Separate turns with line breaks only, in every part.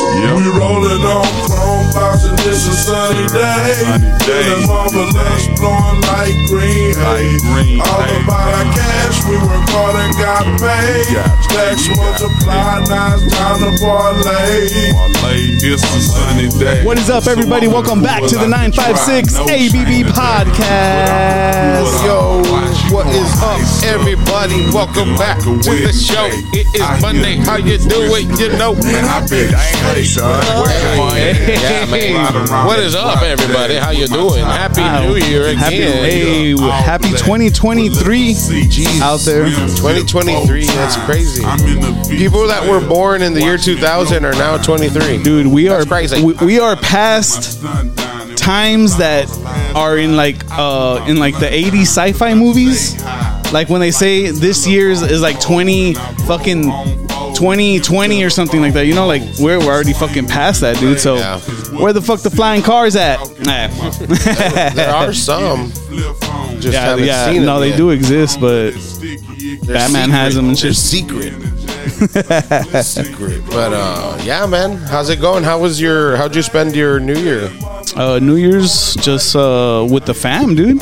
We rolling on chrome box and it's a sunny day.
Sunny day.
And the marble lights blowing like green hay.
Light green
All
hay.
about our cash, we work hard and got paid.
Got
Stacks
paid, got
multiply, now's time to parlay.
Parlay, It's a sunny day.
What is up, everybody? Welcome back to the 956 ABB podcast.
Yo, what is up, everybody? Welcome back to the show. It is Monday. How you doing? You know.
Man, I been straight, son.
Yeah, man. What is up, everybody? How you doing? Happy
Wow.
New Year again.
Happy, hey, happy 2023 out there.
2023, that's crazy. People that were born in the year 2000 are now 23.
Dude, we are
That's crazy.
We, we are past times that are in like uh in like the 80s sci-fi movies. Like when they say this year's is like 20 fucking 2020 or something like that. You know, like we're, we're already fucking past that, dude. So
Yeah.
where the fuck the flying cars at? Nah.
There are some. Just
Yeah,
haven't
yeah,
seen 'em
no, they
yet.
do exist, but Batman has them and
They're
shit.
secret. secret. But uh, yeah, man. How's it going? How was your? How'd you spend your New Year?
Uh, New Year's just uh, with the fam, dude,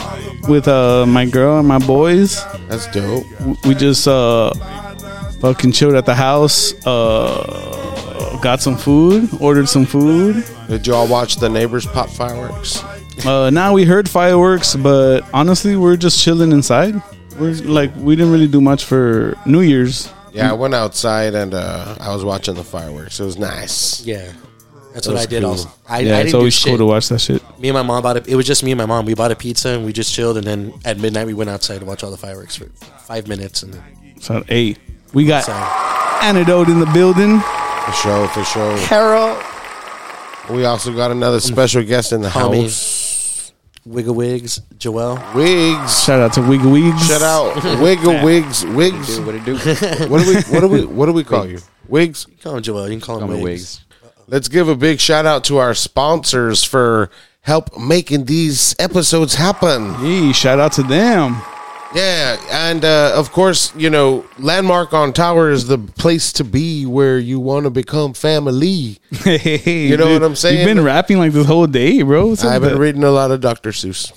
with uh, my girl and my boys.
That's dope.
W- We just uh, fucking chilled at the house. Uh, got some food, ordered some food.
Did y'all watch the neighbors pop fireworks?
Uh, now we heard fireworks, but honestly, we're just chilling inside. We're like we didn't really do much for New Year's.
Yeah, I went outside and uh, I was watching the fireworks. It was nice.
Yeah. That's
That
what
was
I did
cool.
also. I,
Yeah,
I
it's
didn't do
always
shit.
cool to watch that shit.
Me and my mom bought a, it was just me and my mom. We bought a pizza and we just chilled and then at midnight we went outside to watch all the fireworks for five minutes and then
So hey, we got
so
antidote in the building.
For sure, for sure.
Carol
We also got another special guest in the house.
Wiggle Wigs, Joelle.
Wigs.
Shout out to Wiggy Wigs.
Shout out. Wiggle Wigs. Wigs.
Dude, what it do? Call
What do we what do we what do we call you? Wigs.
You can call him Joelle, you can call him
me
Wigs.
Wigs.
Let's give a big shout out to our sponsors for help making these episodes happen.
Hey, shout out to them.
Yeah, and uh, of course, you know, Landmark on Tower is the place to be where you want to become family.
Hey,
You know what I'm saying?
You've been rapping like this whole day, bro. What's up
I've
with
been
that?
reading a lot of Dr. Seuss.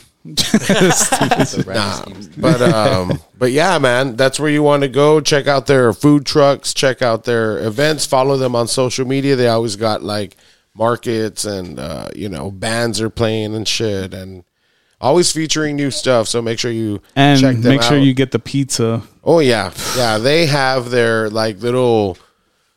Nah.
but um but yeah man that's where you want to go check out their food trucks check out their events follow them on social media they always got like markets and uh you know bands are playing and shit and always featuring new stuff so make sure you
and
check them
make sure
out.
you get the pizza.
oh yeah yeah they have their like little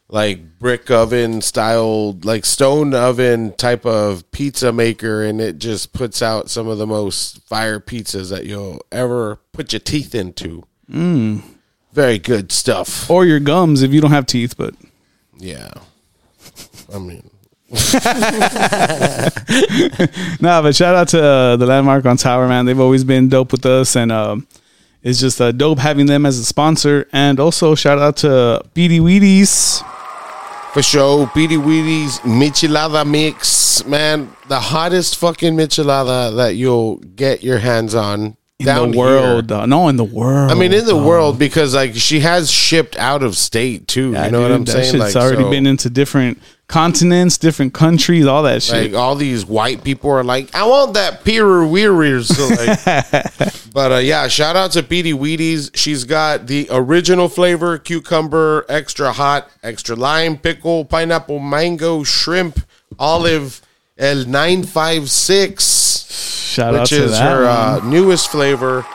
like brick oven style like stone oven type of pizza maker and it just puts out some of the most fire pizzas that you'll ever put your teeth into very good stuff
Mm. Or your gums if you don't have teeth, but
yeah i mean
nah, but shout out to uh, the landmark on Tower, man. They've always been dope with us and um it's just uh, dope having them as a sponsor. And also shout out to BD Wheaties.
for sure Petey Wheaties michelada mix man the hottest fucking michelada that you'll get your hands on
In the
here.
world. dog. no, in the world.
I mean, in the
Oh,
world,
um,
because like she has shipped out of state too. you know what
dude,
I'm
that
saying?
Shit's
like,
already
so,
been into different continents, different countries, all that shit.
like all these white people are like, I want that Peru Weirers. So like, but uh, yeah, shout out to Petey Wheaties. She's got the original flavor cucumber, extra hot, extra lime, pickle, pineapple, mango, shrimp, olive, L nine five six.
shout out
which
to
is
that.
her
man.
uh, newest flavor.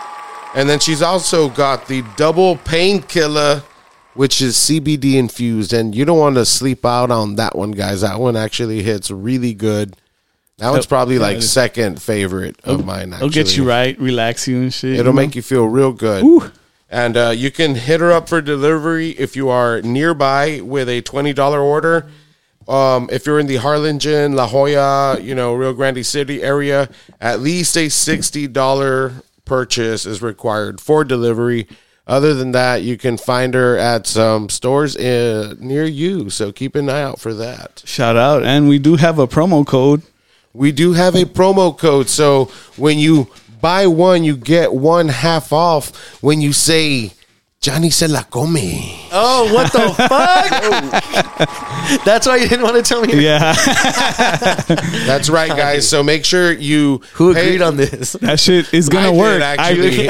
And then she's also got the double painkiller, which is CBD infused. And you don't want to sleep out on that one, guys. That one actually hits really good. That one's probably like second favorite of mine. Actually.
It'll get you right, relax you and shit.
It'll
you know?
make you feel real good. And uh, you can hit her up for delivery if you are nearby with a $20 order. Um, if you're in the Harlingen, La Jolla, you know, Rio Grande City area, at least a $60 purchase is required for delivery. Other than that, you can find her at some stores uh near you. So keep an eye out for that.
Shout out. And we do have a promo code.
We do have a promo code. So when you buy one, you get one half off. When you say Johnny se la come.
Oh, what the fuck?
Oh.
That's why you didn't want to tell me
Yeah,
That's right, guys. So make sure you
who
pay-
agreed on this.
that shit is gonna
I did,
work.
actually,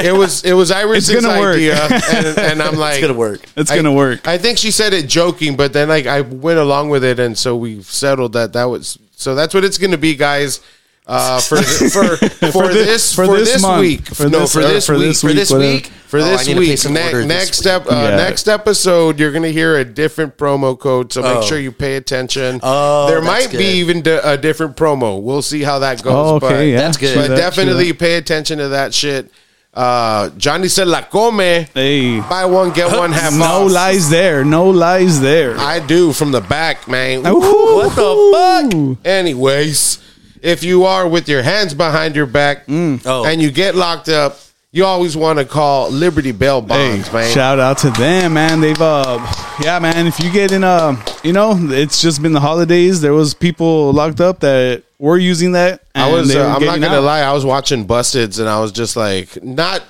I-
it was it was Iris'
It's gonna work.
idea, and, and I'm like, uh,
It's gonna work.
it's
I-
gonna work.
I think she said it joking, but then like I went along with it, and so we settled that that was so that's what it's going to be, guys. Uh, for for for,
thi-
this for, this,
month.
week
For
no
this-
for
uh,
this
for
week
this
for
week,
this
whatever.
week for
Oh, I
this
need to
week
place an
Ne-
order this
next
week.
step uh,
Yeah.
next episode you're gonna hear a different promo code so make
Oh.
sure you pay attention
Oh,
there
that's
might
good.
be even di- a different promo we'll see how that goes
Oh,
but
okay, yeah.
That's good.
True
but
that, true
definitely
that.
pay attention to that shit. Uh, Johnny said la come.
Hey.
Buy one, get one half
No
off.
lies there. No lies there.
I do from the back, man.
What
the
fuck?
Anyways, if you are with your hands behind your back
Mm.
Oh.
and you get locked up, you always want to call Liberty Bell Bonds, man.
Shout out to them, man. They've uh, yeah, man. If you get in uh, you know, it's just been the holidays. There was people locked up that were using that.
I
and
was.
they
Uh,
were
I'm not
getting
gonna
out.
lie. I was watching Busted's, and I was just like, not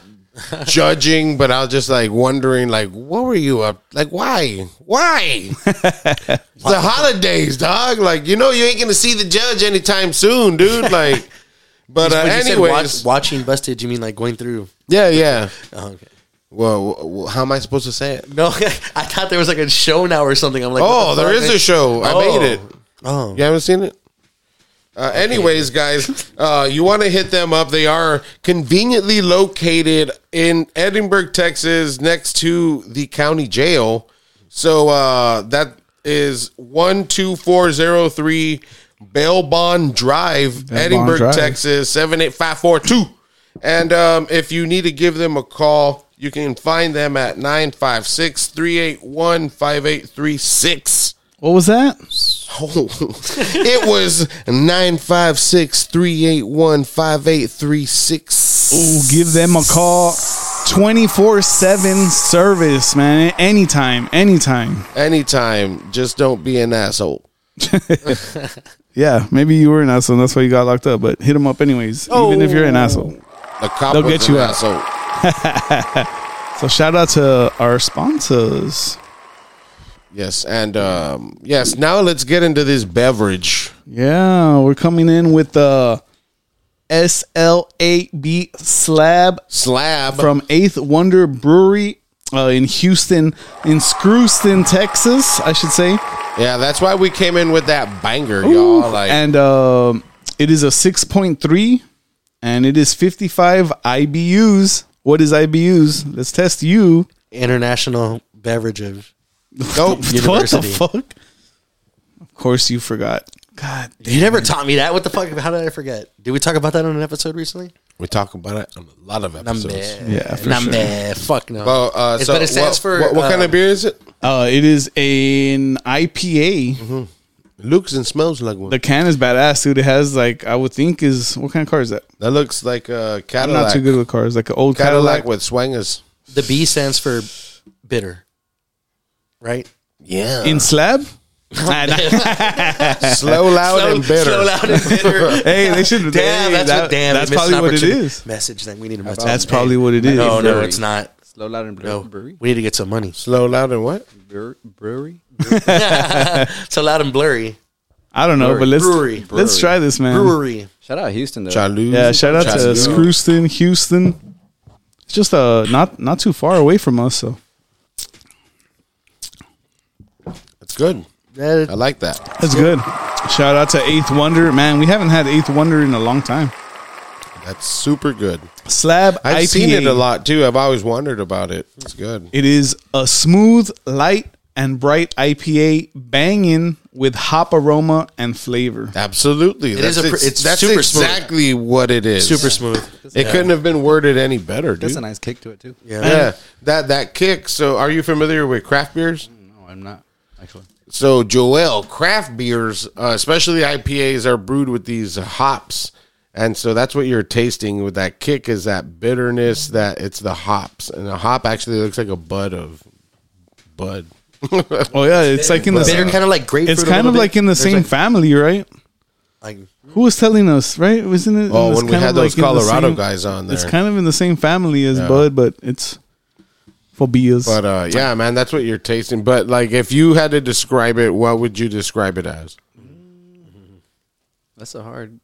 judging, but I was just like wondering, like, what were you up? Like, why? Why? it's the holidays, dog. Like, you know, you ain't gonna see the judge anytime soon, dude. Like, but uh,
When you said
anyways,
watch, watching busted, you mean like going through?
yeah, yeah.
Oh, okay.
Well, w- w- how am I supposed to say it?
No, I thought there was like a show now or something. I'm like,
Oh,
what the
there
fuck,
is a
man?
show. I
Oh.
made it.
Oh,
You haven't seen it? Uh, anyways, guys, uh, you want to hit them up. They are conveniently located in Edinburgh, Texas, next to the county jail. So uh, that is 12403 Bailbond Drive, Edinburgh,
Drive.
Texas, 78542. And um, if you need to give them a call, you can find them at 956 381 5836.
What was that?
Oh, it was nine five six three eight one five eight three six.
Ooh, give them a call. 24 7 service, man. Anytime, anytime.
Anytime, just don't be an asshole.
Yeah, maybe you were an asshole. That's why you got locked up, but hit them up anyways, even if you're an asshole.
A cop
They'll
was
get
an
you out.
asshole.
So, shout out to our sponsors.
Yes, and um, yes. Now let's get into this beverage.
Yeah, we're coming in with the SLAB slab
Slab
from Eighth Wonder Brewery uh, in Houston, in Screwston, Texas, I should say.
yeah, that's why we came in with that banger, y'all. Like
And um it is a 6.3 and it is 55 IBUs. What is IBUs? Let's test you.
international beverage of
nope.
university.
What the fuck? Of course you forgot. God
You never taught me that. What the fuck? How did I forget? Did we talk about that on an episode recently?
We talk about it on a lot of episodes.
Nambe.
Yeah, for sure.
Nambe. Fuck no.
Well, uh,
It's-
so
but it stands
what,
for,
what, what kind
uh,
of beer is it?
Uh, it is an IPA.
Looks and smells like one.
The can is badass, dude. It has like I would think is what kind of car is that?
that looks like a
I'm
Cadillac.
not too good with cars. Like an old
Cadillac,
Cadillac.
with swangers.
the B stands for bitter, right?
Yeah,
in slab. Nah, nah.
slow, loud,
Slow-
and bitter.
Slow, loud, and bitter.
hey, they should.
damn,
hey,
that's
that-
what. Damn,
That's
we missed
probably
an
what it
opportunity.
is.
Message them. We need a message.
That's
Hey. Oh,
probably what it is.
No, no, it's not.
Slow Loud and
No,
Brewery.
we need to get some money.
Slow, loud, and what?
Brewery? Brewery?
So loud and blurry.
I don't know, but let's
Brewery.
let's try this, man.
Brewery.
Shout out Houston, though.
Chalou.
Yeah, shout out to
Chalou.
Screwston, Houston. It's just uh not not too far away from us, so
It's good. I like that.
that's good. Shout out to Eighth Wonder, man. We haven't had Eighth Wonder in a long time.
That's super good.
Slab
I've
IPA.
seen it a lot too. I've always wondered about it. It's good.
It is a smooth, light, and bright IPA banging with hop aroma and flavor.
Absolutely. It
is
that's
a pr-
ex-
it's
that's
super smooth.
exactly what it is.
Super smooth.
It couldn't have been worded any better, dude.
That's a nice kick to it, too.
Yeah.
yeah, that that kick. So, are you familiar with craft beers?
No, I'm not, actually.
So, Joel, craft beers, uh, especially IPAs, are brewed with these hops, and so that's what you're tasting with that kick is that bitterness that it's the hops, and a hop actually looks like a bud of bud.
Oh yeah, it's like in the
Bitter,
same,
kind of like grapefruit.
it's
a
kind
little
of
bit.
like in the
There's
same family, right?
Like, like
Who was telling us, right? Wasn't it?
Oh,
it's
when we
kind
had
of
those
like in the
Colorado
same-
guys on there.
It's kind of in the same family as Bud, but it's Phobias.
But uh, yeah, man, that's what you're tasting. But like, if you had to describe it, what would you describe it as?
That's a hard.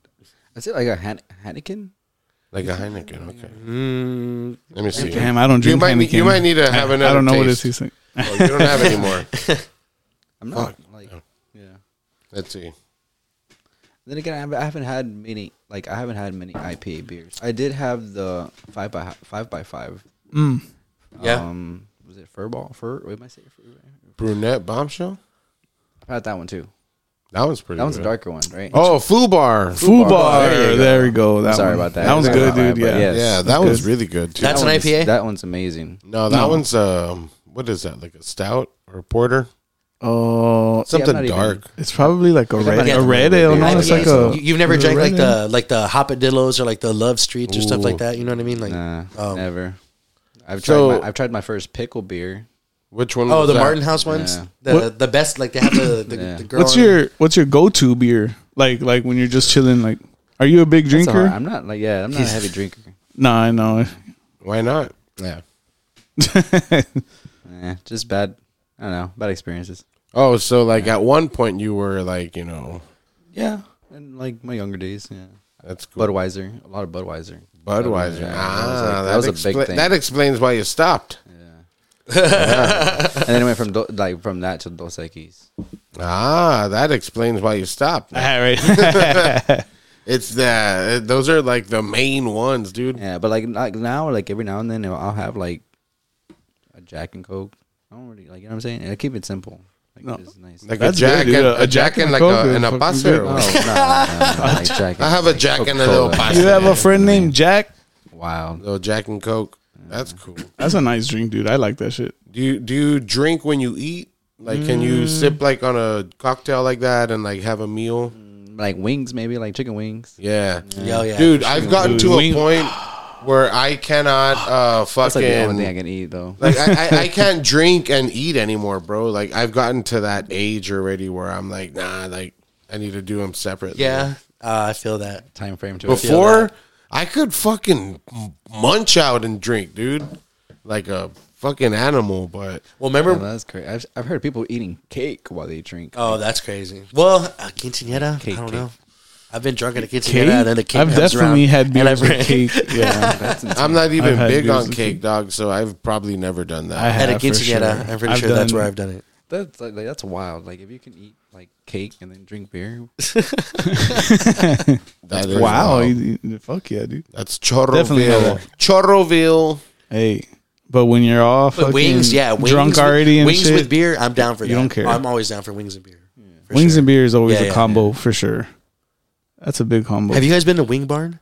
Is it like a Han- Heineken?
Like a Heineken. Okay. Let me see.
Mm. Damn, I don't
You
drink
might need- you
Heineken.
might need to have
I,
another
I don't know what it is
taste.
he's saying.
Oh, you don't have any more.
I'm not like. Yeah.
Let's see.
Then again, I haven't- I haven't had many. Like I haven't had many IPA beers. I did have the five by hi- five by five.
Yeah.
Um, was it Furball? Fur? What am I saying? Fur?
Brunette Bombshell.
I've had that one too.
That one's pretty.
That one's a
good.
darker one, right?
Oh, Foo Bar.
Foo
Bar.
bar.
There you go.
There we go. That
Sorry
one.
about that.
That one's
Sorry
good,
about that,
dude.
but
Yeah.
yes.
Yeah, that one's really good too.
That's an
That one's-
IPA?
That one's amazing.
no, that one's um, what is that? Like a stout or a porter?
Oh,
I'm
Something
not even-
dark.
it's probably like a red,
Yeah.
a red ale. No,
IPAs,
it's like a.
you, you've never
is it
drank
red
like
ale?
the like the hopadillos or like the love streets or stuff
Ooh.
like that. You know what I mean? Like
Nah,
um,
never. I've tried.
so-
my, I've tried my first pickle beer.
Which one?
oh
was
the
that?
Martin House ones,
Yeah.
the
What-
the best. Like they have the, the,
Yeah.
the girl.
What's
in-
your What's your go to beer? Like like when you're just chilling. Like, are you a big
That's all right.
drinker?
I'm not like yeah. I'm not a heavy drinker.
Nah, I know.
Why not? Yeah.
Eh, just bad. I don't know bad experiences.
Oh, so like at one point you were like, you know,
Yeah, and like my younger days. Yeah,
that's cool.
Budweiser. A lot of Budweiser.
Budweiser.
Yeah,
ah,
that was, like, that was a big
expla-
thing.
That explains why you stopped.
and then I went from do- like from that to Dos Equis.
Ah, that explains why you stopped.
All right.
It's that those are like the main ones, dude.
Yeah, but like like now, like every now and then, I'll have like a Jack and Coke. I don't really like. You know what I'm saying? I keep it simple. Like,
No.
it's nice.
Like
That's
a jack
good, dude.
and
A
a
Jack
jack and
and
like
Coke
a
is
an
fucking
apasero.
good.
oh no, no, no, no, like Jack.
I
And,
have a jack and a little
Coca-Cola.
pasta.
you have a friend named Jack.
wild.
little jack and coke. That's cool.
That's a nice drink, dude. I like that shit.
Do you do you drink when you eat? Like, can
Mm.
you sip like on a cocktail like that and like have a meal?
Mm.
Like wings, maybe like chicken wings.
Yeah,
Yeah, oh, yeah.
dude. I've gotten to a
Wing-
point where I cannot uh
That's like the only thing I
fucking.
can eat though.
Like I, I, I can't drink and eat anymore, bro. Like I've gotten to that age already where I'm like, nah, like I need to do them separately.
Yeah, uh, I feel that.
Time frame to it.
Before I could fucking munch out and drink, dude, like a fucking animal. But
Well, remember?
Yeah, that's crazy. I've, I've heard people eating cake while they drink.
Uh,
oh, that's crazy. Well, a quinceanera. I
Cake,
don't
cake.
know. I've been drunk at a quinceanera,
Cake.
and then the cake.
I've
comes
definitely
around,
had
and
beers
I've-
with cake. Yeah,
That's insane.
I'm not even
had
big
beers
on
with
cake, dog. So I've probably never done that.
I have
At a
for sure.
quinceanera, I'm pretty
I've
sure that's
done-
where I've done it.
That's like, like, that's wild. Like if you can eat like cake and then drink beer,
That is
Wow,
wild.
you- you- fuck yeah, dude.
that's
Definitely
Chorroville.
have
Chorroville.
Hey, but when you're all
But
fucking
wings, yeah, wings
drunk
with-
already and
wings
shit,
with beer. I'm down for
You
that.
don't care.
I'm always down for wings and beer. for
wings
sure.
and beer is always
Yeah,
a
yeah,
combo for sure. That's a big combo.
Have you guys been to Wing Barn?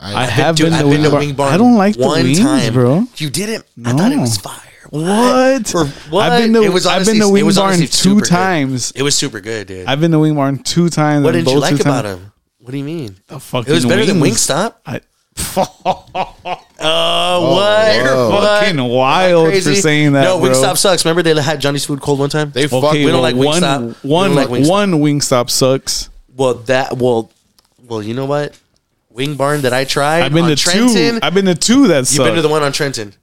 I have been,
I've
to wing, bar. I don't like the
one
wings,
time.
bro.
You didn't. I thought it
No.
was fire.
What?
For what?
I've been to,
It was
I've been
honestly-
to
it
Wing
was
Barn
honestly
two
super good.
times.
It was super good, dude.
I've been to Wing Barn two times.
what
and
did you
both
like
two times-
about him? What do you mean?
The fucking
It was better than
wings.
Wingstop.
I,
Oh, what?
whoa.
What?
Fucking
Am I
wild for
crazy?
saying that,
No,
bro.
Wingstop sucks. Remember they had Johnny's food cold one time.
They
They
fuck.
okay,
We
don't
well,
like
one,
Wingstop. We don't
One,
like Wingstop.
one Wingstop sucks.
well that well well you know what Wing Barn that I tried.
I've been
on
to
Trenton.
two. I've been to two that
You've
suck.
been to the one on Trenton,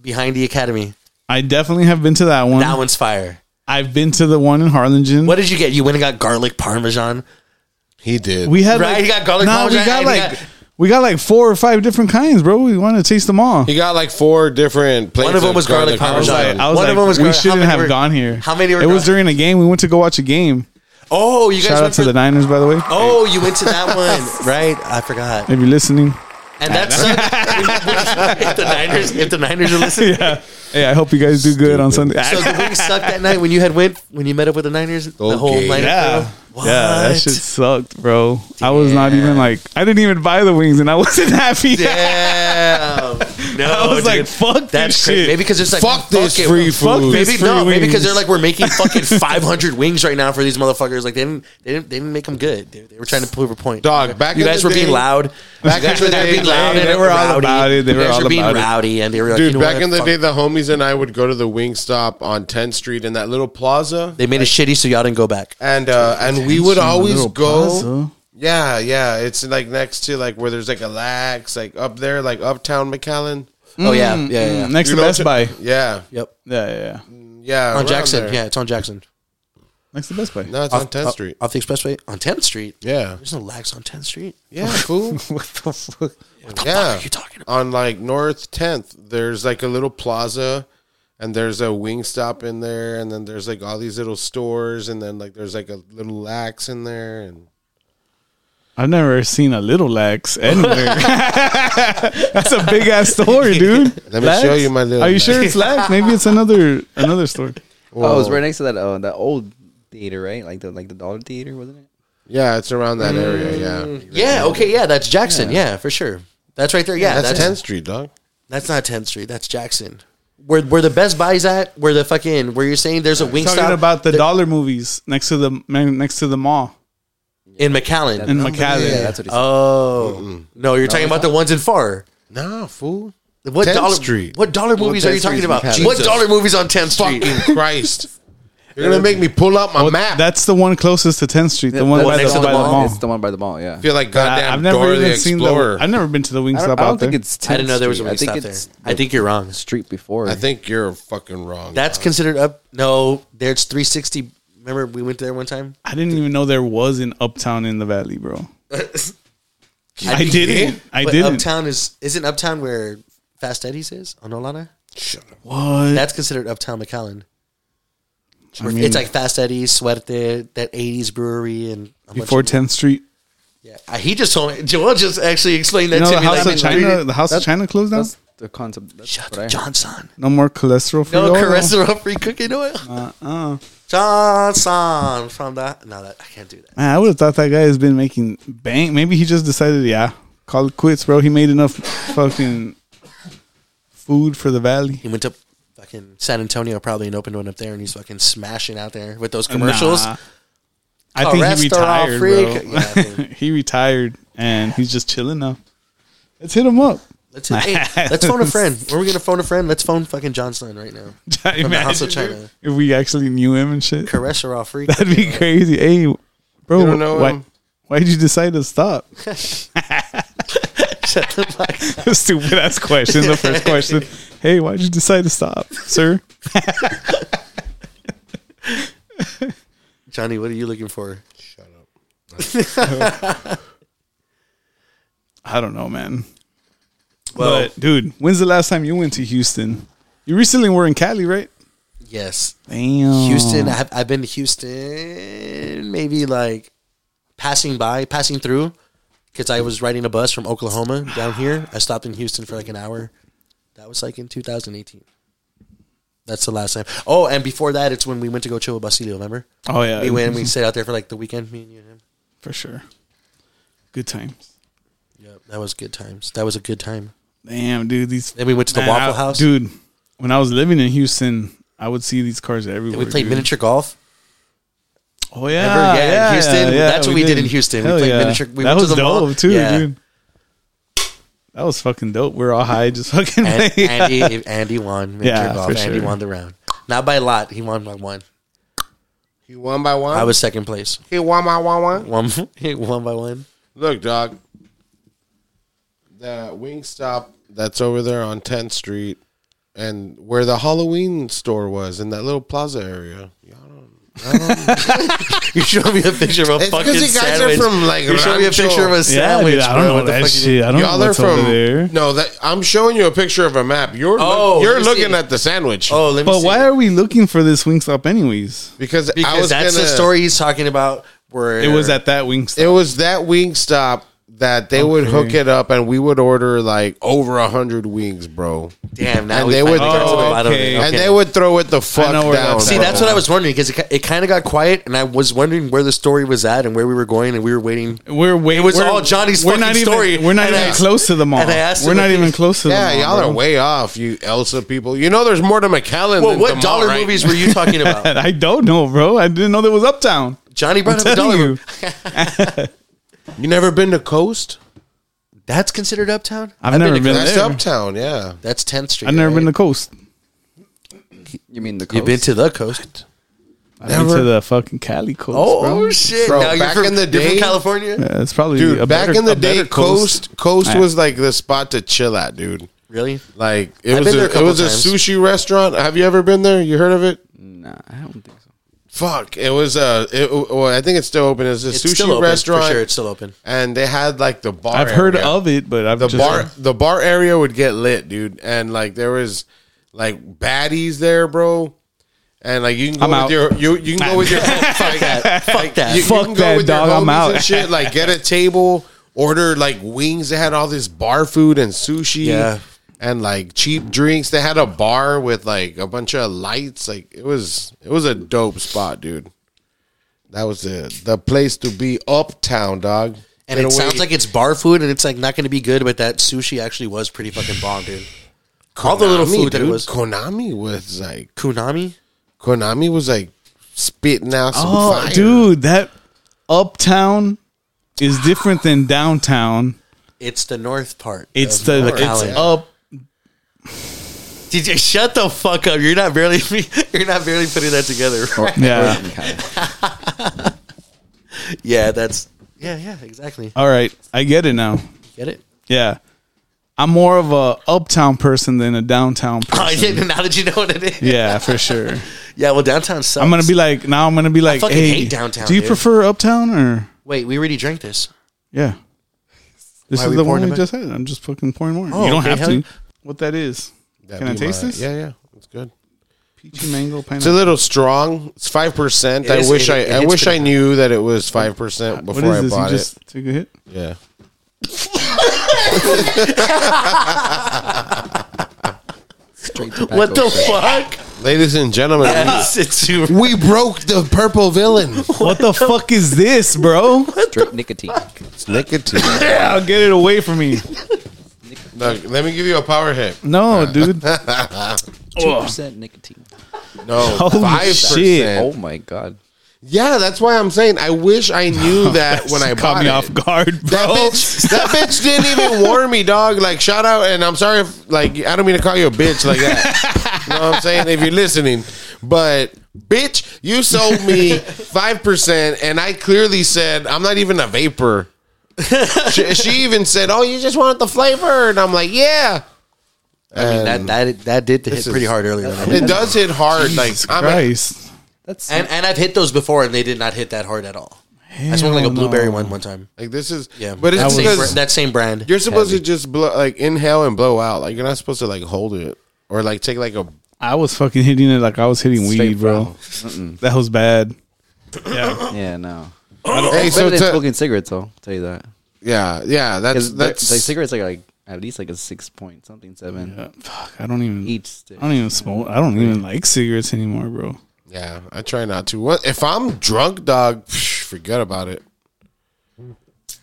behind the Academy.
I definitely have been to that one.
That one's fire.
I've been to the one in Harlingen.
What did you get? You went and got garlic parmesan.
He did.
We had
Right,
like,
you got garlic
nah, we
parmesan
got
and you
like
got-
we got like four or five different kinds, bro. We wanted to taste them all.
he got like four different places.
One of them was garlic parmesan.
I was
One
like,
of them was
we
garlic- how
shouldn't
many
have
were-
gone here.
how many were
It was
gar-
during a game. We went to go watch a game.
Oh, you guys
Shout
went
out to
for-
the Niners, by the way.
Oh, you went to that one, right? I forgot.
If you're listening,
And that's if the Niners. If the Niners are listening,
yeah. Hey, I hope you guys do good on Sunday.
so the wings sucked that night when you had went when you met up with the Niners. The whole
Okay.
Niner
yeah,
crew? What?
yeah, that shit sucked, bro. I was not even like, I didn't even buy the wings, and I wasn't happy.
Damn. No,
I was like,
dude.
fuck
That's
this
crazy.
shit.
Maybe because it's like
Fuck this
it.
free
Fuck
food.
this
Maybe
free
no, maybe because they're
wings.
like we're making fucking 500 wings right now for these motherfuckers. Like they didn't, they didn't, they didn't make them good. They, they were trying to prove a point.
Dog, back
you
in
guys
the
were being
day-
loud.
back
you guys
in the
were there
day,
being loud.
they
and
were all
rowdy.
about it. They
You
were
guys
all
were being
about it.
rowdy, and they were like,
Dude,
you know
back
what?
in the
Fuck.
day, the homies and I would go to the Wingstop on 10th Street in that little plaza,
they made it shitty, so y'all didn't go back.
and uh, and we would always
Little
go.
plaza.
Yeah, yeah, it's like next to like where there's like a lax, like up there, like uptown McAllen.
Oh yeah, yeah, yeah.
Next
You
to
know,
Best
Ch-
Buy.
Yeah,
Yep.
Yeah, yeah, yeah.
yeah.
On
around
Jackson.
there.
Yeah, it's on Jackson.
Next to Best Buy.
No, it's on 10th Street.
Off the expressway. On 10th Street.
Yeah.
There's no lags on 10th Street.
Yeah, cool.
what the fuck?
yeah.
What are you talking about?
on like North 10th, there's like a little plaza and there's a wing stop in there and then there's like all these little stores and then like there's like a little lax in there and
I've never seen a little lax anywhere. That's a big ass store, dude.
Let me show you my little
Are you
lax.
sure it's lax? Maybe it's another another store.
Oh, it was right next to that uh, that old theater, right? Like the like the dollar theater, wasn't it?
yeah, it's around that area, yeah.
Yeah. Okay. Yeah, that's Jackson. Yeah, for sure. That's right there. Yeah,
That's
that's
10th Street, dog.
That's not 10th Street. That's Jackson. Where where the Best Buy's at? Where the fucking where you're saying there's a wing
Talking
stop
about the dollar movies next to the next to the mall
in McAllen.
in McAllen.
Oh, Yeah, that's what he said.
oh no, you're talking about the ones in Far.
Nah, fool.
What
10th
dollar
Street.
What dollar movies are you
10th
talking
Street's
about?
McAllen.
What
Jesus.
dollar movies on 10th Street?
Fucking Christ. You're going to make me pull out my map.
That's the one closest to 10th Street, the one
That's
by,
next
the,
to the
by the
mall.
mall.
It's the one by the mall. Yeah.
I feel like
I,
goddamn
have never
Dora
even
the
seen
Explorer.
the. I've never been to the wing
I
stop
don't, I
out
don't
there.
think it's. 10th
I didn't know there was a
Street.
wing stop there.
it's
I think you're wrong.
street before.
I think you're fucking wrong.
That's considered up. No, there's 360. Remember we went there one time.
I didn't even know there was an uptown in the valley, bro. I
think-
didn't. I
but
didn't.
Uptown is isn't Uptown where Fast Eddie's is on Olana.
What?
That's considered Uptown McAllen.
I mean,
it's like Fast Eddie's, Suerte, that '80s brewery, and a bunch
before
of-
10th Street.
Yeah, I- he just told me. Joel just actually explained that
You know
to
the
me.
House
like,
of China. The House of
that's-
China closed down.
that's the concept. That's
Shut
what I
up,
heard.
Johnson.
No more cholesterol.
No
free oil?
cholesterol free cooking oil.
Uh-uh.
Johnson from that. No, that I can't do that.
Man, I would have thought that guy has been making bank. Maybe he just decided, yeah, call it quits, bro. He made enough fucking food for the valley.
He went to fucking San Antonio probably and opened one up there, and he's fucking smashing out there with those commercials.
Nah. I think he retired,
Cholesterol free-
bro.
Yeah, I think-
he retired and he's just chilling now. Let's hit him up.
Let's, hey, let's phone a friend. Are we gonna phone a friend? Let's phone fucking Johnson right now.
Imagine,
House of
dude,
China.
If we actually knew him and shit,
Cholesterol free.
that'd be crazy. Hey, bro,
You don't know
why,
him?
why'd you decide to stop?
Shut the fuck up.
Stupid ass question. The first question. Hey, why'd you decide to stop, sir?
Johnny, what are you looking for?
I don't know, man. but dude, when's the last time you went to Houston? You recently were in Cali, right?
yes.
Damn.
Houston. I've, I've been to Houston, maybe like passing by, passing through, because I was riding a bus from Oklahoma down here. I stopped in Houston for like an hour. That was like in 2018. That's the last time. Oh, and before that, it's when we went to go chill with Basilio. Remember?
Oh yeah.
We went. and We stayed out there for like the weekend. Me and you and him.
for sure. Good times.
Yep. That was good times. That was a good time.
Damn, dude. These
Then we went to the
Man,
Waffle
I-
House.
dude. When I was living in Houston, I would see these cars everywhere.
we played
dude.
miniature golf.
Oh yeah,
Remember? Yeah, in
yeah,
Houston.
yeah,
That's what we did in Houston. We
Hell
played
yeah.
miniature- we
that
went to
was
the
dope
mall.
too,
Yeah.
dude. That was fucking dope. We are all high, just fucking.
And,
playing.
Andy, Andy won miniature
Yeah,
golf.
for
Andy
sure.
won the round, not by a lot. He won by one.
he one by one.
I was second place.
he one by one one.
One, one by one.
Look, dog. The wing stop that's over there on 10th Street and where the Halloween store was in that little plaza area.
You showed me a picture of a
It's 'cause
fucking
you guys are
sandwich.
from, like,
you showed me a
Rancho.
picture of a
yeah,
sandwich.
dude, I don't
bro.
know
What the
that
fuck is-
shit. I don't
Y'all
know
are
what's over
from
there.
No, that I'm showing you a picture of a map. You're
Oh,
you're
let me see.
looking at the sandwich
Oh, let me
But
see.
why are we looking for this wing stop anyways?
because, I
Because
was
that's the
gonna-
story he's talking about. Where
It was at that wing stop.
It was that wing stop that they would hook it up and we would order like over a hundred wings, bro.
Damn, now
and
we
they
finally
would-
got to the
Oh,
bottom of it.
okay.
okay.
And they would throw it the fuck
know
down.
where that's
See,
bro.
that's what I was wondering because it, it kind of got quiet, and I was wondering where the story was at and where we were going, and we were waiting.
We're waiting.
It was all Johnny's
we're
fucking
not even,
story.
We're not
And
even
I-
close to the mall.
and I asked
We're
him
not
if
even
he-
close to
Yeah,
the mall.
y'all
bro.
are way off, you Elsa people. You know there's more to McAllen
Well,
than
what
the mall,
dollar
right?
movies were you talking about?
I don't know, bro. I didn't know there was Uptown.
Johnny
I'm
brought up a dollar
telling
movie.
you.
You never been to Coast?
That's considered uptown.
I've never
to
been
Cleveland.
That's
there.
Uptown, yeah.
That's 10th Street.
I've never been to
right?
Coast.
You mean the coast?
You've been to the coast.
I've been to the fucking Cali Coast.
Oh,
bro.
oh, shit!
Bro,
now you're
back
from,
in the
you're from
day-
California.
Yeah, it's probably
Dude,
a
back
better-
in the
a
day,
better
Coast Coast was like the spot to chill at, dude.
Really?
Like it
I've
was
been there
a,
a
it
couple
was a
times.
sushi restaurant. Have you ever been there? You heard of it?
Nah, I don't think so.
Fuck! It was a. It, well, I think it's still open. It's a
It's
sushi
still open.
restaurant,
For sure, it's still open.
and they had like the bar.
I've heard
area.
of it, but I've
the
just,
bar. The bar area would get lit, dude, and like there was like baddies there, bro. And like you can go
I'm
with
out.
your you you can go with your fuck that fuck
that.
you,
Fuck
can go
that,
with your
dog, I'm
homies
out.
and shit like get a table order like wings they had all this bar food and sushi
Yeah.
and like cheap drinks they had a bar with like a bunch of lights like it was it was a dope spot dude that was the the place to be uptown dog
And
In
it
a way,
sounds like it's bar food, and it's like not going to be good, but that sushi actually was pretty fucking bomb, dude. all the little
Konami,
food that it
dude.
was.
Konami was like
Kunami.
Konami was like spitting out some
oh,
fire.
dude, that uptown is different than downtown.
It's the north part.
It's
of
the
North
it's
Alley.
up.
DJ, Oh, shut the fuck up. You're not barely you're not barely putting that together. right?
Yeah.
yeah, that's yeah, yeah, exactly.
All right, I get it now.
Get it?
Yeah. I'm more of a uptown person than a downtown
Oh,
person.
yeah, now that you know what it is.
Yeah, for sure.
Yeah, well downtown sucks.
I'm gonna be like now. I'm gonna be like,
fucking
hey,
hate downtown,
do you
dude.
prefer uptown or
Wait, we already drank this.
yeah? This
Why are
is
we
the
pouring
one we
it back?
just had. I'm just fucking pouring more.
Oh,
you don't
okay,
have
hell
to.
yeah.
What that is?
That'd
Can I
be
taste
my-
this?
Yeah, yeah, it's good.
Peachy mango
It's a
pineapple.
little strong. It's five percent.
It
I
is-
wish
it-
I
it
I
hits
wish I
pretty
knew that it was five percent
What
before
is
I
this?
bought
You
it.
just took a hit.
Yeah.
Straight tobacco
What the
shit.
fuck?
Ladies and gentlemen,
It's too-
we broke the purple villain.
What the fuck is this, bro?
Straight nicotine.
It's nicotine.
I'll get it away from me.
Look, let me give you a power hit.
No, dude.
Two percent nicotine.
No,
Holy
five
shit.
percent.
Oh my god.
Yeah, that's why I'm saying I wish I knew that when I
caught
bought
me
it.
off guard, bro.
That bitch, that bitch didn't even warn me, dog. Like, shout out, and I'm sorry if, like, I don't mean to call you a bitch like that. you know what I'm saying? If you're listening, but bitch, you sold me 5%, and I clearly said, I'm not even a vapor. she, she even said, Oh, you just want the flavor. And I'm like, Yeah.
I mean that that that did hit
is-
pretty hard earlier.
It does hit hard.
Jesus
like, I'm a-
Christ.
That's
and and I've hit those before and they did not hit that hard at all. I smoked like a
Hell no.
blueberry one one time.
like, this is,
Yeah,
but
that,
it's
same,
because
bra- that same brand.
you're supposed to just blow, like, inhale and blow out. Like, you're not supposed to, like, hold it or, like, take, like, a
I was fucking hitting it like I was hitting
Straight
weed, bro. That was bad. Yeah.
yeah, no.
Hey,
Better
so
than
to-
smoking cigarettes, though. I'll tell you that.
yeah, yeah, that's
Because like
that's
cigarettes are like at least like a six point something seven
Fuck, I don't even.
each stick.
I don't even smoke. I don't even like cigarettes anymore, bro.
Yeah, I try not to. What if I'm drunk, dog? psh, Forget about it.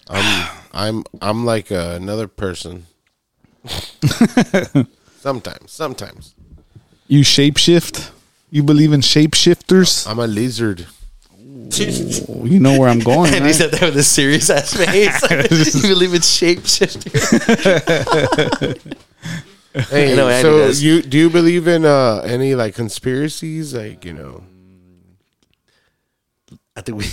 I'm I'm I'm like uh, another person. sometimes, sometimes
You shapeshift? You believe in shapeshifters?
I'm a lizard.
Oh, you know where I'm going.
and he
right?
said that with a serious ass face. you believe it's shapeshifting?
Hey,
I know Andy
so
does.
you do you believe in uh, any like conspiracies? Like you know,
I think we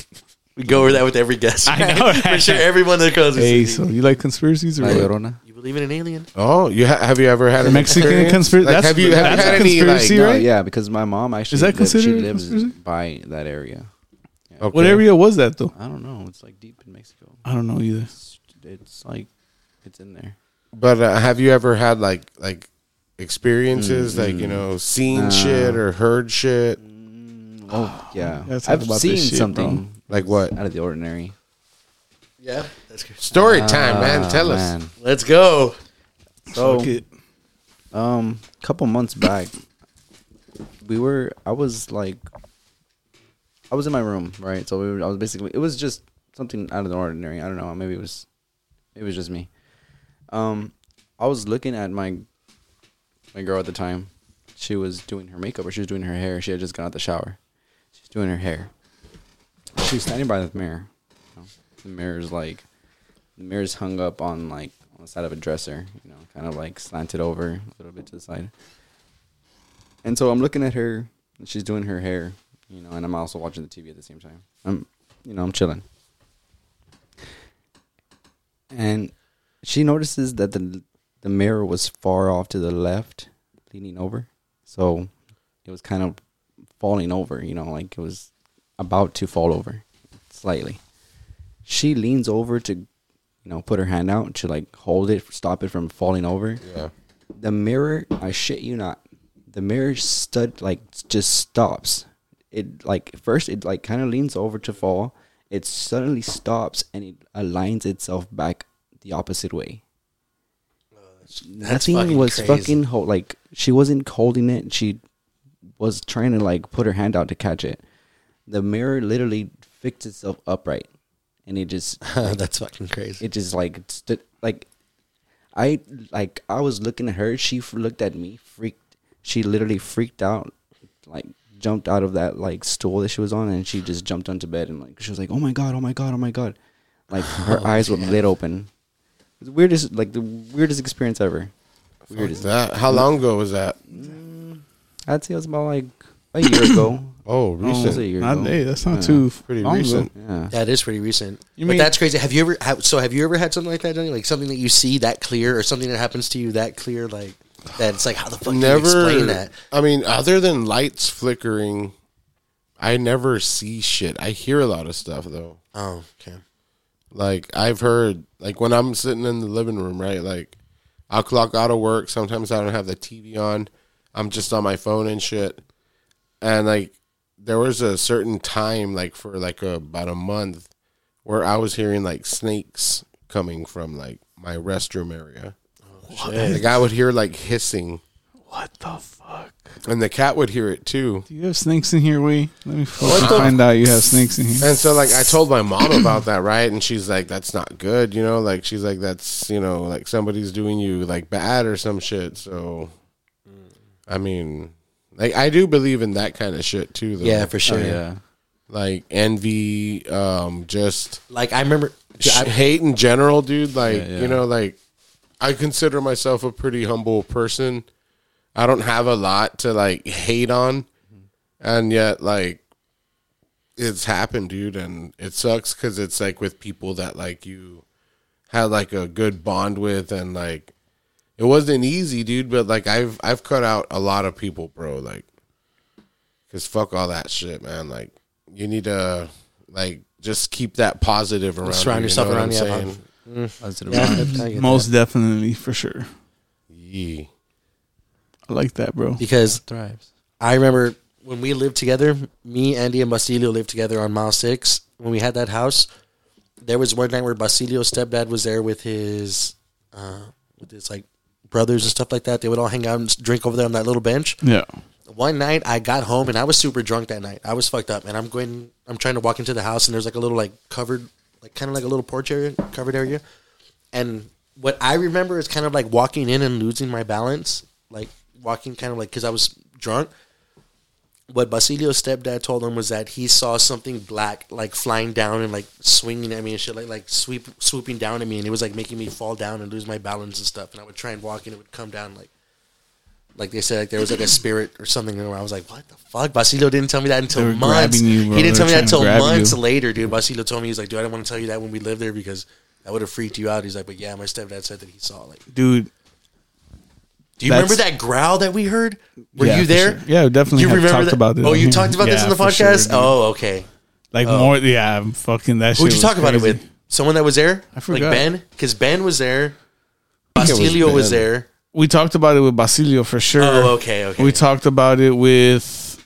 we go over that with every guest.
I know,
right? For
right?
sure, everyone that comes.
hey,
Hey,
so you like conspiracies or
La
what?
Llorona.
you believe in an alien?
oh, you ha- have you ever had a
Mexican
experience?
conspiracy?
Like,
that's
have you have
that's
you had
a
any
conspiracy,
like?
No,
right?
yeah, because my mom actually
Is that
lives, she
considered a
lives
conspiracy?
by that area.
Okay.
What area was that though?
I don't know. It's like deep in Mexico.
I don't know either.
It's, it's like it's in there.
But uh, have you ever had like like experiences like you know seen shit or heard shit
Oh yeah,
Let's talk
I've
about this
seen
shit,
something
like what
out of the ordinary.
Yeah, that's good.
story time man tell us
Oh, Man.
Let's go.
So
Okay.
um, a couple months back, we were. I was like, I was in my room, right? So we were, I was basically. It was just something out of the ordinary. I don't know. Maybe it was. It was just me. Um, I was looking at my my girl at the time. She was doing her makeup, or she was doing her hair. She had just got out the shower. She's doing her hair. She was standing by the mirror. you know. The mirror's like the mirror's hung up on like on the side of a dresser, you know, kind of like slanted over a little bit to the side. And so I'm looking at her, and she's doing her hair, you know, and I'm also watching the TV at the same time. I'm, you know, I'm chilling. And she notices that the the mirror was far off to the left, leaning over, so it was kind of falling over. You know, like it was about to fall over slightly. She leans over to, you know, put her hand out to like hold it, stop it from falling over. Yeah. The mirror, I shit you not, the mirror stud like just stops. It like first it like kind of leans over to fall. It suddenly stops and it aligns itself back the opposite way. Nothing
fucking
was
crazy.
fucking hold, like she wasn't holding it. She was trying to like put her hand out to catch it. The mirror literally fixed itself upright, and it just
That's fucking crazy.
it just like stood like I like I was looking at her. She f- looked at me, freaked. She literally freaked out, like jumped out of that like stool that she was on, and she just jumped onto bed and like she was like, "Oh my god! Oh my god! Oh my god!" Like her eyes were lit open. It was the weirdest, like the weirdest experience ever. Weirdest.
That, how long ago was that?
I'd say it was about like a year ago.
Oh,
It was a
recent.
year
Not,
ago.
hey, that's not too
Pretty
long ago.
recent.
Yeah.
That is pretty recent.
You
but
mean-
that's crazy. Have you ever? Have, so have you ever had something like that, Johnny? Like something that you see that clear, or something that happens to you that clear, like that. It's like how the fuck do you
Never.
explain that?
I mean, other than lights flickering, I never see shit. I hear a lot of stuff though.
Oh, okay.
Like I've heard, like when I'm sitting in the living room, right? Like I'll clock out of work. Sometimes I don't have the TV on. I'm just on my phone and shit. And like there was a certain time, like for like a, about a month, where I was hearing like snakes coming from like my restroom area. Like I would hear like hissing,
What the fuck?
and the cat would hear it too.
Do you have snakes in here? Wait, let me fucking find out you have snakes in here.
And so like I told my mom about that, right? And she's like, That's not good, you know, like she's like, That's you know, like somebody's doing you like bad or some shit. So I mean like I do believe in that kind of shit too though.
Yeah, for sure.
Oh, Yeah.
Like envy, um, just
Like I remember.
I, hate in general, dude. Like
yeah.
you know, like I consider myself a pretty humble person. I don't have a lot to like hate on, and yet like it's happened, dude, and it sucks because it's like with people that like you had like a good bond with, and like it wasn't easy, dude. But like I've I've cut out a lot of people, bro. Like, cause fuck all that shit, man. Like you need to like just keep that positive around.
Surround
you,
yourself
you know
around,
what
yeah,
I'm saying.
Positive
Yeah,
vibes.
I get
Most definitely, for sure.
Yeah.
I like that, bro.
because
Thrives.
I remember when we lived together, me, Andy, and Basilio lived together on mile six. When we had that house, there was one night where Basilio's stepdad was there with his, uh, with his like brothers and stuff like that. They would all hang out and drink over there on that little bench.
Yeah.
One night I got home and I was super drunk that night. I was fucked up and I'm going, I'm trying to walk into the house and there's like a little like covered, like kind of like a little porch area, covered area. And what I remember is kind of like walking in and losing my balance, like walking kind of like, cause I was drunk what Basilio's stepdad told him was that he saw something black like flying down and like swinging at me and shit, like like sweep swooping down at me, and it was like making me fall down and lose my balance and stuff. And I would try and walk, and it would come down like, like they said, like there was like a spirit or something. And I was like, what the fuck? Basilio didn't tell me that until
were
months.
grabbing you, bro.
he didn't
They
tell
were
me
trying
that
to
until
grab
months
you.
later, dude. Basilio told me he's like, dude, I didn't want to tell you that when we lived there because that would have freaked you out. He's like, but yeah, my stepdad said that he saw like.
Dude.
Do you
That's-
remember that growl that we heard? Were
Yeah,
you
for
there?
sure. Yeah, we definitely
You
have
remember
talked
that?
about it
Oh,
on
you
here.
talked about this
Yeah,
in the
for sure,
podcast.
dude.
oh, okay.
Like more, yeah, I'm fucking that shit.
Oh. Who'd you
was
talk about it
crazy.
with? Someone that was there? I
forgot.
Like Ben? Because Ben was there.
it was
Basilio was,
Ben.
there.
We talked about it with Basilio for sure.
Oh, okay, okay.
We talked about it with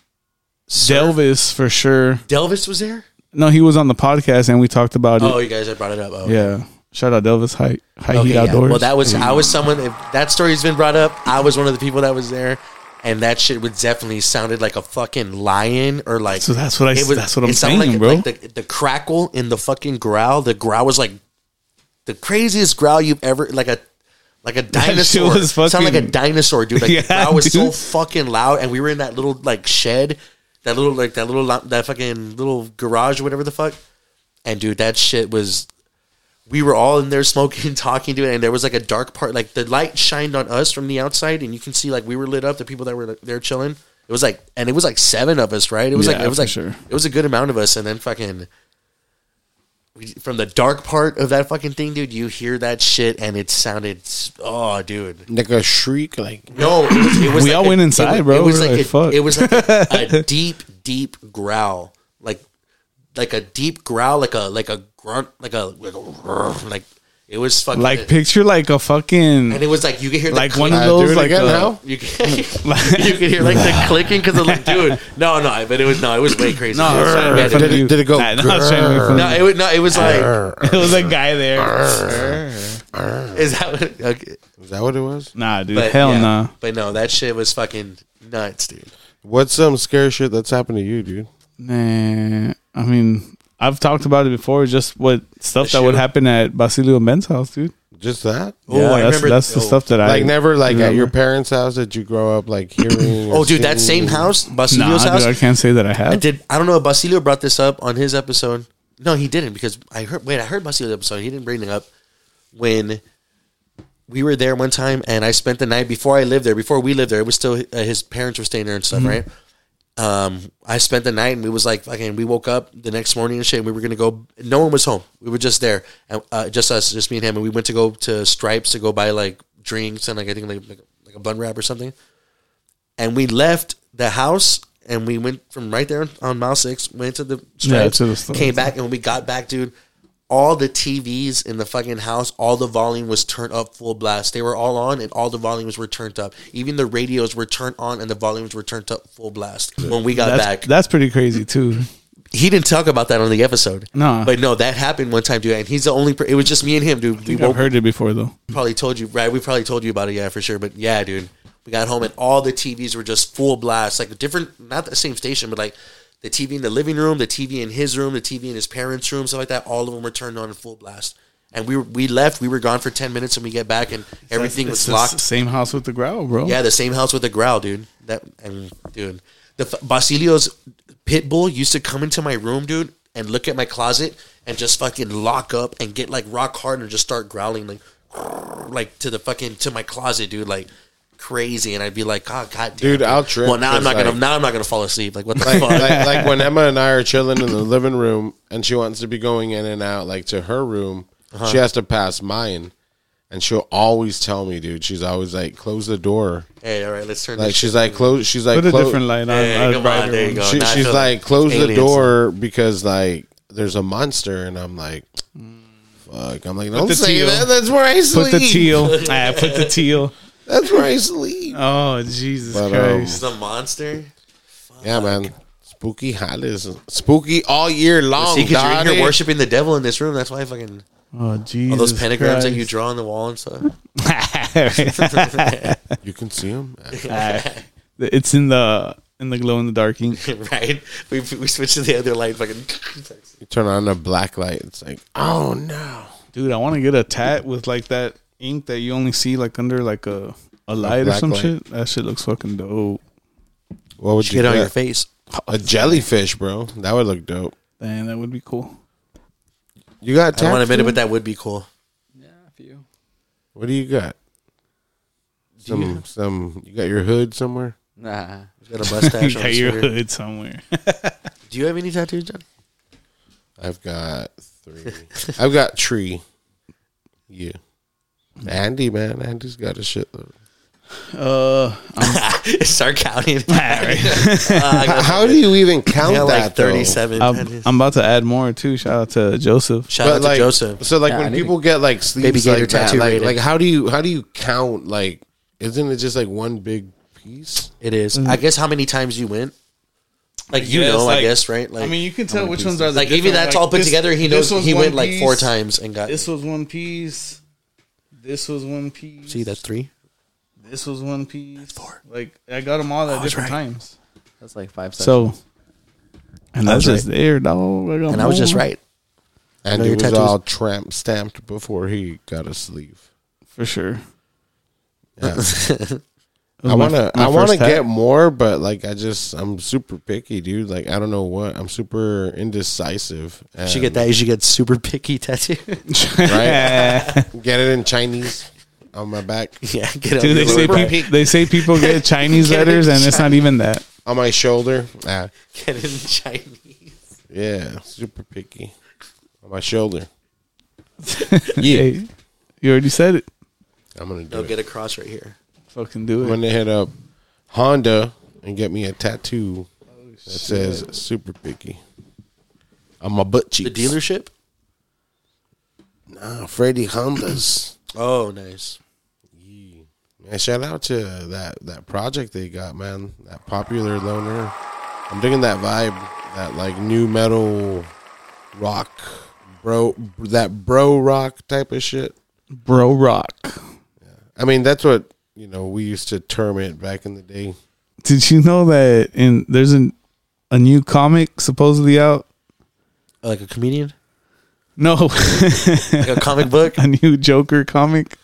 Delvis for sure.
Delvis was there?
No, he was on the podcast and we talked about it.
Oh, you guys had brought it up. Oh,
Yeah. Shout out Delvis High High
Okay,
Heat
yeah.
Outdoors.
Well, that was, I was someone, if that story's been brought up, I was one of the people that was there. And that shit would definitely sounded like a fucking lion or like.
So that's what I-
it was-
that's what I'm
it sounded
saying,
like,
bro.
Like the, the crackle in the fucking growl. The growl was like the craziest growl you've ever, like a, like a
shit
dinosaur.
was
Sound like a
fucking-
dinosaur, dude. Like
Yeah,
the growl was so
dude.
fucking loud, and we were in that little like shed, that little like that little lo- that fucking little garage or whatever the fuck. And dude, that shit was. We were all in there smoking, talking to it, and there was like a dark part. Like the light shined on us from the outside, and you can see like we were lit up. The people that were like, there chilling, it was like, and it was like seven of us, right? It was like
Yeah,
it was
for
like
sure.
it was a good amount of us, and then fucking from the dark part of that fucking thing, dude, you hear that shit and it sounded s- oh, dude.
Like a shriek, like
No, it was, it was
We
like
all
a-
went
it
inside,
wa-
bro.
It was
We're
like,
like,
a,
fuck.
it was like a, a deep, deep growl, like like a deep growl, like a like a grunt, like a like a roar, like it was fucking
Like picture like a
and
fucking
it was like you could hear the
like one
click-
of
Uh, do
those
it
like
again
uh,
now?
You can, you could hear like the clicking because of like, dude, no, no, but it was no, it was way crazy.
No,
It was
sorry,
fine, man.
fuck
Did it-
you.
did it go
Nah, no, I was trying to make fun
no,
of
it was no, it was like,
you. it was a guy there.
is that what? Okay.
is that what it was?
Nah, dude,
But,
hell
yeah.
nah.
But no, that shit was fucking nuts, dude.
What's some scary shit that's happened to you, dude?
Nah, I mean, I've talked about it before. Just what stuff that would
shit.
happen at Basilio Ben's house, dude.
Just that?
Oh,
yeah,
I
that's,
remember-
that's the
oh.
stuff that I
like never like at
remember.
your parents' house that you grow up like hearing. or
Oh, dude, that
seeing?
same house,
Nah,
Basilio's house.
dude, I can't say that I
I
have.
did. I don't know if Basilio brought this up on his episode. No, he didn't because I heard. Wait, I heard Basilio's episode. He didn't bring it up when we were there one time, and I spent the night before I lived there. Before we lived there, it was still uh, his parents were staying there and stuff, right? Um, I spent the night, and we was like, fucking. We woke up the next morning and shit. And we were gonna go. No one was home. We were just there, and uh, just us, just me and him. And we went to go to Stripes to go buy like drinks and like I think like like, like a bun wrap or something and we left the house and we went from right there on mile six, went to the stripes,
to the store.
came back, and when we got back, dude, all the TVs in the fucking house, all the volume was turned up full blast. They were all on, and all the volumes were turned up. Even the radios were turned on, and the volumes were turned up full blast when we got
That's,
back.
that's pretty crazy too.
he didn't talk about that on the episode.
No.
but no, that happened one time, dude. And he's the only. Per- it was just me and him, dude. We
I think I've
woke
heard it before though.
probably told you, right? We probably told you about it, yeah, for sure. But yeah, dude, we got home and all the TVs were just full blast, like different, not the same station, but like the TV in the living room, the TV in his room, the TV in his parents' room, stuff like that. All of them were turned on in full blast. And we were, we left. We were gone for ten minutes, and we get back, and everything
It's
was
the
locked.
Same house with the growl, bro.
Yeah, the same house with the growl, dude. That and dude, the f- Basilio's pit bull used to come into my room, dude, and look at my closet and just fucking lock up and get like rock hard and just start growling like, like to the fucking to my closet, dude, like crazy. And I'd be like, God, God, damn,
Dude, I'll trip
Well, now I'm
'cause,
not gonna
like-
now I'm not gonna fall asleep. Like what the
like,
fuck?
like, like when Emma and I are chilling in the living room and she wants to be going in and out like to her room,
Uh-huh.
she has to pass mine. And she'll always tell me, dude. She's always like, close the door.
hey, all right, let's turn.
Like
this
she's
shit-
like, close. She's like,
Put a
close.
different light on.
Hey,
a
come on,
brighter
there
one.
you go.
She,
Now I
she's
feel
like, close the
aliens.
door because like there's a monster, and I'm like, fuck. I'm like, don't
the
say
teal.
that. That's where I
Put
sleep.
the teal. ah, put the teal.
That's where I sleep.
Oh Jesus
But, um,
Christ!
She's a monster.
Yeah, man. Spooky holidays, spooky all year long.
See, because you're in
daddy.
here worshiping the devil in this room. That's why I fucking
oh Jesus!
all those pentagrams that you
Christ.
draw on the wall and stuff.
You can see him.
it's in the in the glow in the dark ink.
right? We, we switched to the other light. Fucking
You turn on a black light. It's like, oh no,
Dude, I want to get a tat with like that ink that you only see like under like a a light or
black
some
light.
shit. That shit looks fucking dope.
what would you
get on your
get?
face.
A jellyfish, bro. That would look dope.
Damn, that would be cool.
You got?
I don't want to
tattoo?
admit it, but that would be cool.
What do you got? Some, some. You got your hood somewhere?
Nah.
He's got a mustache. on
Got
his
your
finger.
hood somewhere.
Do you have any tattoos, Johnny?
I've got three. I've got tree. Yeah. Andy, man, Andy's got a shitload.
Uh,
Start counting. Uh,
How do you even count
I got
that?
like
though?
thirty-seven.
I'm,
tattoos.
I'm about to add more too. Shout out to Joseph.
Shout out
But, like,
to Joseph.
So like
Yeah, I
when
need
people get like sleeves
Baby gator
like that,
tattoo
like,
rated.
like, how do you how do you count? Like, isn't it just like one big piece?
It is. I guess how many times you went? Like you
Yes,
know, I
Mm. like-
guess right. Like
I mean, you can tell which ones are the
like even
different,
that's
like,
all put
this-
together. He
this
knows
was
he
one
went like four
piece,
times and got.
This was one piece. This was one piece.
see that's three.
this was one piece. Like I got them all at different times.
That's like five seconds.
So, and
I
that's
was
just there, dog.
And I was just right.
Andy
your
was
tattoos-
all tramp stamped before he got a sleeve.
for sure.
Yeah.
It was
I
my-
wanna
my
I wanna
first hat.
get more, but like I just I'm super picky, dude. Like I don't know what I'm super indecisive. And,
She get that. You should get super picky tattoo.
right. get it in Chinese on my back,
yeah, get
Dude, they
on
say
your
people, they say people get Chinese
Get it
letters, and it's not even that.
on my shoulder. Ah,
get in Chinese.
yeah, super picky. on my shoulder.
Hey, you already said it.
I'm gonna do
They'll
it.
get across right here.
Fucking do
I'm
it.
gonna hit up Honda and get me a tattoo that says "Super Picky" on my butt cheeks.
The dealership?
nah, Uh, Freddie Honda's.
Oh, nice.
man, shout out to that that project they got, man. That popular loner. I'm digging that vibe, that like new metal rock, bro, that bro rock type of shit.
Bro Rock.
I mean, that's what you know we used to term it back in the day.
Did you know that in there's an a new comic supposedly out?
Uh, Like a comedian?
No,
Like a comic book?
a new Joker comic,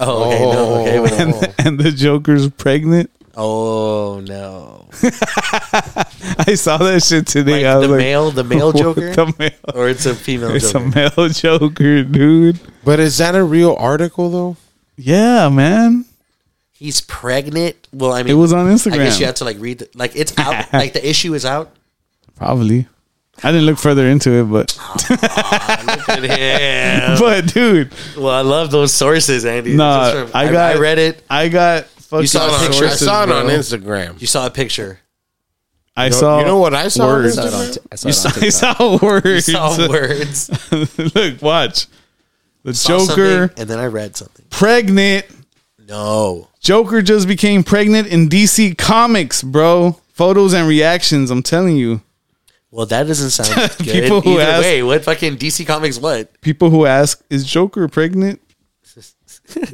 Oh, okay. No, okay. wait.
and, and the Joker's pregnant.
Oh, no.
I saw that shit today.
Like
I was
the
like,
male, the male
what
Joker?
the male-
or it's a female
It's
Joker?
a male Joker, dude.
But is that a real article though?
Yeah, man.
He's pregnant? Well, I mean.
It was on Instagram.
I guess you have to like read the, like it's out like the issue is out.
Probably. I didn't look further into it, but
Uh-huh.
but dude,
Well, I love those sources, Andy. This
Nah,
is from-
I
I,
got-
I read it.
I got fucking
saw it on-
sources,
Picture,
I saw it on
bro.
Instagram.
You saw a picture.
I saw.
you know what I saw? on
Words.
I
Instagram?
saw it on t- I saw
You
it
saw,
on
I
TikTok.
saw words.
You saw words.
Look, watch. The
Saw
Joker
something, and then I read something.
pregnant.
No.
Joker just became pregnant in DC Comics, bro. Photos and reactions. I'm telling you,
Well, that doesn't sound good.
People who
Either
ask-
way, what fucking DC Comics? What?
people who ask, "Is Joker pregnant?"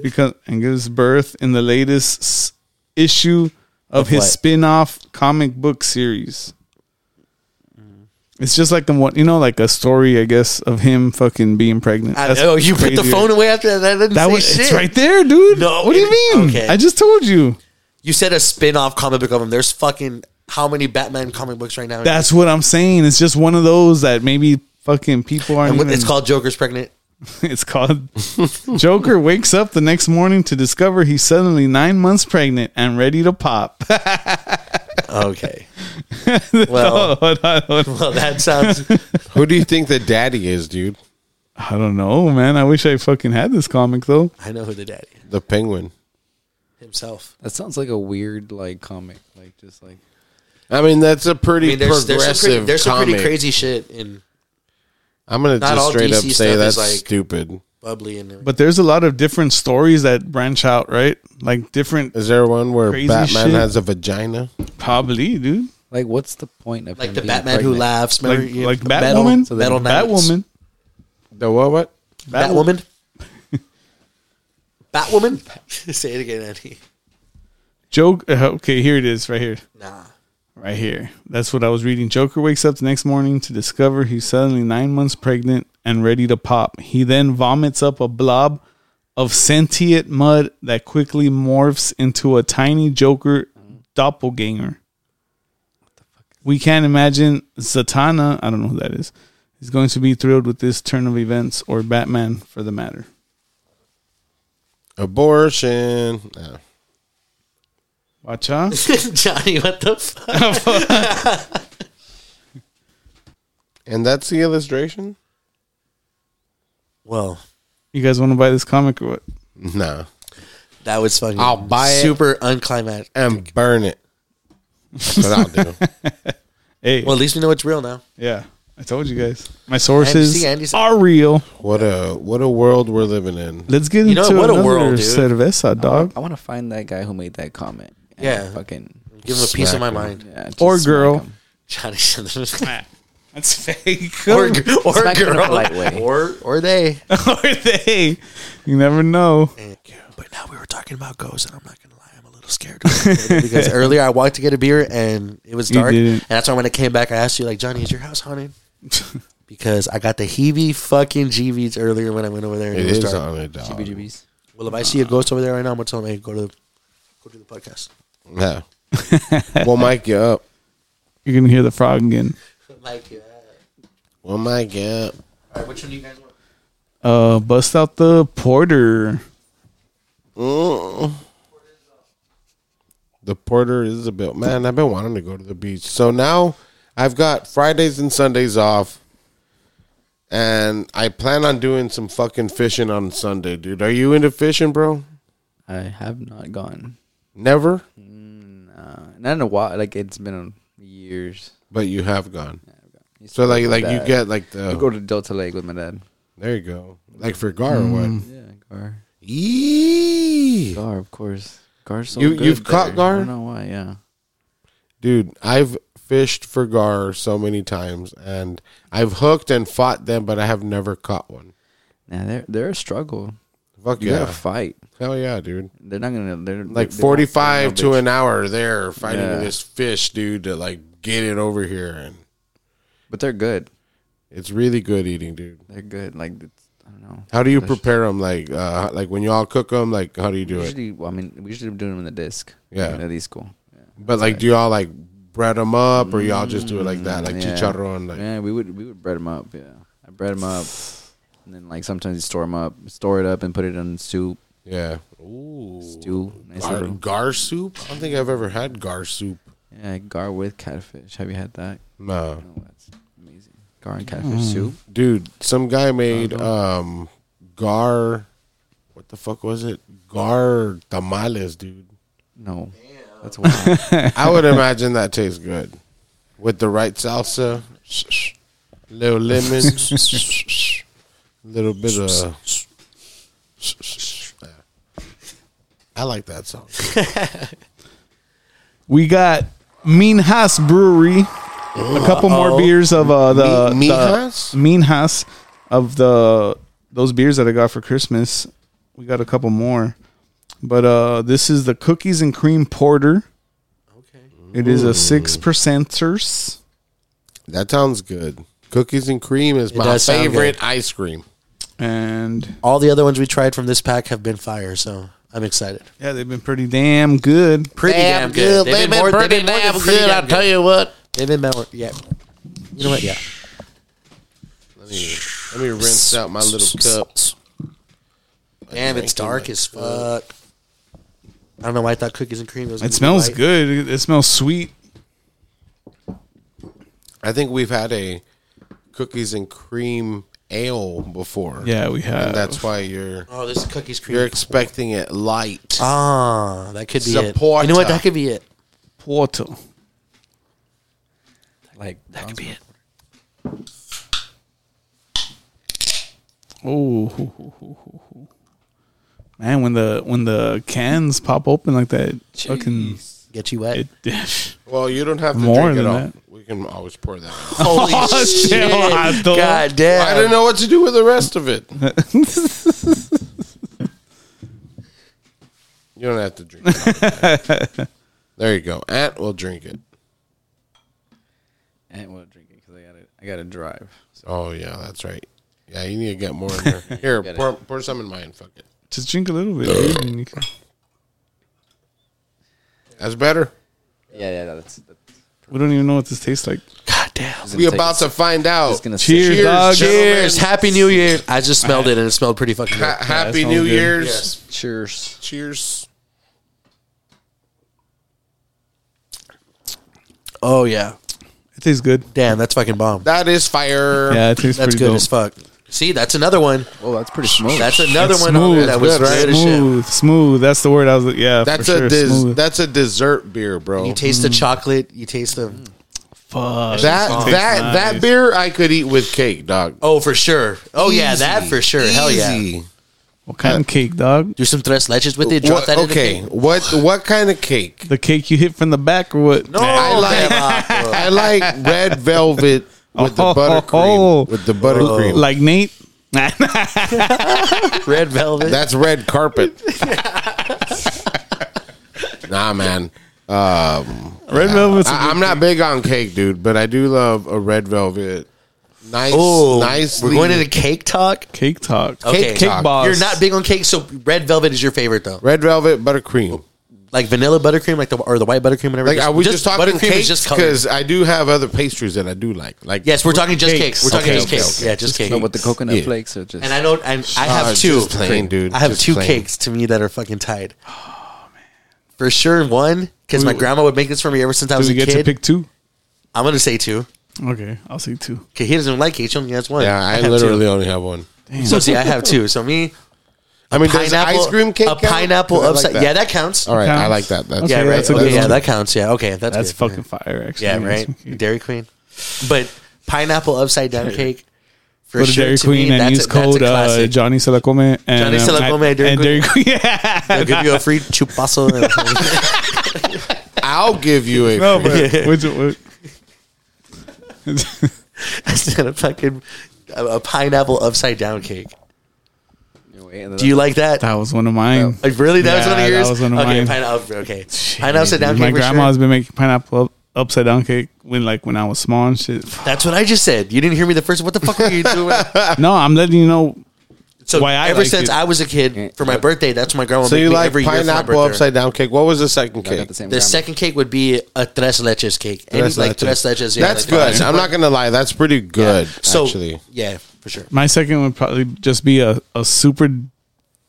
because and gives birth in the latest s- issue of, his
what?
spin-off comic book series. It's just like the one, you know, like a story, I guess, of him fucking being pregnant.
I
That's
oh, you put the
crazier.
phone away after that. That didn't
That
say
was
shit.
it's right there, dude.
No,
what do you
it-
mean?
okay.
I just told you.
You said a spin-off comic book of him. There's fucking how many Batman comic books right now?
That's what I'm saying. It's just one of those that maybe fucking people aren't.
and what,
even-
it's called Joker's pregnant.
It's called Joker wakes up the next morning to discover he's suddenly nine months pregnant and ready to pop.
Okay. well,
Hold on, hold on.
well, that sounds.
Who do you think the daddy is, dude?
I don't know, man. I wish I fucking had this comic though.
I know who the daddy is.
The penguin.
himself.
That sounds like a weird like comic, like just like
I mean, that's a pretty
I mean, there's there's some pretty,
progressive
there's some pretty
comic.
crazy shit in
I'm gonna
Not
just
all
straight up
DC stuff
say
is
that's
like-
stupid.
bubbly and
But there's a lot of different stories that branch out, right? Like different,
Is there one where
Crazy
Batman
shit.
has a vagina?
probably, dude.
like what's the point of
like
him
the
being
Batman who
pregnant?
laughs.
Like
Remember, you-
like
Metal-
Batwoman,
Metal Knights.
Batwoman,
The what? What?
Batwoman. Batwoman. Say it again, Andy.
Joke. uh, Okay, here it is, right here.
Nah.
Right here. That's what I was reading. Joker wakes up the next morning to discover he's suddenly nine months pregnant and ready to pop. He then vomits up a blob of sentient mud that quickly morphs into a tiny Joker doppelganger. We can't imagine Zatanna, I don't know who that is, is going to be thrilled with this turn of events or Batman for the matter.
Abortion. No.
Watch out.
Johnny, what the fuck?
And that's the illustration.
Well,
You guys want to buy this comic or what?
No.
that was fucking.
I'll buy it.
super unclimatic.
And burn it. That's what I'll do.
Hey,
Well, at least we know it's real now.
yeah. I told you guys. My sources
Andy's-
are real.
What a what a world we're living in.
Let's get
You know,
into
what a
another
world, dude.
cerveza, dog.
I want to find that guy who made that comment. and
Yeah.
fucking
Give him a piece of
Smack
my
him.
mind,
yeah, just
Or
smack
girl.
him.
Johnny. or
That's fake.
or,
Or,
or
Smack him in a polite
girl,
way.
or or they.
they. You never know.
But now we were talking about ghosts, and I'm not gonna lie, I'm a little scared because earlier I walked to get a beer and it was
You
dark,
didn't.
and that's why when I came back, I asked you like, Johnny, is your house haunted? Because I got the heebie fucking GVs earlier when I went over there and
It
it, was
is uh,
dark.
on it, dog.
BGBs.
Well, if I see a ghost over there right now, I'm gonna tell him, hey, go to the, go do the podcast.
Yeah. we'll mic you up.
You're going to hear the frog again.
Like, yeah.
We'll mic you up.
All right, which one do you guys
Uh,
want?
bust out the porter.
The Porter Isabel. Man, I've been wanting to go to the beach. So now I've got Fridays and Sundays off. and I plan on doing some fucking fishing on Sunday, dude. Are you into fishing, bro?
I have not gone.
Never,
Uh, not in a while. Like it's been years.
but you have gone.
Used to
So
go
like,
with
like
my
you
dad.
get like the
I go to Delta Lake with my dad.
there you go, like for gar or what?
Yeah, gar.
Eee.
Gar, of course. Gar's so
You-
good
you've caught
there.
gar?
I don't know why. Yeah.
dude, I've fished for gar so many times, and I've hooked and fought them, but I have never caught one.
Nah, they're they're a struggle.
Fuck
You
yeah,
gotta fight.
hell yeah, dude.
They're not gonna. They're
like
they- they won't-
45
they're
to
no bitch.
an hour there fighting
Yeah.
this fish dude to like get it over here and
But they're good.
it's really good eating dude
They're good. Like it's, I don't know.
how do you prepare them like uh like when y'all cook them like how do you do it
Usually, well, I mean, we usually do them in the disc.
Yeah.
at least cool.
but like do y'all like bread them up or y'all just do it like that like
Mm, Yeah.
chicharron like
yeah, we would we would bread them up. Yeah, I bread them up, and then like sometimes you store them up, store it up, and put it in soup.
yeah
Stew, nice
gar,
little,
gar soup i don't think i've ever had gar soup
yeah, gar with catfish. Have you had that?
no
Oh, that's amazing. Gar and catfish soup.
dude some guy made
Uh-huh.
um gar what the fuck was it gar tamales dude
No, that's wild.
I would imagine that tastes good with the right salsa, little lemon, little bit of. I like that song.
We got Minhas Brewery. A couple more beers of uh, the
Mi-
the-
Minhas?
Minhas of the those beers that I got for Christmas. We got a couple more, but uh, this is the cookies and cream porter. Okay, it is a six percenters.
That sounds good. Cookies and cream is my
does sound
favorite ice cream.
and
All the other ones we tried from this pack have been fire, so I'm excited.
yeah, they've been pretty damn good.
Pretty damn, good. They've, been, more, they've been more than pretty damn good. I'll tell you what. They've been more. Yeah. You know what? Yeah.
Let me rinse out my little cup.
Damn, it's dark as fuck. I don't know why I thought cookies and cream was. gonna
It
be
smells
white.
good. It, it smells sweet.
I think we've had a cookies and cream ale before.
Yeah, we have.
And that's why you're
Oh, this is cookies cream.
you're expecting it light.
ah, that could be it. You know
Supporter.
what? That could be it.
porter.
like
That could be it.
Oh, hoo, hoo, hoo, hoo, hoo. man, when the when the cans pop open like that, fucking
Get you wet.
it,
Well, you don't have to
More
drink it
than
all.
that.
We can always pour that. out.
Holy
Oh, shit. Vato.
God damn.
I didn't know what to do with the rest of it. you don't have to drink it. all. there you go. Aunt will drink it.
And we'll drink it because I gotta I gotta drive. So
Oh yeah, that's right. Yeah, you need to get more in there. Here, pour, pour some in mine. Fuck it.
just drink a little bit. dude, and you can-
That's better.
yeah, yeah, that's. that's
we don't even know what this tastes like.
just gonna
We
take
about
us-
to find out.
just gonna
Cheers,
sit-
dog.
Cheers. Happy New Year. I just smelled it and it smelled pretty fucking good.
Ha- Happy
sounds
New
good.
Year's.
Cheers.
Cheers.
Oh, yeah.
It tastes good.
Damn, that's fucking bomb.
That is fire.
Yeah, it tastes
That's
pretty
good
good. Dope.
as fuck. See, that's another one.
Oh, that's pretty smooth.
That's another
It's
one
smooth.
that was
That's
good
good,
as shit.
Smooth, smooth. That's the word I was. Yeah,
That's
for sure.
a des-
smooth.
that's a dessert beer, bro.
You taste
Mm.
the chocolate. You taste the.
Fuck.
that
Tastes
that
nice.
that beer I could eat with cake, dog.
Oh, for sure. Oh yeah, that for sure.
Oh,
Hell yeah.
Easy.
What kind of cake, dog?
Do some tres leches with it. Drop
What,
that in the
okay,
cake.
what what kind of cake?
The cake you hit from the back or what?
No,
I like I like red velvet with the
Oh, oh, oh.
buttercream. With the buttercream,
Like Nate?
red velvet.
that's red carpet. nah, man, Um,
Red velvet's a
I, I'm not big on cake, dude, but I do love a red velvet. Nice,
oh,
nice.
We're going into cake talk.
cake talk.
Okay.
Cake, cake boss.
You're not big on cake, so red velvet is your favorite though.
red velvet buttercream.
Like vanilla buttercream, like the or the white buttercream, whatever.
Like I was just, talking
buttercream is
cakes
just color.
because I do have other pastries that I do like. Like
Yes, we're talking just
Cakes.
cakes. We're talking
Okay,
just
okay,
cakes.
okay.
Yeah, just cakes.
No, with the coconut
Yeah.
flakes or just.
and I know, and I have
Ah, it's
two.
just plain, dude.
I have
Just
two
plain.
cakes to me that are fucking tied. Oh man, for sure one because my grandma would make this for me ever since I
Do
was
we
a
get
kid.
to pick two?
I'm gonna say two.
Okay, I'll say two.
Okay, he doesn't like each. He only has one.
Yeah, I,
have
literally only have one.
Two. So see, I have two. So me,
I mean, does ice cream cake
a
count?
pineapple
'Cause I like
upside. yeah, that counts.
All right, I
Counts.
like that. That's
Yeah,
Okay,
right.
that's a good
okay, yeah,
one.
that counts. Yeah, okay, that's
That's
good.
fucking fire, actually.
Yeah, right.
That's-
Dairy Queen, but pineapple upside down cake. For
Go to
sure,
Dairy
to
Queen
me,
and
that's
use
a- that's a
code uh,
classic.
Johnny Se La Come and um,
Johnny Se La Come at Dairy
and
Queen.
Dairy Queen. Yeah,
They'll give you a free chupazo.
I'll give you a.
no, but which, which,
instead of fucking a, a pineapple upside down cake.
Do
Do you like that?
that was one of mine.
Like really? That was
Yeah,
one of
that
yours.
was one of
okay,
mine.
pineapple. Okay, pineapple upside down
My
cake. for
grandma
sure.
has been making pineapple up, upside down cake when like when I was small and shit.
That's what I just said. You didn't hear me the first. What the fuck are you doing?
no, I'm letting you know.
So
Why I
ever
like
since
it.
I was a kid for my birthday, that's what my grandma.
So
made
you
me
like
every year for my
pineapple
birthday.
upside down cake? What was the second cake?
the same
The
grandma.
second cake would be a tres leches cake. Any
Tres
like
leches.
tres leches. Yeah,
That's
like the-
good. I'm not gonna lie. That's pretty good.
So
actually,
yeah, for sure.
My second would probably just be a, a super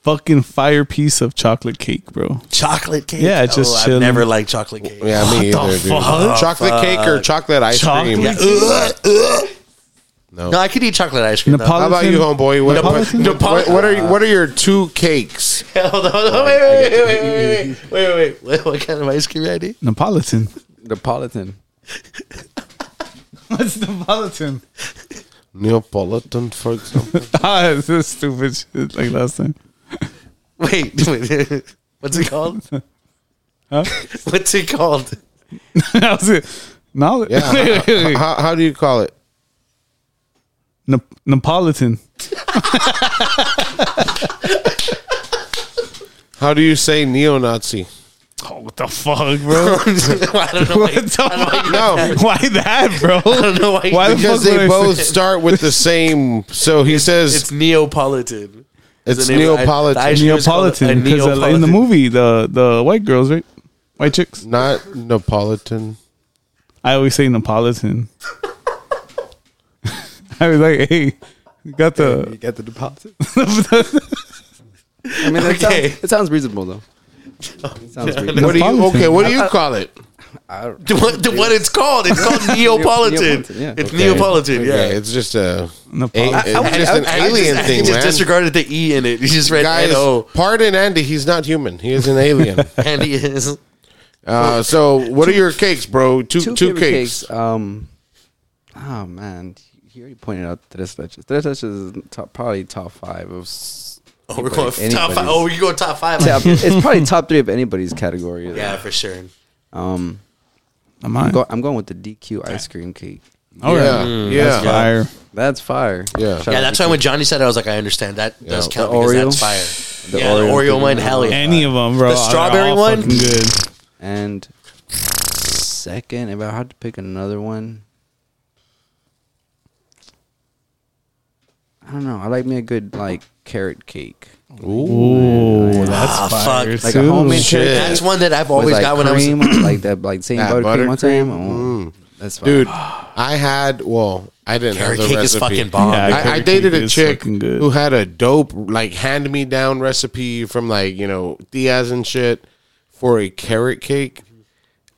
fucking fire piece of chocolate cake, bro.
Chocolate cake.
Yeah, it's just
oh, I've
chilling.
never liked chocolate cake. Oh,
yeah, me
What the
either, dude.
fuck?
Chocolate cake or chocolate ice cream?
Chocolate?
No, I could eat chocolate ice cream. though.
Nepal-
How about you, homeboy? What, what,
Napolitan?
what- what are you- what are your two cakes?
hold on, hold on, wait, wait, wait, wait, wait, wait, wait, wait, wait. What kind of ice cream I need?
Napolitan.
Napolitan.
What's Napolitan?
Neapolitan, for example.
Ah, it's this stupid shit like last time.
Wait, wait. what's it called?
Huh?
What's it called?
that was it. No,
Yeah.
wait, wait, wait.
how, how do you call it?
Nap- Napolitan.
How do you say neo-Nazi?
Oh, what the fuck, bro?
I don't know.
what
Why,
the
No,
fuck? Why that, bro?
I don't know why.
Why the
because
fuck would
they
I
both
say-
start with the same. So he
it's
says
Neapolitan.
it's,
the name of-
Neapolitan,
I- I-
Neapolitan.
It's called a
Because in the
Neapolitan.
movie, the the white girls, right? White chicks.
not Neapolitan.
I always say Napolitan. I was like, hey, you got the.
get the deposit. I mean, that
Okay. Oh,
sounds, it sounds reasonable though. It sounds reasonable.
What do you?
Neapolitan.
Okay, what do you call it?
What, the, what it's called? It's called Neapolitan.
Neapolitan, yeah.
It's
Okay.
Neapolitan. Yeah.
Okay, it's just a, a-
Napolitan.
it's just an
I
alien
just, I
thing,
just
man.
disregarded the E in it. You just read
Guys,
N-O.
pardon Andy. He's not human. He is an alien.
And he is.
Uh, so, what are your cakes, bro? Two two,
favorite
cakes.
Um, oh man, he already pointed out tres leches. Tres leches is top, probably top five of. s-
Oh, we're going
anybody's-
top five. Oh, we can go top five.
Top- it's probably top three of anybody's category.
Yeah, for sure.
Um,
Am I?
I'm, go, I'm going with the DQ ice cream cake.
All right.
Yeah, yeah.
Fire.
That's fire.
Yeah.
Shout
Yeah,
out
that's
to
why when Johnny said it, I was like, I understand. That does
The
count because
Oreo.
that's fire.
The
yeah, the
Oreo
Oreo
thing.
one, hell yeah.
Any of them, bro.
The
They're
strawberry
all
one?
fucking Good.
And second, if I had to pick another one, I don't know. I like me a good like carrot cake,
Ooh, that's
Ah,
fire
fuck.
like
too.
a homemade
Shit.
carrot cake
That's one that I've always
with, like,
got when I
cream,
was.
like that, like same
That
buttercream on
buttercream?
time. Oh, that's fine.
Dude, I had. Well, I didn't
Carrot
have the
cake is
recipe.
fucking bomb.
Yeah,
I, I
Carrot
dated
cake
a
is
chick
fucking good.
who had a dope, like, hand me down recipe from, like, you know, Diaz and shit for a carrot cake.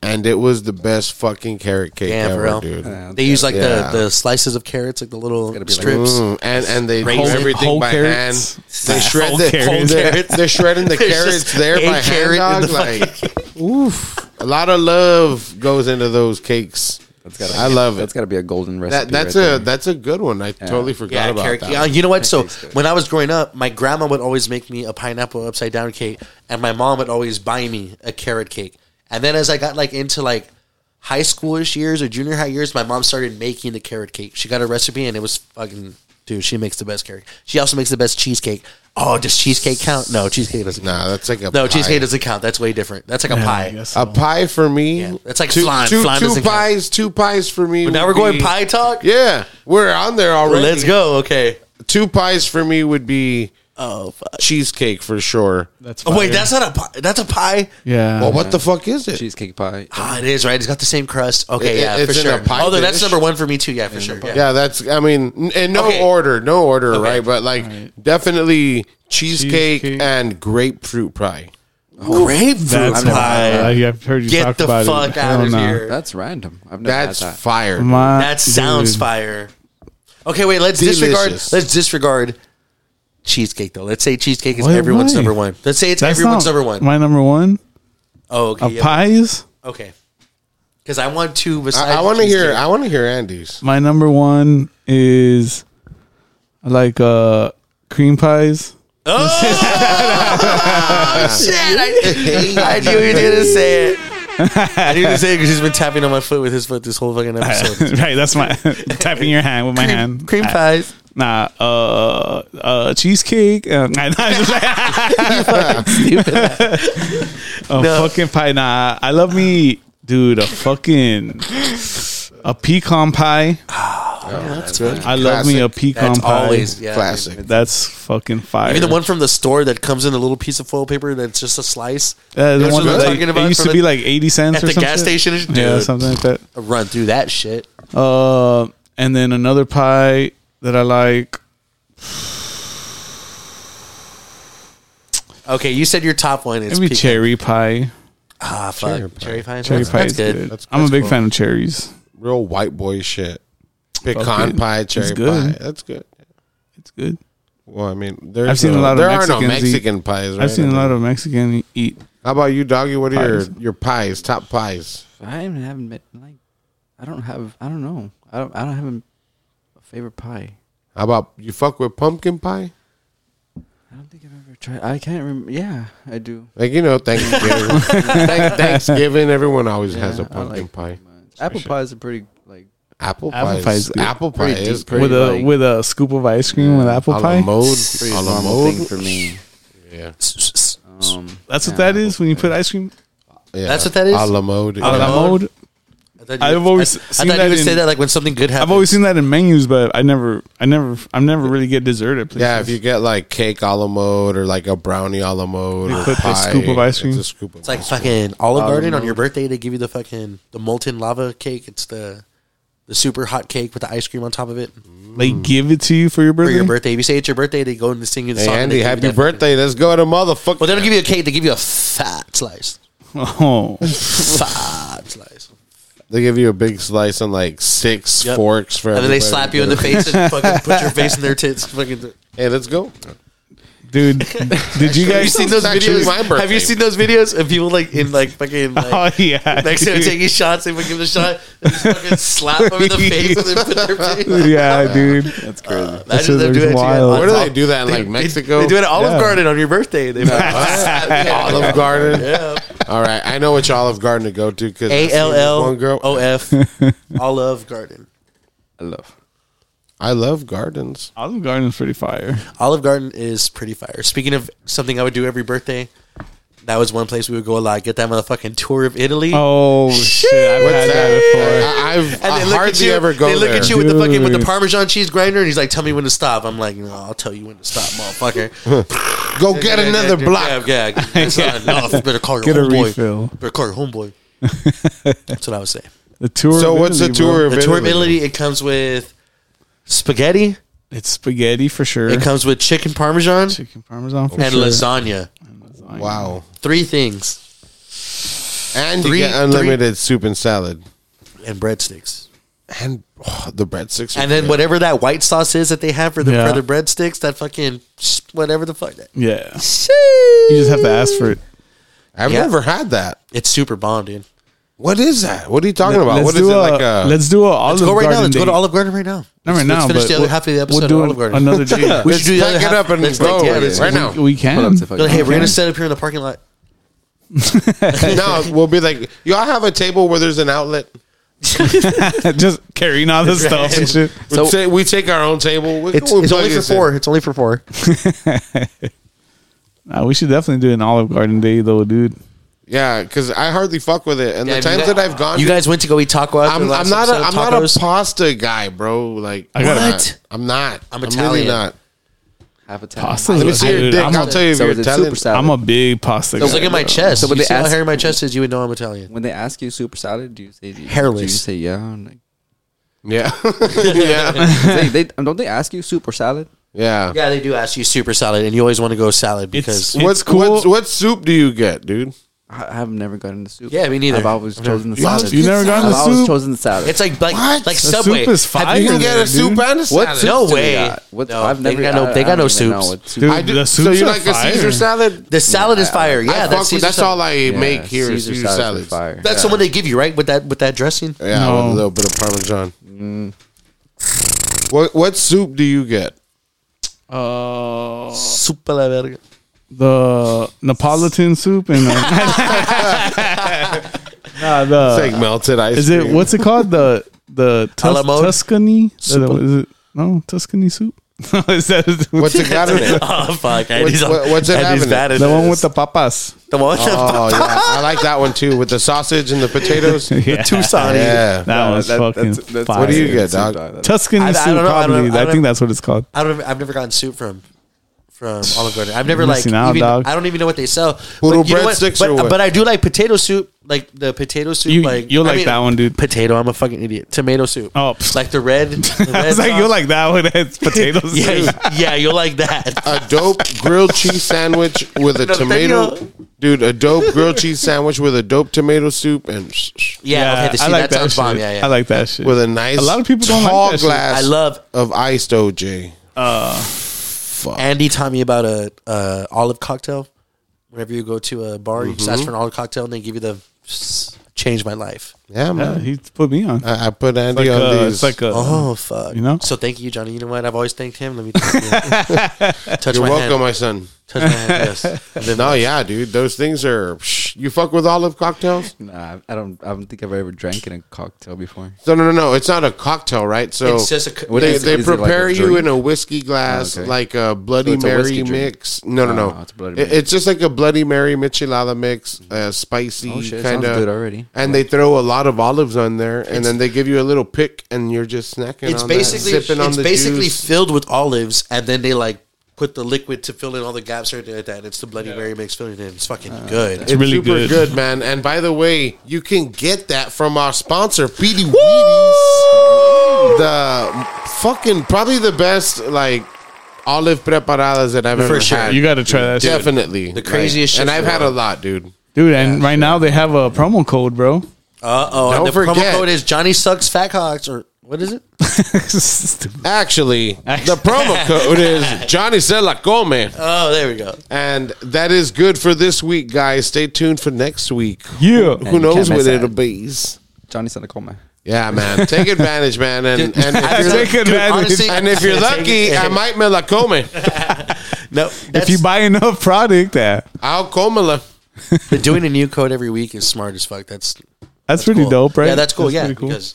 And it was the best fucking carrot cake
Yeah,
ever,
for real.
dude.
They use like
Yeah.
the, the slices of carrots, like the little
gotta be like-
strips.
Mm, and and they do
Raisin-
everything
whole
by
carrots?
hand. They shred
Whole
the
carrots.
They're,
Whole carrots.
they're shredding the
There's
carrots
just
there
a
by hand.
carrot in
Dog.
the
like, oof, a lot of love goes into those cakes.
gotta-
I love it.
that's got to be a golden
That,
recipe.
that's
right
a
there.
that's a good one. I totally forgot
Yeah,
about
carrot
that.
cake. Yeah, you know what? So when I was growing up, my grandma would always make me a pineapple upside down cake, and my mom would always buy me a carrot cake. And then as I got like into like high schoolish years or junior high years, my mom started making the carrot cake. She got a recipe, and it was fucking dude. She makes the best carrot. She also makes the best cheesecake. Oh, does cheesecake count? No, cheesecake doesn't.
Nah, that's like a pie.
No, cheesecake doesn't count. That's way different. That's like a
Yeah, I
pie.
guess
A
so.
pie for me.
Yeah, that's like
two,
flan.
Two,
Flan
two
doesn't count.
pies. Two pies for me.
But now we're
would
going
be-
pie talk.
Yeah, we're on there already.
Let's go. Okay.
Two pies for me would be
Oh, fuck.
cheesecake for sure.
That's
Oh, wait,
fire.
that's not a pie. That's a pie.
yeah.
Well, what the fuck is it?
cheesecake pie.
Ah, it is right. It's got the same crust. Okay,
It-
yeah,
it's
for
in a
sure.
pie
Although that's
dish.
number one for me too. Yeah, for sure. Yeah.
Yeah, that's. I mean, n- in no
Okay.
order, no order,
Okay.
right? But like, definitely cheesecake,
Cheesecake.
and grapefruit pie.
Grapefruit
That's
pie.
high. Like, I've heard you
Get
talk
the
about it.
fuck
Hell
out of
no.
here.
That's random. I've never
That's
had that.
fire.
My-
That sounds
dude.
fire. Okay, wait. Let's
Delicious.
disregard. Let's disregard cheesecake though. Let's say cheesecake is
Wait,
everyone's
why?
number one. Let's say it's
That's
everyone's
not
number one.
My number one
oh, okay.
of
yeah.
pies.
Okay. Because I want to.
I, I want to hear. uh, I want to hear Andy's.
My number one is like uh cream pies.
Shit! I, I knew you didn't say it. I knew you didn't say it because he's been tapping on my foot with his foot this whole fucking episode.
right, that's my tapping your hand with my hand.
Cream
Ah,
pies.
Nah, uh, uh, cheesecake. Uh, nah, nah, I'm just like- a
No.
fucking pie. Nah, I love me, dude. A fucking a pecan pie.
Oh, That's good.
I love me a
Classic.
pecan
That's
pie.
always yeah,
classic.
That's fucking fire.
I mean the one from the store that comes in a little piece of foil paper that's just a slice.
Uh, the
That's
one
what I'm
that,
talking
like,
about
it used
from
to
the-
be like eighty cents
at
or
the
some
gas
shit.
station. Dude,
Yeah, something like that.
run through that shit.
Uh, and then another pie that I like.
Okay, you said your top one is
Maybe
pecan.
cherry pie.
Ah, fuck. Cherry pie. Cherry pie.
Cherry
that's,
pie
that's
is
good.
good. I'm a
that's
big
cool.
fan of cherries.
Real white boy shit.
Fuck
Pecan
it.
pie,
It's
cherry
good.
pie. That's good.
It's good.
Well, I mean, there's
I've seen a
no-
lot of
there are no
Mexicans eat-
Mexican pies. Right?
I've seen a lot of Mexican eat.
How about you, doggy? What are
Pies.
your your pies? Top pies.
I haven't, haven't been like. I don't have. I don't know. I don't. I don't have a, a favorite pie.
How about you? Fuck with pumpkin pie.
I don't think I've ever tried. I can't remember. Yeah, I do.
Like you know, Thanksgiving. Thank- Thanksgiving, everyone always has a
Yeah, I
pumpkin
like
pie.
Apple pies are pretty like.
Apple
Apple
pie.
pie
is
is
good.
good.
Apple pie
Pretty
is
deep, pretty
good.
with a
like-
with a scoop of ice cream with apple
A la
pie.
mode.
Pretty
A la
normal thing
mode.
for me.
Yeah.
Um,
That's what that is when you put ice cream
yeah.
That's what that is?
A la mode.
a la
mode?
mode.
I thought
I've always
I, I
seen
thought
that
you would
in-
say that like when something good happens.
I've always seen that in menus, but I never, I never, I never really get dessert at places.
Yeah, if you get like cake a la mode or like a brownie a la mode,
They
or
put a
pie,
scoop of ice
it's
cream.
a scoop of
It's like
ice
fucking Olive
Um,
Garden on
Olive
your birthday. They give you the fucking the molten lava cake. It's the the super hot cake with the ice cream on top of it
They give it to you for your
Mm. for
birthday.
your birthday. If you say it's your birthday, they go and they sing you the
cream.
song.
Hey,
and
Andy,
they give
happy
you that-
birthday! Let's go to
Well, they
motherfucker.
don't give you a cake. They give you a fat slice.
Oh,
Fat slice.
They give you a big slice and like six
Yep.
forks for.
And then they
everybody.
slap you in the face and fucking put your face in their tits. Fucking.
Hey, let's go.
dude, did you
Have you
guys?
seen those
It's actually
videos?
my birthday.
Have you seen those videos of people like in like fucking like,
Oh yeah,
next to
dude.
him taking shots? They would give him a shot, and just fucking slap him in the face, and then put their face.
yeah, dude. That's crazy.
Imagine them doing that to you.
Where do
That's
they
all-
do that? In, like Mexico,
They do it at Olive
Yeah.
Garden on your birthday. They
Olive Garden. All right, I know which Olive Garden to go to because
A L
one
L
girl.
O F Olive Garden.
I love.
I love gardens.
Olive Garden's pretty fire.
Olive Garden is pretty fire. Speaking of something I would do every birthday, that was one place we would go a lot. Get that motherfucking tour of Italy.
Oh shit, I've
What's
had that
I, I've
And
I
they look at
hardly
you.
ever go
they look
there.
at you with the fucking with the
Dude.
Parmesan cheese grinder, and he's like, "Tell me when to stop." I'm like, "No, I'll tell you when to stop, motherfucker."
Go get another block.
Yeah, yeah. That's not enough. Better call your
Get a
homeboy.
refill.
Better call your homeboy. That's what I would say.
before. The tour.
So
of
what's the
Italy, bro.
tour of
The tour of
Italy?
Italy, it comes with spaghetti.
It's spaghetti for sure.
It comes with chicken parmesan
Chicken parmesan for
and
sure.
lasagna.
Wow.
Three things
And
Three-
you get unlimited soup and salad.
and breadsticks.
And oh, the breadsticks. are
And then
good.
whatever that white sauce is that they have for the
Yeah.
for the breadsticks, that fucking sh- whatever the fuck. That,
Yeah, you just have to ask for it.
I've
Yeah.
never had that.
it's super bomb, dude.
What is that? What are you talking about?
Let's
What is
do
it
a,
like uh, a
Let's do a Olive
Let's go right
Garden
now. Let's
date.
go to Olive Garden right now.
Not
let's,
right now,
let's finish
but
the other
we'll-
half of the episode
we'll
at
do
Olive Garden.
another date.
we should do the
pack
other
it
half.
up and
Let's, like,
go
yeah,
with
let's-
it right now.
we can.
Pull up to fucking-
Go, hey, we're
Okay.
gonna set up here in the parking lot.
no, we'll be like, y'all have a table where there's an outlet.
just carrying all the stuff and shit.
We ta- we take our own table. We,
It's,
we'll
it's
plug
only for
this in.
four. It's only for four.
Nah, we should definitely do an Olive Garden day though, dude.
Yeah, because I hardly fuck with it. And
Yeah,
the
you
times
got-
that I've gone,
You guys went to go eat taco after
I'm,
the last
I'm not. A,
episode
I'm not
of
a
tacos?
pasta guy, bro. Like
I gotta-
I'm not.
What?
I'm not.
I'm
I'm, really
Italian.
not.
Half a
Pasta.
Let me see your
Dude,
dick.
I'm
I'll
a,
tell you if
So
you're
is it super
Italian.
salad?
I'm a big pasta guy.
Just look at my chest.
So when
you
they
see how
ask-
hairy my chest is, you would know I'm Italian.
when they ask you super salad, do you say do you- Do you
Hairless.
say yeah? I'm like-
Yeah, yeah.
they, they, don't they ask you soup or salad?
Yeah.
Yeah, they do ask you super salad, and you always want to go salad because
It's
What's
cool.
What, what soup do you get, dude?
I, I've never gotten the soup.
Yeah, me neither.
I've always
I've
chosen the
never-
salad.
You never gotten
I've
the
always
soup?
chosen the salad.
it's like like like
The
Subway.
soup is
Have
fire
you-
there, dude.
and a
What
salad.
no
Dude,
way.
yeah. What,
no,
I've never
they got no.
I-
They
I
got no
don't even know
soups.
what soup.
Dude,
I do,
the
so
soups
you
are
like
fire.
a Caesar salad?
The salad is fire.
I
Yeah,
fuck with-
that's,
that's all I
Yeah,
make here is Caesar,
salads are
salads.
fire.
That's the one they give you, right? With that with that dressing.
Yeah, with a little bit of parmesan. What what soup do you get?
Uh,
Super la verga.
the Napolitan soup and the, nah, the
It's like melted ice.
is it
cream.
what's it called the the
A la
Tus-
mode?
Tuscany? Is it, is it no Tuscany soup? No, is that
What's it got in it?
Oh fuck! I
What-
need some-
what- what's it
I need
having?
that in
the one
this.
with the papas?
the one with the
Oh yeah, I like that one too with the sausage and the potatoes.
Yeah,
Tucson.
Yeah.
that
Yeah,
one's
that- that's-
fucking
that's-
fire.
What do you get, dog?
Soup, dog.
Tuscany
I- I
soup,
don't know, I don't-
probably. I,
I don't-
think that's what it's called.
I don't. I've never gotten soup from from Olive Garden. I've never like
missing out,
even.
dog.
I don't even know what they sell.
Little
But you know what?
breadsticks
But,
or what?
but I do like potato soup, like the potato soup.
You
like
you'll
I
like
mean,
that one, dude.
Potato. I'm a fucking idiot. Tomato soup.
Oh, pfft.
like the red. The red
I was like,
sauce.
you like that one? It's potatoes.
Yeah, yeah, you'll like
Uh,
that.
A dope grilled cheese sandwich with a
No,
tomato,
thank
dude. A dope grilled chease sandwich with a dope tomato soup and
Yeah, okay, see, that, sounds bomb.
shit.
Yeah, yeah.
I like that shit.
with a nice.
A lot of people don't like
tall
that shit.
glass.
I love.
of iced OJ.
Andy taught me about a, a olive cocktail. Whenever you go to a bar, you just
Mm-hmm.
ask for an olive cocktail, and they give you the change my life.
Yeah,
Yeah,
man.
he put me on.
I, I put Andy
Like uh, Uh-huh.
on
a,
these.
it's like a.
Oh fuck!
Um, You know?
So thank you, Johnny. You know what? I've always thanked him. Let me touch, touch
You're
my
welcome,
hand.
my son.
Touch my hand. Yes.
No, yeah, dude. Those things are. Psh, you fuck with olive cocktails?
Nah, I don't. I don't think I've ever drank in a cocktail before.
No, no, no, no. It's not a cocktail, right? So
It's just a.
What
they,
is it?
they
Is it like a
prepare you
drink?
in a whiskey glass,
Oh, okay.
like a Bloody
So it's a
Mary
whiskey drink.
mix. No, no, no.
Oh,
it's,
it's a Bloody Mary.
it's just like a Bloody Mary michelada mix, uh, spicy
Oh, shit,
kind
sounds good
of.
already.
And they throw a lot of olives on there, and then they give you a little pick, and you're just snacking.
It's
on that,
basically
sipping on
it's
the
basically
juice.
filled with olives, and then they like put the liquid to fill in all the gaps or anything like that. And it's the Bloody Mary mix filling it in. It's fucking good.
Uh, It's really
super
good.
good, man. And by the way, you can get that from our sponsor, Petey Wheaties. The fucking probably the best like olive preparadas that I've ever
sure.
had.
You got to try that, shit.
Definitely
The craziest
Like, and
shit
I've
for
had
a
a
while.
lot, dude.
dude. And right now they have a promo code, bro.
Uh oh! And the
Don't
promo
forget-
code is Johnny sucks fat cocks or what is it?
Stupid.
Actually, the promo code is Johnny Se La Come,
Oh, there we go.
and that is good for this week, guys. Stay tuned for next week.
yeah.
Who
you can't
knows
miss
what
that.
it'll be?
Johnny Sanacoma.
Yeah, man. Take advantage, man. And, and if
Dude,
you're,
Take advantage.
and if you're lucky, I might me la come.
no.
If you buy enough product, that
I'll come la.
but doing a new code every week is smart as fuck. That's
that's, pretty
cool.
dope, right?
Yeah, that's cool. yeah,
pretty cool.
because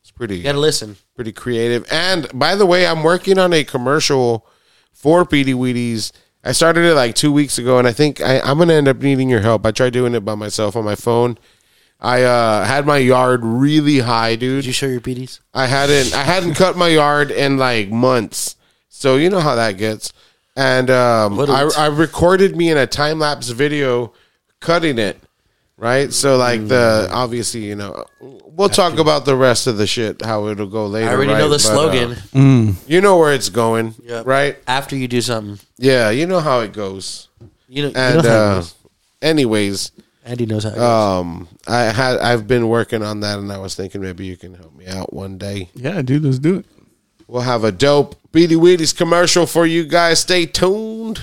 It's pretty
you gotta listen.
pretty creative. And by the way, I'm working on a commercial for PD Wheaties. I started it like two weeks ago, and I think I, I'm gonna end up needing your help. I tried doing it by myself on my phone. I uh, had my yard really high,
Did you
dude.
show your PDs?
I hadn't I hadn't cut my yard in like months, so you know how that gets. And um,
What a-
I, I recorded me in a time lapse video cutting it, right? So like
Mm.
the obviously you know we'll talk about the rest of the shit how it'll go later.
I already
right?
know the
But, uh,
slogan.
you know where it's going,
Yep.
right?
After you do something,
Yeah, you know how it goes.
you know, you
And
know how it
uh,
goes.
anyways,
Andy knows how. It goes.
um, I had I've been working on that, and I was thinking maybe you can help me out one day.
yeah, dude, let's do it.
We'll have a dope Beady Wheaties commercial for you guys. Stay tuned.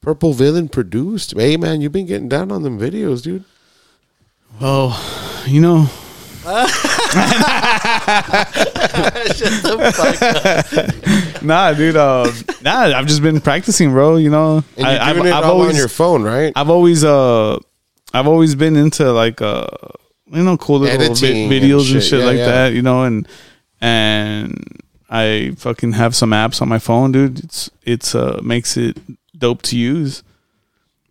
Purple Villain produced. Hey man, you've been getting down on them videos, dude.
Oh, you know,
Shut the fuck up.
nah, dude. Uh, nah, I've just been practicing, bro. You know,
And you're
I,
doing it all on your phone, right?
I've always uh I've always been into like uh you know cool little vi-
Editing and
videos and shit,
shit, yeah,
like
yeah.
that, you know, and and I fucking have some apps on my phone, dude. It's it's uh makes it dope to use.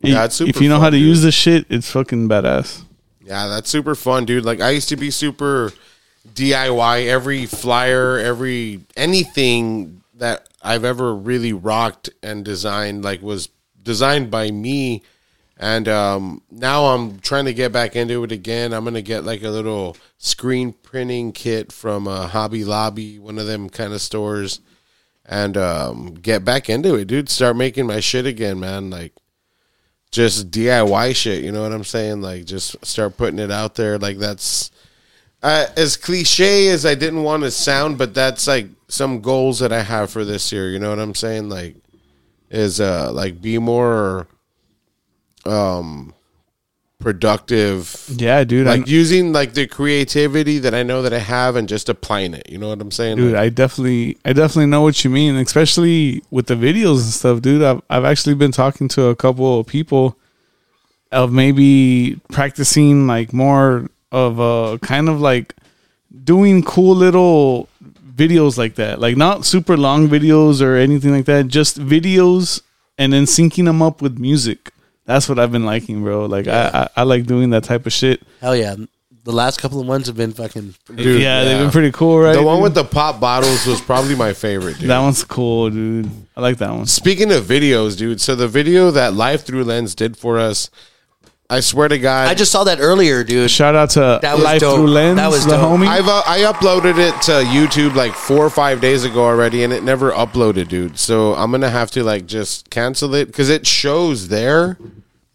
Yeah,
If-
it's super
if you know
fun,
how to
dude.
use this shit, it's fucking badass.
Yeah, that's super fun, dude. Like I used to be super DIY. Every flyer, every anything that I've ever really rocked and designed, like was designed by me. And um, now I'm trying to get back into it again. I'm gonna get like a little screen printing kit from uh, Hobby Lobby, one of them kind of stores and um, get back into it, dude. Start making my shit again, man. Like just DIY shit. You know what I'm saying? Like just start putting it out there. Like that's uh, as cliche as I didn't want to sound, but that's like some goals that I have for this year. You know what I'm saying? Like is uh like be more um productive
Yeah, dude.
like
I'm-
using like the creativity that I know that I have and just applying it. You know what I'm saying?
dude
Like,
i definitely i definitely know what you mean especially with the videos and stuff dude i've, I've actually been talking to a couple of people of maybe practicing like more of a kind of like doing cool little videos like that like not super long videos or anything like that just videos and then syncing them up with music that's what i've been liking bro like I, I i like doing that type of shit
Hell yeah. The last couple of ones have been fucking.
Dude,
yeah, they've
yeah.
been pretty cool right
the one
dude?
with the pop bottles was probably my favorite, dude.
that one's cool dude i like that one
Speaking of videos, dude, so the video that Live Through Lens did for us, I swear to God,
I just saw that earlier, dude.
Shout out to
That was
Life
dope.
Through Lens,
That was
the
dope.
homie.
I've uh, I uploaded it to YouTube like four or five days ago already, and it never uploaded, dude. So I'm gonna have to like just cancel it because it shows there,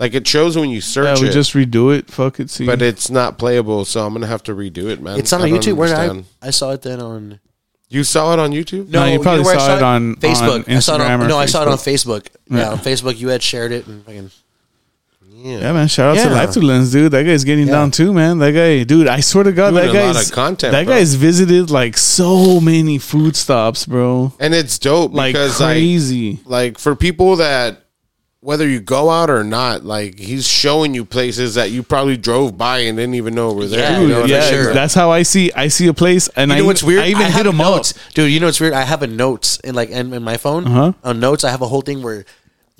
like it shows when you
yeah,
search
we
it,
just redo it. Fuck it, see.
but it's not playable. So I'm gonna have to redo it, man.
It's on
I don't
YouTube. Where did I,
understand.
I saw it then on. oh,
You saw it on YouTube?
No, Uh, you probably
know where I
saw it on-
Facebook.
on
I saw it on,
Instagram or
no, I saw it on Facebook. Yeah.
Yeah.
on Facebook, you had shared it and fucking.
yeah, man. Shout out to
Yeah.
Life Through Lens, dude. That guy's getting
Yeah.
down too, man. That guy, dude. I swear to God,
Doing
that
a lot of
guy's
content,
That
bro.
guy's visited like so many food stops, bro.
And it's dope
Like
because
crazy.
like like for people that whether you go out or not, like he's showing you places that you probably drove by and didn't even know were there.
Yeah,
you
Dude,
know what I
yeah,
mean?
sure.
that's how I see. I see a place, and
You
I,
know what's weird?
I even hit
have
him up.
notes. dude. You know what's weird? I have a notes in like in, in my phone
Uh-huh.
on notes. I have a whole thing where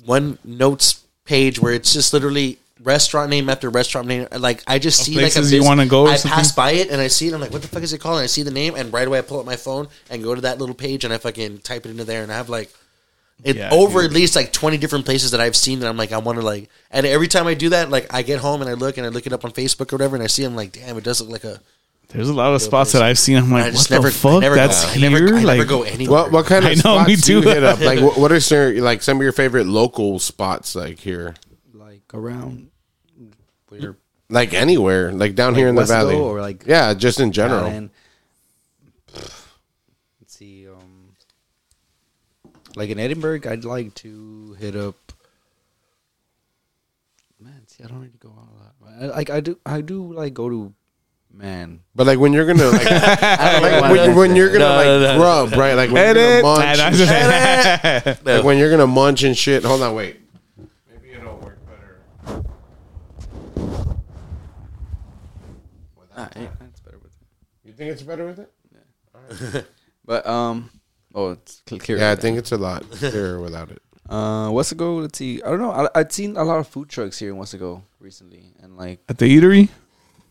one notes page where it's just literally restaurant name after restaurant name. Like I just see like a
places you
bus-
wanna go or
I
something?
pass by it and I see it. I'm like, what the fuck is it called? And I see the name and right away I pull up my phone and go to that little page and I fucking type it into there and I have like. It
Yeah,
over
dude.
at least like 20 different places that I've seen that I'm like, I want to like, and every time I do that, like I get home and I look and I look it up on Facebook or whatever and I see, I'm like, damn, it does look like a,
There's a lot of spots that I've seen. I'm
and I
like, what
just
the
never, I
fuck?
never,
That's
I never,
here.
I never
Like,
go anywhere.
What what kind of
I know,
spots
me
do you
too.
hit up? Like what, what are some, like some of your favorite local spots like here?
like around where
Like anywhere, like down here in the
Westo
valley,
or, like,
yeah, just in general.
Allen. Let's see. Um, like in Edinburgh, I'd like to hit up. Man, see, I don't really go out a lot. I, like I do, I do like go to. Man,
But like when you're gonna like, like,
why
when,
that's
when
it.
you're gonna
No,
like
no, no.
grub, right? Like when you're
Edit.
gonna
And
munch,
I just-
like when you're gonna munch and shit. Hold on, wait. Maybe it'll work better.
Ah, yeah, that's better with.
You think it's better with it?
But um, oh, it's cl- clear.
Yeah, I think it's a lot clearer without it.
Uh, Westago. Let's see. I don't know. I, I'd seen a lot of food trucks here in Westago recently, and like,
at the eatery,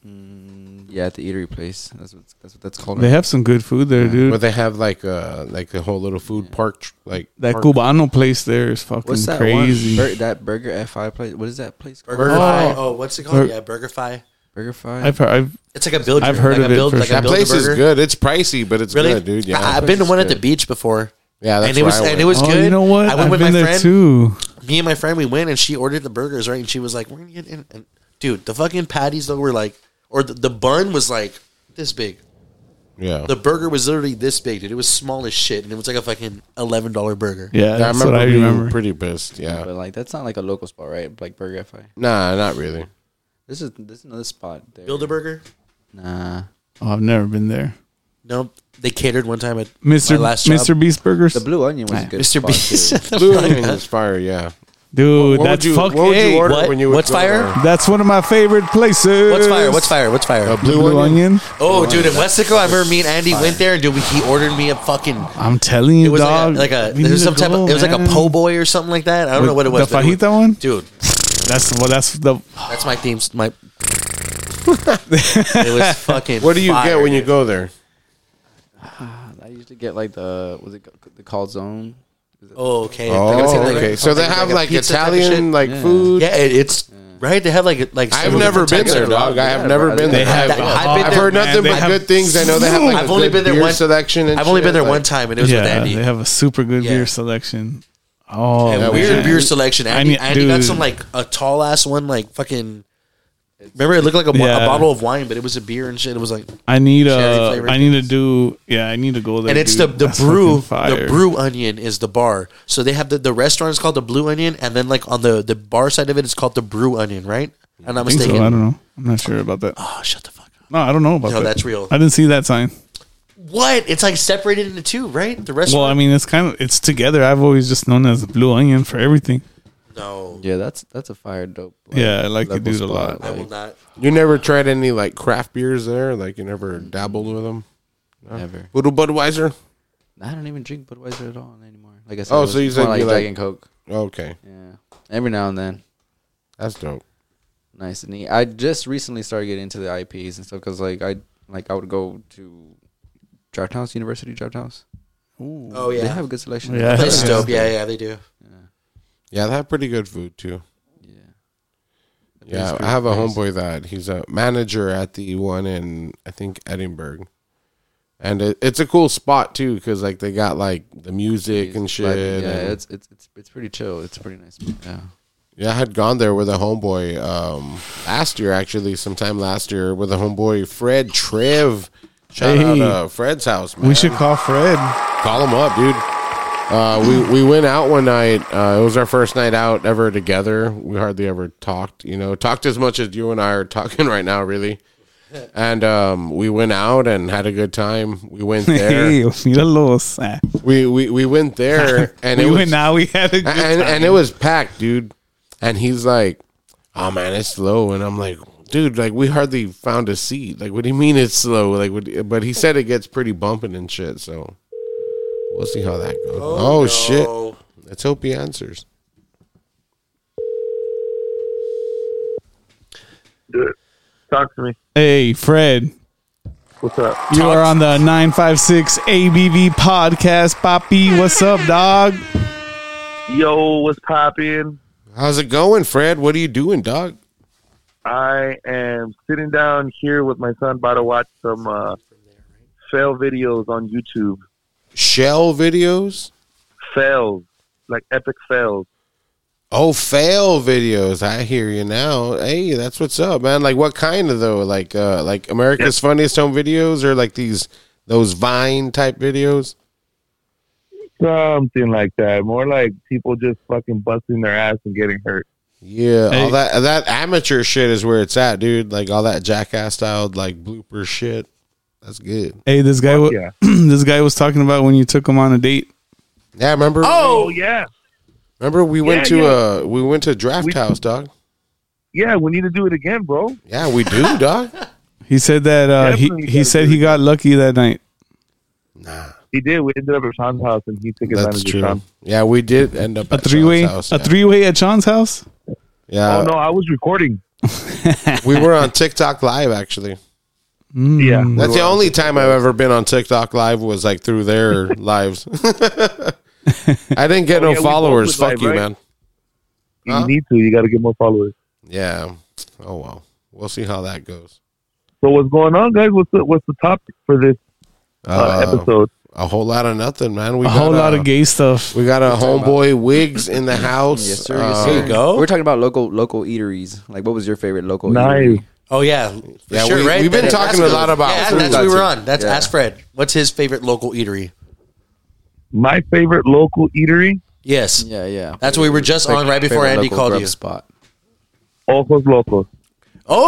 mm, yeah, at the eatery place. That's what that's what that's called.
they have some good food there,
But
dude.
they have like a like a whole little food park, tr- like
That
park.
Cubano place there is
What's
fucking
that
crazy.
one? Bur- that Burger Fi place. What is that place called?
Burger
Oh.
Fi. Oh, what's it called?
Bur-
yeah, Burger Fi.
Burger Fi.
I've, heard- I've
It's like a build.
I've heard
like
of
a
it
build,
for
like
sure.
a
That place is
Build-A-Burger.
good. It's pricey, but it's
Really,
good, dude. Yeah,
I,
that
have been to
place
one
is
at the
good.
beach before,
Yeah, that's
and it was
where I
and it
went.
was
Oh,
good.
you know what?
I went
I've
with
been
my
there
friend.
too.
Me and my friend we went and she ordered the burgers right, and she was like, "We're gonna get in." And, dude, the fucking patties though were like, or the, the bun was like this big.
Yeah,
The burger was literally this big, dude. It was small as shit, and it was like a fucking eleven dollar burger.
Yeah,
Yeah, I
that's
remember
what I
being
remember.
pretty pissed. Yeah,
But like that's not like a local spot, right? Like Burger Fi.
nah, not really.
This is this is another spot. There.
Build a burger?
Nah,
oh, I've never been there.
Nope. They catered one time at
Mr.
My last job.
Mr. Beast Burgers,
the Blue Onion was
Ah,
a good
Mr.
spot too.
Beast.
Blue Onion is fire. Yeah,
dude.
What would
that's
you-
fuck.
what would you
hey,
order?
What?
When you would
What's
go
fire?
there.
That's one of my favorite places.
What's fire? What's fire? What's fire?
a
Blue,
blue, onion.
onion.
Oh, dude, in Westaco, I remember me and Andy went there, and dude, we- he ordered me a fucking.
I'm telling
It
you,
was
dog.
like a, like a
we
there
need
was
to
some type
go,
of it was like a
man.
po' boy or something like that. I don't know
With
what it was.
The
but it
fajita
was-
one.
dude.
That's well. That's the.
That's my theme. My it was fucking.
What do you
fire,
get when you
dude.
go there?
I used to get like the was it ca- the calzone?
Oh, okay.
Oh,
Like, it's like a-
okay. So they
like a
have like
pizza type of
Italian
shit.
like
Yeah.
food.
Yeah, it, it's right? They have like like.
I've
several
never been
different
there,
types of-
dog. I have
Yeah,
never
bro.
been
They
there.
have
I've,
a
I've
hot-
been- heard
man,
nothing
they
but
have-
good things. I know they have like
I've
a
only
good
been there
beer
one-
selection. And
I've only
shit,
been there
like-
one time, and it was with Andy.
they have a super good
Yeah.
beer selection. Oh,
A
Yeah, we
weird
should-
beer selection. Andy,
need-
Andy got
dude.
some like a tall ass one, like fucking. Remember, it looked like a, wa-
Yeah.
a bottle of wine, but it was a beer and shit. It was like,
I need
Cherry
a.
flavored
I need to do. Yeah, I need to go there.
and it's the
dude.
the
That's
brew.
fucking fire.
The brew onion is the bar. So they have the the restaurant is called the Blue Onion, and then like on the the bar side of it, it's called the Brew Onion, right? I'm not
I think so.
mistaken.
I don't know. I'm not sure about that.
oh, shut the fuck up.
No, I don't know about
No,
that.
that's real.
I didn't see that sign.
What? It's like separated into two, right? The restaurant.
Well, I mean, it's kind of it's together. I've always just known as the blue onion for everything.
no,
Yeah, that's that's a fire dope.
Yeah, I like the
level
dude a lot.
I will
like,
not.
You never tried any like craft beers there? Like you never dabbled with them?
never.
Little Budweiser?
I don't even drink Budweiser at all anymore. Like I said,
Oh,
it was
so you
more
said
like
you
Jack
like-
and Coke?
Okay,
Yeah, every now and then.
that's dope.
Nice and neat. I just recently started getting into the IPs and stuff because like I like I would go to Draft House University Draft House.
Oh
They
yeah,
have a good selection.
Yeah.
that's
Yeah.
dope. Yeah, yeah, they do.
Yeah, they have pretty good food too.
yeah.
Yeah, I have a homeboy that he's a manager at the one in I think Edinburgh, and it, it's a cool spot too because like they got like the music and shit.
But,
and-
yeah, it's it's it's it's pretty chill. It's pretty nice. Yeah.
Yeah, I had gone there with a homeboy um, last year, actually, sometime last year with a homeboy Fred Trev. Shout
Hey.
out uh, Fred's house, man.
We should call Fred.
call him up, dude. Uh, we we went out one night. Uh, it was our first night out ever together. We hardly ever talked, you know, talked as much as you and I are talking right now, really. And um, we went out and had a good time. We went there.
Hey, míralos. Ah.
we, we we went there, and
we
it was,
went out. We had a good
and,
time.
and it was packed, dude. And he's like, "Oh man, it's slow." And I'm like, "Dude, like we hardly found a seat. Like, what do you mean it's slow? Like, what, but he said it gets pretty bumping and shit. So we'll see how that goes. Oh,
no.
shit! Let's hope he answers.
Talk to me.
Hey, Fred.
What's up?
You are on the 956 ABV podcast, Poppy. What's up, dog?
Yo, what's poppin'?
How's it going, Fred? What are you doing, dog?
I am sitting down here with my son, about to watch some uh, fail videos on YouTube.
Shell videos?
Fails, like epic fails.
Oh, fail videos. I hear you now. Hey, that's what's up, man. Like, what kind of though? Like, uh, like America's Funniest Home Videos, or like these those Vine type videos?
Something like that. More like people just fucking busting their ass and getting hurt.
Yeah, all
Hey.
that that amateur shit is where it's at, dude. Like all that jackass style like blooper shit. That's good.
Hey, this guy. wa-
yeah.
this guy was talking about when you took him on a date.
Yeah, remember?
Oh, yeah.
remember we went
yeah,
to
yeah.
uh we went to Draft
We-
House, dog.
Yeah, we need to do it again, bro.
Yeah, we do, dog.
He said that uh, he
Definitely
he
gotta
said
do
he got lucky that night.
Nah,
He did. We ended up at Sean's house and he took
that's
advantage of Sean.
true. Yeah, we did end up
A
at Sean's
three way,
house,
a
yeah.
three way at Sean's house.
Yeah,
oh, no, I was recording.
we were on TikTok live actually.
Mm. Yeah.
That's the only time I've ever been on TikTok live was like through their lives. I didn't get no
Oh, yeah, Oh, we both
followers.
was
Fuck
live,
you,
right?
man. Huh?
You need to. You got to get more followers.
Yeah. Oh well, we'll see how that goes.
So what's going on, guys? What's the what's the topic for this uh,
Uh,
episode?
a whole lot of nothing, man. We
A
got
whole lot of gay stuff.
We got a homeboy Wigs in the house.
Yes, sir. Yes,
Uh,
sir.
There you go.
We're talking about local local eateries. Like, what was your favorite local?
Nice.
Eatery?
Oh yeah, for
Yeah, we- we've been
That-
talking
that's
a lot
good.
about
Yeah,
food.
that's what we were on. That's
Yeah.
ask Fred. What's his favorite local eatery?
My favorite local eatery,
Yes,
Yeah, yeah.
that's what we were just on right before
Favorite
Andy
local
called
grub
you.
Spot.
Ojos Locos.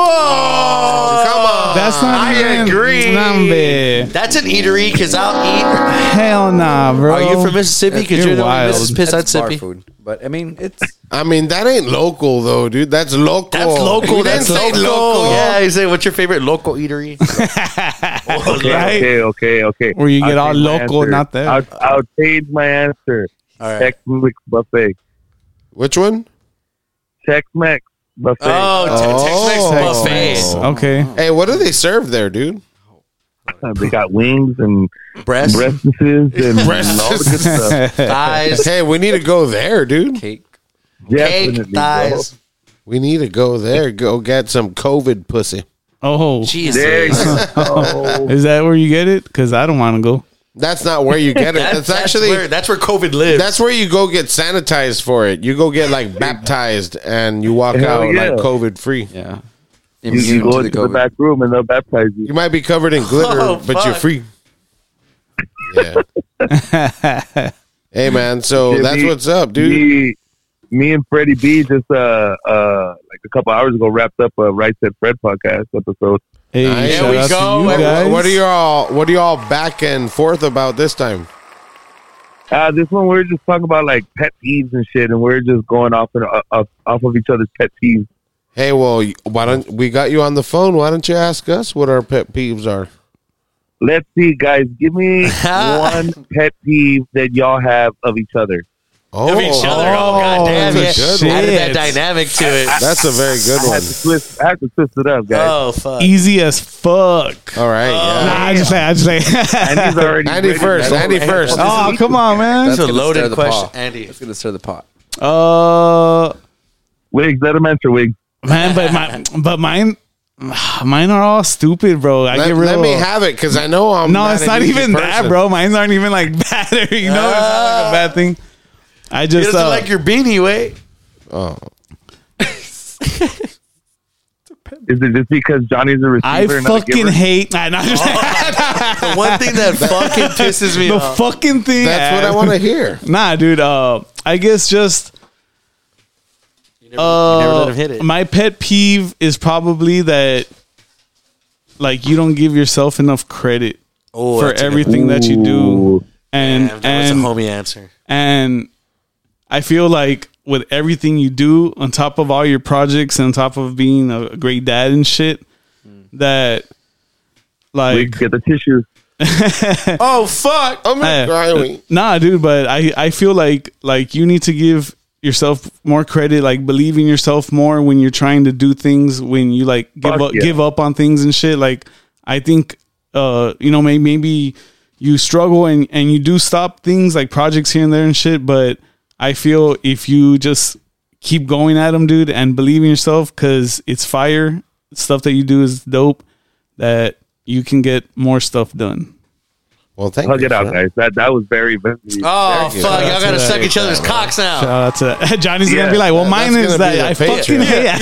Oh, come on,
That's not.
I
even-
agree.
Nah, man.
that's an eatery because I'll eat.
Hell nah, bro.
Are you from Mississippi? Because
You're
you're, the one
wild.
who misses piss
That's bar
Mississippi.
food, but I mean, it's
I mean, that ain't local though, dude. That's local.
That's
You
local.
didn't
That's
say
local. Yeah, you say, what's your favorite local eatery?
Okay,
Right.
Oh, okay, okay, okay.
Where you get all
change my
local,
answer.
not there.
I'll, I'll change my answer.
All right.
Tex-Mex buffet.
Which one?
Tex-Mex buffet.
Oh,
Oh.
Tex Mex buffet.
Okay.
Hey, what do they serve there, dude?
They got wings and
Breast,
breastises and, and all the good stuff.
thighs,
Hey, we need to go there, dude.
cake.
cake,
Definitely, bro.
thighs.
We need to go there. Go get some COVID pussy.
Oh,
There you
Jesus.
go.
is that where you get it? Because I don't want to go.
That's not where you get it.
That-
that's, actually
where, that's where COVID lives.
that's where you go get sanitized for it. You go get like baptized and you walk
Hell
out
yeah.
like COVID free.
Yeah.
You, you go into the back room and they'll baptize you.
You might be covered in glitter,
Oh,
but you're
fuck.
free. Yeah. hey man, so
Yeah,
that's
me-
what's up, dude.
Me, me and Freddie B just uh uh like a couple hours ago wrapped up a Right Said Fred podcast episode.
Hey,
Nice.
shout
There we
out to
go.
you
What,
guys.
what are y'all what are y'all back and forth about this time?
Uh, this one we were just talking about like pet peeves and shit, and we are just going off and uh, off off of each other's pet peeves.
Hey, well, y- why don't we got you on the phone? Why don't you ask us what our pet peeves are?
Let's see, guys, give me one pet peeve that y'all have of each other.
Oh,
of each other. Oh, goddamn. Yeah.
that's a good one.
Added that
Shit.
dynamic to it.
That's a very good
I
one.
had to twist, I had to twist it up, guys.
oh, fuck.
Easy as fuck.
All right,
Nah,
yeah.
I just play. I just
And
play.
he's already
Andy
written
first,
that.
Andy first.
oh, come on, man.
That's a
gonna stir
loaded
the
question,
pot.
Andy.
It's gonna stir the pot.
Uh,
Wigs, let him answer Wigs.
man, but my, but mine, mine are all stupid, bro. I
Let,
get real.
let me have it because I know I'm.
no, it's
an
not
easy
even that,
person.
bro. Mine's aren't even like bad. Or, you know, it's not like a bad thing. I
It
just
doesn't
uh,
like your beanie, wait.
Oh,
Is it just because Johnny's a receiver?
I
and not a
fucking
giver?
hate. Nah, not just,
The one thing that fucking pisses me
the
off.
fucking thing.
that's what I want to hear.
Nah, dude. Uh, I guess just
You never, you never let
Uh,
him hit it.
My pet peeve is probably that, like, you don't give yourself enough credit
Oh,
for
that's a good-
everything that you do, and
Damn, that was a
and
homie answer.
and I feel like with everything you do, on top of all your projects, and on top of being a great dad and shit,
Mm.
that like
Wigs, get the tissues.
Oh, fuck.
I'm
Hey,
grimy.
Nah, dude, but I I feel like like you need to give yourself more credit, like believe in yourself more when you're trying to do things, when you like give
Fuck
up
yeah.
give up on things and shit. Like I think uh you know maybe maybe you struggle and and you do stop things like projects here and there and shit, but I feel if you just keep going at them, dude, and believe in yourself cuz it's fire. Stuff that you do is dope that you can get more stuff done.
Well, thank
Hug
you.
it out, guys. That that was very, very.
Oh,
There you
fuck.
go.
Y'all gotta suck each other's cocks now.
Shout out to Uh, Johnny's
Yeah,
gonna be like, well,
that-
mine
that's
is
gonna be
that I
the Patreon.
fucking hate.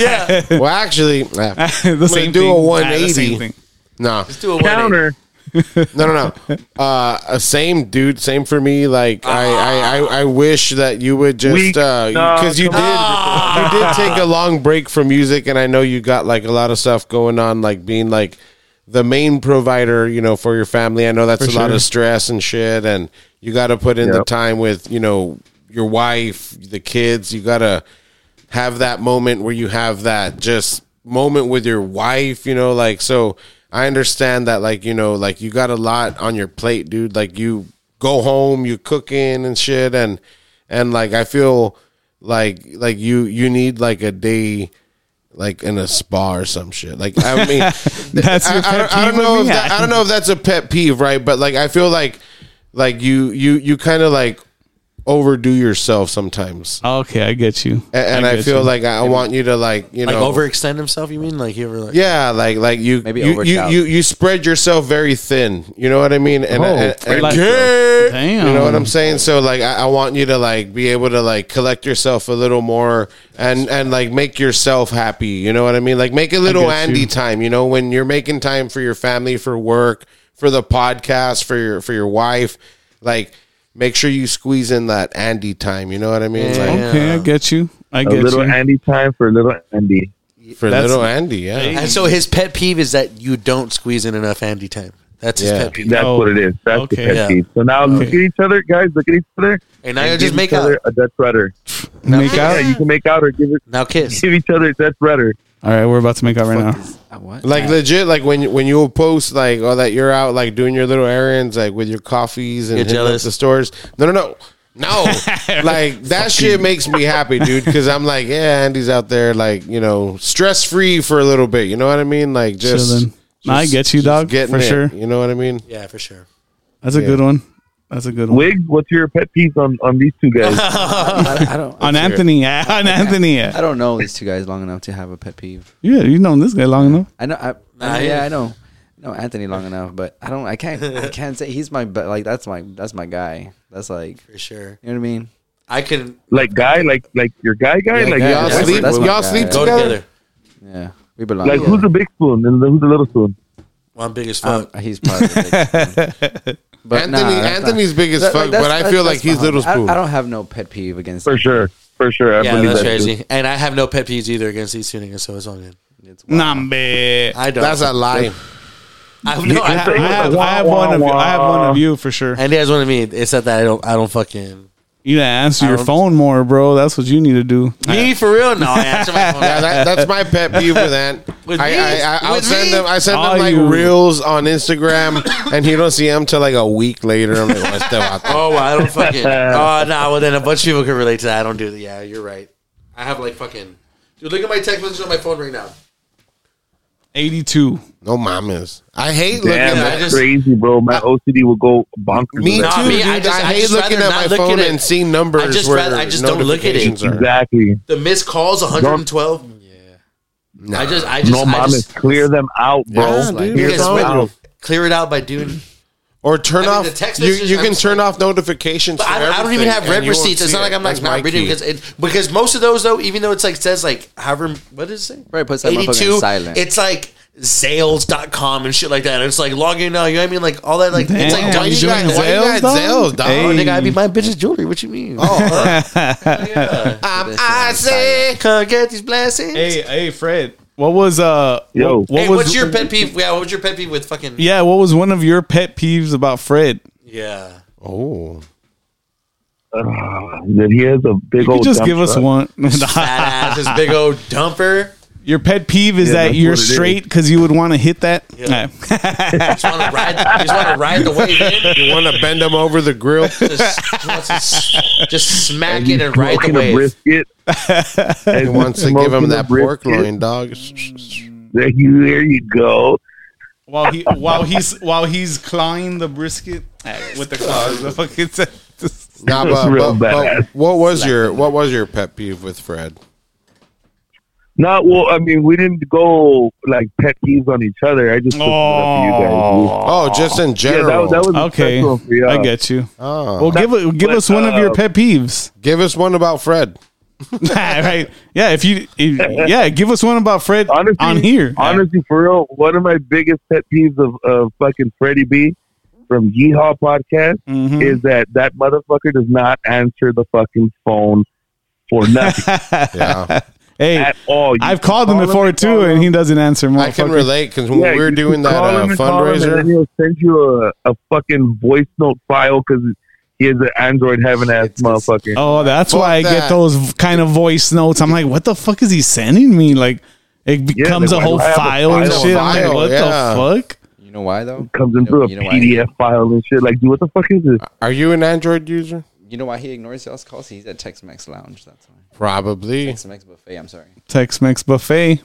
Yeah.
Well, actually, nah.
the same thing.
do a
Yeah, the
180.
same thing.
no,
Do a 180.
Counter.
no, no, no. Uh, uh, same dude, same for me. Like I, I, I, I wish that you would just
Weak.
because
No,
you
come
did, you did take a long break from music, and I know you got like a lot of stuff going on, like being like the main provider, you know, for your family. I know that's a lot
sure.
of stress and shit, and you got to put in the
Yep.
time with you know your wife, the kids. You got to have that moment where you have that just moment with your wife, you know, like so I understand that like, you know, like you got a lot on your plate, dude. Like you go home, you cooking and shit and and like I feel like like you you need like a day like in a spa or some shit. Like I mean,
That's
I,
your pet
I don't, I don't
peeve
know.
with
If
me?
that, I don't know if that's a pet peeve, right? But like I feel like like you you you kind of like overdo yourself sometimes.
Okay, I get you.
A- and I,
get
feel
you.
like I I want you to like you
Like
know
overextend himself, you mean? Like he ever like
yeah like like you
Maybe
you, you
overshout.
you you spread yourself very thin you know what I mean and, and, and-
like- um,
Yeah.
Damn.
you know what I'm saying so like I, I want you to like be able to like collect yourself a little more and and like make yourself happy you know what I mean like make a little
get you.
Andy time you know when you're making time for your family for work for the podcast for your for your wife like make sure you squeeze in that Andy time you know what I mean
Yeah.
like
Okay, I get you. I
A
get
little
you.
Andy time for little Andy.
for
That's-
little Andy yeah
And so his pet peeve is that you don't squeeze in enough Andy time. That's his
Yeah.
pet peeve.
That's
No.
what it is. That's
Oh, Okay.
the pet
Yeah.
peeve. So now look at
Okay.
each other, guys. Look at each other.
And now
and
you
give
just make
each
out.
other a Dutch rudder.
make
Yeah,
out.
you can make out or give it,
Now kiss.
give each other a Dutch rudder.
All right, we're about to make out right now.
Uh, what?
Like legit, like when when you post like oh that you're out like doing your little errands like with your coffees and
You're
hitting up
jealous?
the stores. No, no, no, no. like that shit makes me happy, dude. Because I'm like, yeah, Andy's out there like you know stress free for a little bit. You know what I mean? Like just,
Chilling. Nah, I
just-
get you,
just
dog.
getting
For
it,
sure.
You know what I mean?
Yeah, for sure.
That's a good one. That's a good one.
Wiggs, what's your pet peeve on, on these two guys?
I, I don't.
on Anthony, yeah, on Anthony, yeah.
I don't know these two guys long enough to have a pet peeve.
Yeah, you known this guy long enough.
I know. I, I yeah, I know. No, Anthony long enough, but I don't. I can't. I can't say he's my. But like that's my. That's my guy. That's like.
for sure.
You know what I mean?
I can
like guy, like like your guy guy,
Yeah,
like
guy,
Y'all
yeah.
sleep,
That's my
y'all
guy.
sleep
Go
go
together.
together.
Yeah, we belong.
like who's the big spoon and who's the little spoon?
Well, I'm big as
Um,
fuck.
he's probably. the big- but
Anthony,
nah, that's not-
Anthony's big as
That-
fuck,
that's-
but I
that's-
feel
that's
like he's
my
little
homie. I-
spoon.
I, don't have no pet peeve against.
For sure, for sure. I
yeah,
believe
that's
that, too.
crazy. And I have no pet peeves either against these two niggas, so it's all good.
It's wild.
Nah, man.
I don't.
That's a lie.
I have no.
I, I
I,
have, I have one of you. I have one of you for sure.
and that's what I mean. It's not that I don't. I don't fucking.
You gotta answer your
don't-
phone more, bro. That's what you need to do.
Me for real? No, I answer my phone.
Yeah, that, that's my pet peeve with Ant.
With
I,
me?
I, I, I'll
With
send
me?
them. I send
Are
them like
you-
reels on Instagram, and he don't see them till like a week later. I'm like, what's the matter?
Oh, well, I don't fucking. Oh, no. Well, then a bunch of people can relate to that. I don't do that. Yeah, you're right. I have like fucking. Dude, look at my text message on my phone right now.
Eighty-two.
No mamas. I hate looking
Damn,
Yeah,
at
I
that's
just-
crazy, bro. My OCD will go bonkers.
me too.
with that.
Nah, me,
dude.
I
I,
just- I
hate
just
looking
rather
at my
not look
phone
at it.
and seeing numbers.
I just
where
rather- I just don't look at it.
notifications are.
Exactly.
The missed calls 112. Yeah. I just, I just,
No,
I
mom
just
clear them out, bro.
Yeah, dude.
Clear
Yes,
them
but-
out.
clear it out by doing.
Or turn
I mean,
off.
the text
you
messages
you
are-
can turn off notifications.
But
for
I, I don't even
everything,
have
and
red
you won't
receipts. It's
see
not
it.
like I'm
That's
like
my
not reading
key.
because it, because most of those though, even though it's like says like however what does it say
Probably puts that motherfucker in silent.
It's like sales.com and shit like that. And it's like log in now. You know what I mean? Like all that. Like it's like
Damn,
don't
you
you
doing
guys?
Zales,
Why you guys?
dog? Zales, dog.
Oh,
Hey.
nigga, I be my bitch's jewelry. What you mean? Oh,
I'm Isaac.
come get these blessings. Hey,
Hey, hey, Fred. What was uh?
Yo.
what, what was
what's your pet peeve? Yeah, what was your pet peeve with fucking?
Yeah, what was one of your pet peeves about Fred?
yeah.
Oh,
That Ah, he has a big
You
old.
could just
dump
give us
truck.
one.
Fat ass, this big old dumper.
your pet peeve is
Yeah,
that
that's
you're
what it is.
straight because you would want to hit that.
Yeah.
Nah.
Just want to ride. Just want to ride the wave. In.
you want to bend them over the grill?
Just, just wants to s- just smack it and ride the
Smoking a
wave.
brisket.
He
and
wants to give him
smoking a
that pork
brisket.
loin, dog.
There you, there you go.
while he while he's while he's clawing the brisket eh, with the claws. The fucking
Nah,
That's
but,
real
but, but
badass.
what was your what was your pet peeve with Fred?
No, well, I mean, we didn't go like pet peeves on each other. I just took it up to you guys.
Oh, just in
Yeah,
general.
that, that was a
okay,
special for y'all.
I get you.
Oh.
Well, give give give
but,
us one of your
uh,
pet peeves.
Give us one about Fred.
right? Yeah, if you if- yeah, give us one about Fred
honestly,
on here.
Honestly, for real, one of my biggest pet peeves of, of fucking Freddie B from Yeehaw Podcast
Mhm.
is that that motherfucker does not answer the fucking phone for nothing
Yeah,
hey,
at all. You
I've called him
call
before
and
too,
call
and
him.
he doesn't answer.
I can
motherfucker.
relate because when
Yeah,
we were
you
doing that
call him
uh,
and call him, and then
fundraiser,
he'll send you a, a fucking voice note file because he is an Android heaven ass motherfucker.
Oh, that's
Fuck
why I
that.
get those kind of voice notes. I'm like, what the fuck is he sending me? Like, it becomes a
like, why
whole
do I have a
file and
file?
shit. I'm like,
File,
what
yeah.
the fuck?
You know why though?
Comes
You
in
know-
through a
you know why he-
PDF file and shit. Like, dude, what the fuck is this?
are you an Android user?
You know why he ignores y'all's calls? He's at Tex Mex Lounge. That's why.
Probably.
Tex Mex buffet. I'm sorry.
Tex Mex buffet.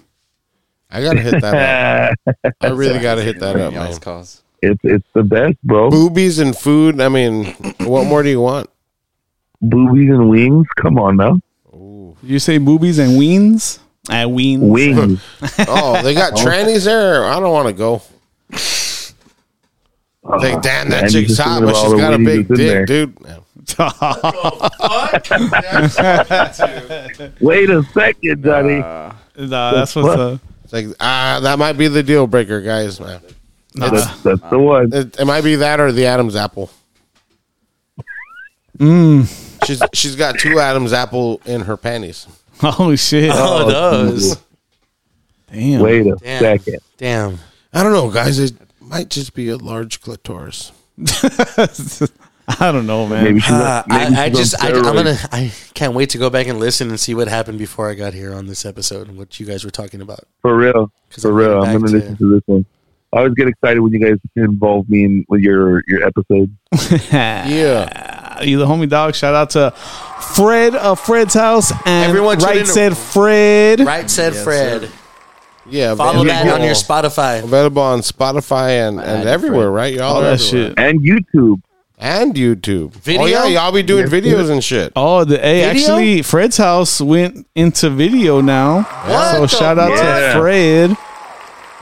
I gotta hit that up. I really gotta hit that up,
Ignoring
man.
Y'all's calls.
It's it's the best, bro.
Boobies and food. I mean, what more do you want?
Boobies and wings. Come on now.
Did you say boobies and weens? At weens.
Wings.
Oh, they got trannies there. I don't want to go. Like, damn, that
man, you
chick's
just
hot,
thinking
but
about
she's
all the
got a
weenies
big dick,
that's in there.
dude.
Wait a second, Johnny.
Nah, that's what's up.
It's like, ah, that might be the deal breaker, guys, man.
Nah.
that's that's the one.
It, it might be that or the Adam's apple. Mm. She's she's got two Adam's apple in her panties.
Oh shit.
Oh, those.
Damn.
Wait a
Damn.
second.
Damn.
I don't know, guys. It might just be a large clitoris.
I don't know, man.
Maybe she's
Uh,
on- maybe
I, I
she's on
just I, I'm
steroids.
gonna I can't wait to go back and listen and see what happened before I got here on this episode and what you guys were talking about.
for real.
'Cause
For
I'm
real.
getting
I'm
back
gonna
to-
listen to this one. I always get excited when you guys involve me in with your your episode.
Yeah.
You the homie dog. Shout out to Fred of Fred's house and
Everyone
everyone
tune in
right
to-
said Fred.
Right said Fred.
Yeah.
Follow that
available-
on your Spotify.
Available on Spotify and, and everywhere, right? Y'all
All
are
that
everywhere.
shit.
And YouTube.
and YouTube.
Video?
Oh yeah, y'all be doing videos and shit.
Oh, the hey,
Video?
actually, Fred's house went into video now. so shout out
Yeah.
to Fred.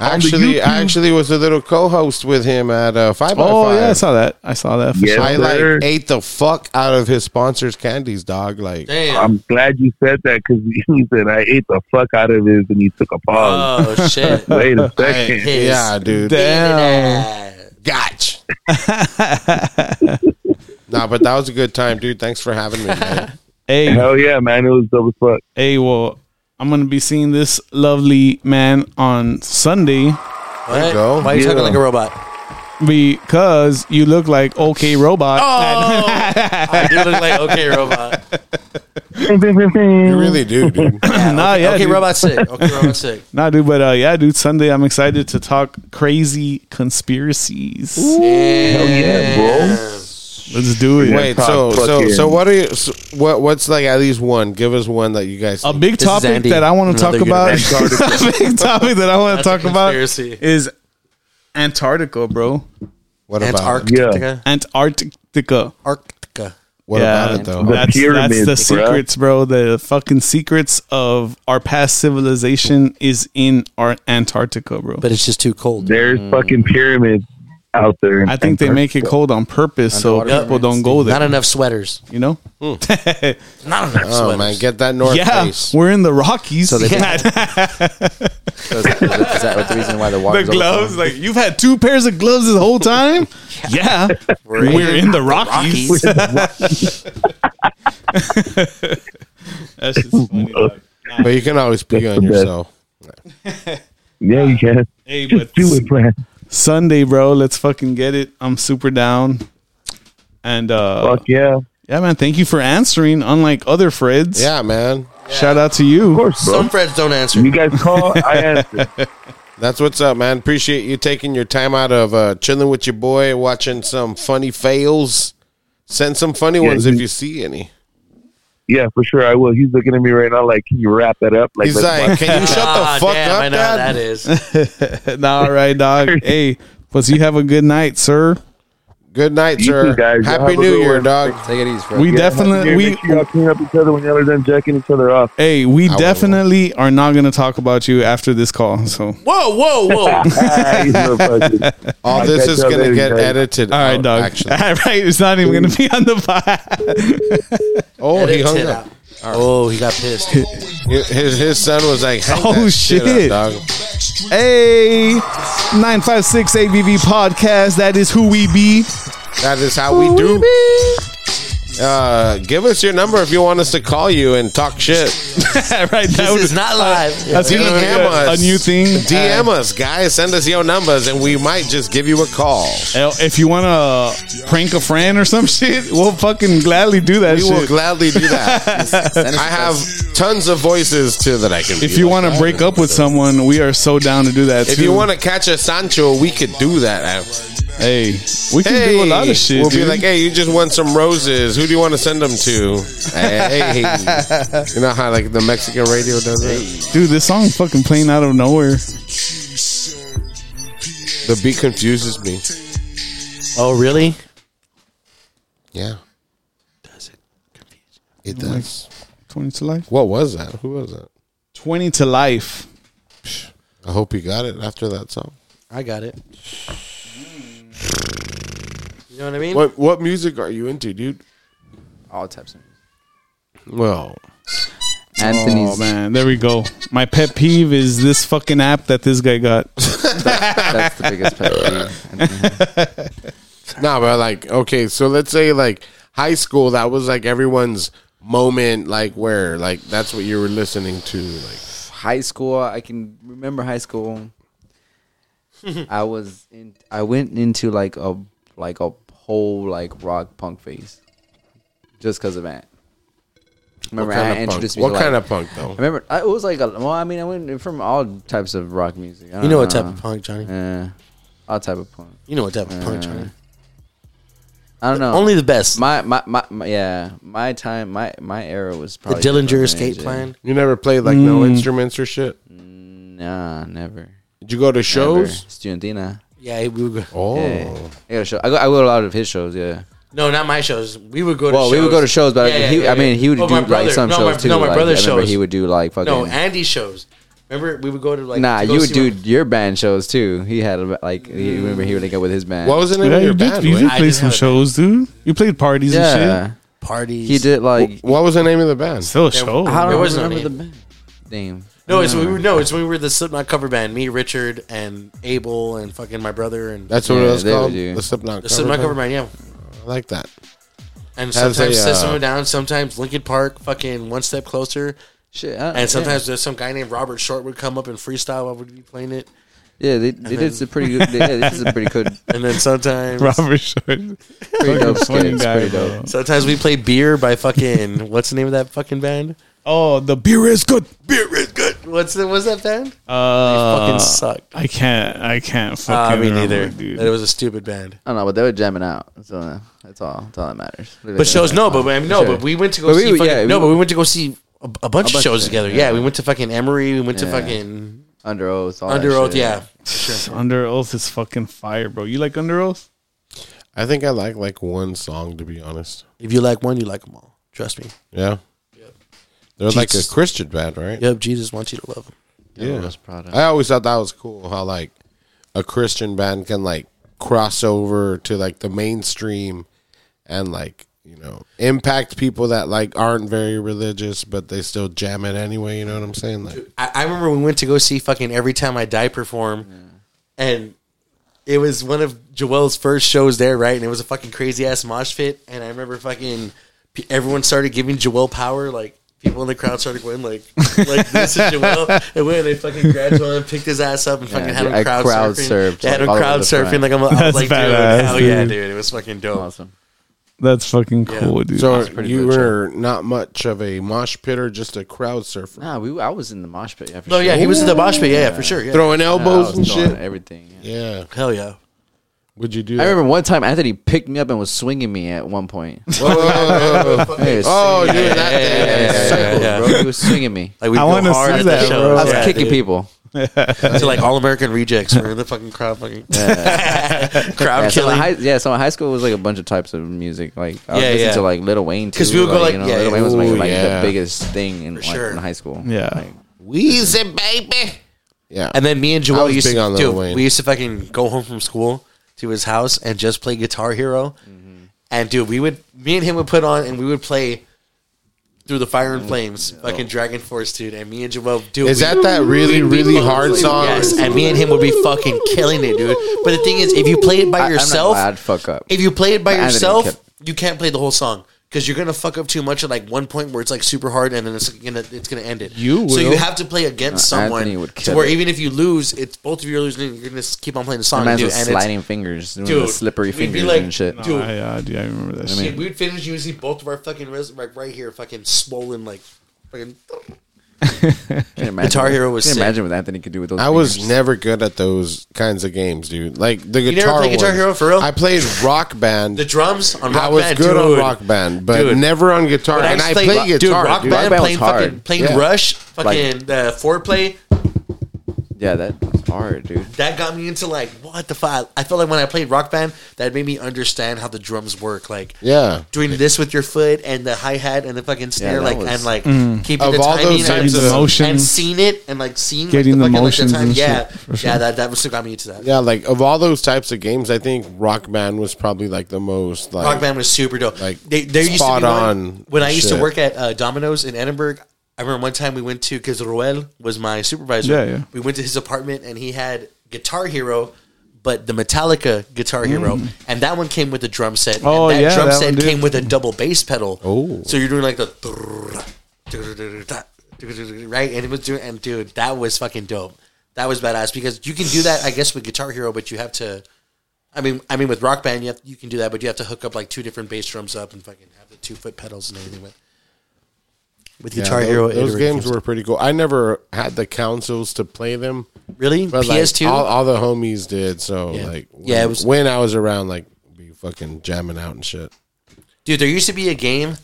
Actually, I actually was a little co-host with him at uh, Five by
Oh
Five.
yeah, I saw that. I saw that. For
Yeah.
sure.
I like
sir.
ate the fuck out of his sponsors' candies, dog. Like,
Damn.
I'm glad you said that because he said I ate the fuck out of his and he took a pause.
Oh shit.
Wait a
I-
second.
yeah, dude.
Damn.
Gotch. nah, but that was a good time, dude. Thanks for having me. Man.
Hey,
Hell yeah, man! It was dope as fuck.
hey, well, I'm gonna be seeing this lovely man on Sunday
What?
go.
Why are you
Yeah.
talking like a robot?
because you look like OK Robot.
Oh. I do look like okay robot.
You really do, dude.
nah, yeah,
okay
dude.
robot sick. Okay robot sick.
Nah, dude, but uh, yeah, dude. Sunday, I'm excited to talk crazy conspiracies.
Hell yeah, bro!
Let's do it.
Wait, so so so what are you? So what what's like at least one? Give us one that you guys.
a big
This is
topic
Andy.
that I want to talk
Another good
about.
Antarctica.
a big topic that I want to
That's a
talk about
conspiracy.
is Antarctica, bro.
what about it?
Antarctica.
Antarctica.
Arctica.
what
yeah,
about it though?
That's,
The
that's the
pyramids, bruh.
secrets, bro. The fucking secrets of our past civilization is in our Antarctica, bro.
But it's just too cold.
There's fucking pyramids out there. in
I think they make it
Antarctica.
cold on purpose so
Underwater
people don't
pyramids,
go
Not
there.
enough sweaters.
You know?
Hmm. Not enough
Oh
sweaters.
man, get that North
yeah,
Face.
we're in the Rockies.
So they-
Yeah,
So is, that- is that- is that the reason why the water?
the gloves, like you've had two pairs of gloves this whole time. yeah, we're, in the Rockies.
Rockies.
That's just funny. dog.
But you can always pee on
the best.
yourself.
Yeah, you can.
Hey, but
Just do it, man.
Sunday, bro. Let's fucking get it. I'm super down. And uh
Fuck yeah, of
yeah, man, thank you for answering. Unlike other Freds.
Yeah, man.
Shout out to you.
course, bro.
Some Freds don't answer.
You guys call, I answer.
That's what's up, man. Appreciate you taking your time out of uh, chilling with your boy, watching some funny fails. Send some funny ones if
you-
you see any.
Yeah, for sure, I will. He's looking at me right now, like, can you wrap that up? Like,
He's
let's
like,
watch-
can you shut the
Ah,
fuck
damn,
up,
I know how
Dad?
that is.
nah, all right, dog. Hey, plus you have a good night, sir.
Good night,
You
sir.
too, guys. Y'all
Happy
have a
New
good
Year,
one.
dog.
Take it easy, bro.
We
Yeah,
definitely
yeah,
we
make sure y'all clean up each other when y'all are done jacking each other off.
hey, we
will.
definitely are not gonna talk about you after this call. So
Whoa, whoa, whoa.
Ah, you motherfuckers.
All
I'll
this
catch
is
y'all
going to
later,
get
guys.
edited.
all right,
out,
dog.
Actually.
All right, it's not even gonna be on the pod.
Oh, he
Edit
hung
it
up.
out. Oh, he got pissed.
His, his son was like, hang
Oh,
that
shit.
up, dog.
hey, nine five six ABV podcast. That is who we be.
That is how we do. Uh, give us your number if you want us to call you and talk shit.
right, that
this is
was
not live.
that's
DM
gonna be a, a
us.
new thing. Uh,
DM us, guys. Send us your numbers, and we might just give you a call.
Hell, If you want to prank a friend or some shit, we'll fucking gladly do that
We will
shit.
gladly do that.
Send us
I
a
have
text.
tons of voices too that I can.
if
be
you
like
want to
that.
break up with someone, we are so down to do that
if
too.
you want to catch a Sancho, we could do that.
hey, we can
Hey,
do a lot of shit.
We'll be
dude.
like, hey, you just want some roses. Who do you want to send them to? hey, you know how like the Mexican radio does it.
dude, this song fucking playing out of nowhere.
The beat confuses me.
Oh, really?
Yeah, it does.
Twenty to life.
What was that? Who was that?
Twenty to life.
I hope you got it after that song.
I got it. You know what I mean?
What what music are you into, dude?
All types of music.
Well,
Anthony's
Oh man, there we go. My pet peeve is this fucking app that this guy got.
That's the biggest pet peeve. Anthony.
nah, but like, okay, so let's say like high school, that was like everyone's moment, like where like that's what you were listening to, like
high school, I can remember high school. I was in. I went into like a like a whole like rock punk phase, just because of Ant. Remember,
kind of
Ant
punk?
introduced me.
What
to, like-
kind of punk though?
I remember I, it was like a well. I mean, I went from all types of rock music. I
You know what
don't
type of punk, Johnny?
Yeah, all type of punk.
You know what type of punk, Johnny?
I don't know.
Only the best.
uh, my, my my my yeah. My time, my my era was
the
probably
Dillinger
different
Escape
than
Plan.
You never played like no
Mm.
instruments or shit.
AJ. Nah, never.
Did you go to
Never.
shows?
Studentina.
Yeah, we were.
Oh,
Yeah. I go to show. I go, I go to a lot of his shows. Yeah.
No, not my shows. We would go. to
Well,
shows.
we would go to shows, but
Yeah, yeah,
he,
yeah,
I mean,
yeah.
he would
But
do
my
like
brother-
some
no,
shows
my,
too.
No, my
like,
brother's
I remember
shows.
He would do like fucking.
no, Andy's shows. Remember, we would go to like.
nah,
to go
you would
see Mm.
do
my-
your band shows too. He had like he, remember he would link up with his band.
What was the name
Yeah,
of
you
your
did,
band?
you did
Wade?
I
play
did
some
have a
shows, dude. You played parties and
yeah,
shit.
parties.
he did like.
What was the name of the band?
Still a show.
I don't
There was no
remember the
name.
band. Damn.
No, it's when
Mm.
we were no, it's when we were the Slipknot cover band. Me, Richard, and Abel, and fucking my brother, and
That's what
Yeah,
it was
they
called.
would do.
The Slipknot.
the Slipknot cover
cover band?
band. Yeah,
I like that.
and
Has
sometimes
a, uh,
System of a Down, sometimes Linkin Park, fucking One Step Closer,
Shit.
and sometimes there's some guy named Robert Short would come up and freestyle while we'd be playing it,
Yeah, they, they did some pretty good. They, yeah, this is a pretty good,
and then sometimes
Robert Short.
pretty dope skit.
Funny
It's
guy,
pretty
bro.
dope.
sometimes we play Beer by fucking what's the name of that fucking band?
Oh, the beer is good.
Beer is good. What's the what's that band?
Uh,
fucking sucked.
I can't. I can't
Uh,
fucking.
me
remember,
neither.
dude.
But it was a stupid band.
I don't know, but they were jamming out. So uh, that's all. That's all that matters.
But shows no, but I mean, no,
Sure.
but we went to go
But we-
see. fucking,
yeah, we-
no, but we went to go see a, a bunch of
bunch
shows
of-
together. Yeah.
yeah.
we went to fucking Emory. We went to
Yeah.
fucking
under oath. All
Under
that
Oath.
shit.
Yeah,
Under Oath is fucking fire, bro. You like Under Oath?
I think I like like one song to be honest.
if you like one, you like them all. Trust me.
Yeah. They're like a
Jesus.
Christian band, right?
Yep, Jesus wants you to love them.
Yeah. Oath product.
I always thought that was cool how like a Christian band can like cross over to like the mainstream and like you know impact people that like aren't very religious but they still jam it anyway. You know what I'm saying? Like
I, I remember we went to go see fucking Every Time I Die perform, and it was one of Joel's first shows there, right? And it was a fucking crazy ass mosh pit. And I remember fucking p- everyone started giving Joel power, like people in the crowd started going like, like this is Joel, and when they fucking grabbed Joel and picked his ass up and fucking
Yeah,
had him
I
crowd,
crowd
surfing.
surfed,
They had
like,
him
all over
crowd
the
surfing
front.
like I'm, I was
That's
like, dude,
badass,
hell yeah,
dude.
dude, it was fucking dope.
Awesome.
That's fucking cool, dude.
so
pretty
you
good show.
were not much of a mosh pit or just a crowd surfer,
Nah, we. I was in the mosh pit. Yeah, for
No,
sure.
yeah, he was in the mosh pit, yeah, yeah, for sure, yeah,
throwing elbows
I
and
was doing
shit.
Everything. yeah.
Yeah,
hell yeah.
would you do?
I
That?
remember one time Anthony picked me up and was swinging me at one point.
Whoa, whoa, whoa, whoa, whoa.
Hey,
oh, you were that
yeah,
thing.
yeah, yeah,
circles,
yeah.
bro. He was swinging me.
Like we
I
go
wanna
hard
see
at
that,
the
bro.
show.
I was
Yeah,
kicking
dude.
people.
to like all American rejects were in the fucking crowd, fucking crowd
Yeah, so in high,
killing.
yeah, so in high school it was like a bunch of types of music. Like I was
Yeah,
listening
yeah.
to like Little Wayne too.
'Cause we would go, like,
you know,
yeah,
Little Wayne was
ooh,
like, like
yeah.
the biggest thing in, like,
sure.
in high school.
Yeah.
Like,
Weezy baby.
Yeah,
And then me and
I
Joel
was
used
big
to
on Lil
dude,
Wayne.
we used to fucking go home from school to his house and just play Guitar Hero. And dude, we would me and him would put on and we would play through the fire and flames, fucking Dragon Force, dude. And me and Joel, dude,
is
we-
that that really really hard song?
Yes, and me and him would be fucking killing it, dude. But the thing is, if you play it by
I, I'm not
yourself,
gonna lie, I'd fuck up.
if you play it by
But I didn't
yourself,
kept-
you can't play the whole song because you're gonna fuck up too much at like one point where it's like super hard and then it's gonna it's gonna end it.
You
so you
will.
have to play against
No, Uh, Anthony
someone
would
to
kill
where
it.
even if you lose, it's both of you are losing. You're gonna just keep on playing the song,
Man's
dude.
with
And it's,
sliding fingers, doing
dude,
the slippery
we'd be
fingers
like-
and shit.
no.
Dude.
Dude.
I, uh, dude, I remember that shit.
dude, we'd finish. You would see both of our fucking wrists like right here, fucking swollen, like fucking.
Can you imagine-
Guitar Hero was
Can you
sick.
imagine what Anthony could do with those?
I was
fingers?
never good at those kinds of games, dude. Like the guitar.
never played Guitar
ones.
Hero, for real?
I played Rock Band.
The drums on Rock
I was
Band,
good on
dude.
Rock Band, but
Dude.
never on guitar.
But
and I
just
play
dude,
guitar.
Rock
dude.
Band,
Rock Band was
playing fucking
hard.
playing
Yeah.
Rush, fucking the foreplay.
Yeah, that was hard, dude.
that got me into like what the fuck. I felt like when I played Rock Band, that made me understand how the drums work. Like
Yeah.
doing this with your foot and the hi hat and the fucking snare,
that
like
was-
and like keeping
Of
the
all
timing
those
and,
types
like,
of-
Mm. Motions.
and seeing it and like seeing
Getting the
fucking,
motions and
yeah,
shit, for
yeah,
sure.
that that was what got me into that.
Yeah, like of all those types of games, I think Rock Band was probably like the most like
Rock Band was super dope.
like,
Like they, there used to
spot
be
on
one, when I used
shit.
to work at uh, Domino's in Edinburgh. I remember one time we went to because Roel was my supervisor.
Yeah, yeah.
We went to his apartment and he had Guitar Hero, but the Metallica Guitar Hero, and that one came with a drum set.
Mm. Oh,
and that
yeah,
drum
that one
set
did.
came with a double bass pedal.
Oh.
so you're doing like the right, and it was doing and dude, that was fucking dope. That was badass because you can do that, I guess, with Guitar Hero, but you have to. I mean, I mean, with Rock Band, you have, you can do that, but you have to hook up like two different bass drums up and fucking have the two foot pedals and everything. With, with
Yeah,
Guitar
tho-
Hero,
Those
iterative
games
games.
were pretty cool. I never had the consoles to play them,
really
but
PS2.
like all, all the homies did. So
Yeah.
like, when,
Yeah, it was-
when I was around, like be fucking jamming out and shit.
Dude, there used to be a game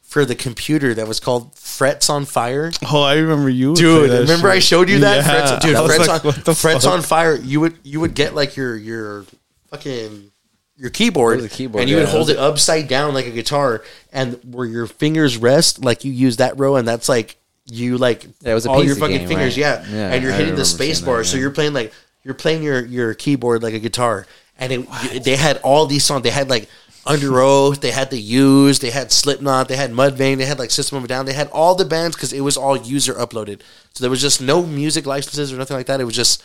for the computer that was called Frets on Fire.
Oh, I remember you. would
Dude,
play that
remember I
shit.
showed you that?
Yeah.
Frets, dude,
I was
Frets,
like,
on,
what the
Frets
fuck?
on Fire. You would you would get like your your fucking your keyboard,
It was a keyboard,
and you would
yeah.
hold it upside down like a guitar, and where your fingers rest, like you use that row, and that's like you like
Yeah, it was a
all your
PC
fucking
game,
fingers,
right?
yeah.
Yeah,
and you're
I
hitting the
remember
space
seeing
bar,
that,
so
yeah.
you're playing like you're playing your your keyboard like a guitar, and it, they had all these songs. They had like Under Oath, they had the U's, they had Slipknot, they had Mudvayne, they had like System of a Down, they had all the bands because it was all user uploaded. So there was just no music licenses or nothing like that. It was just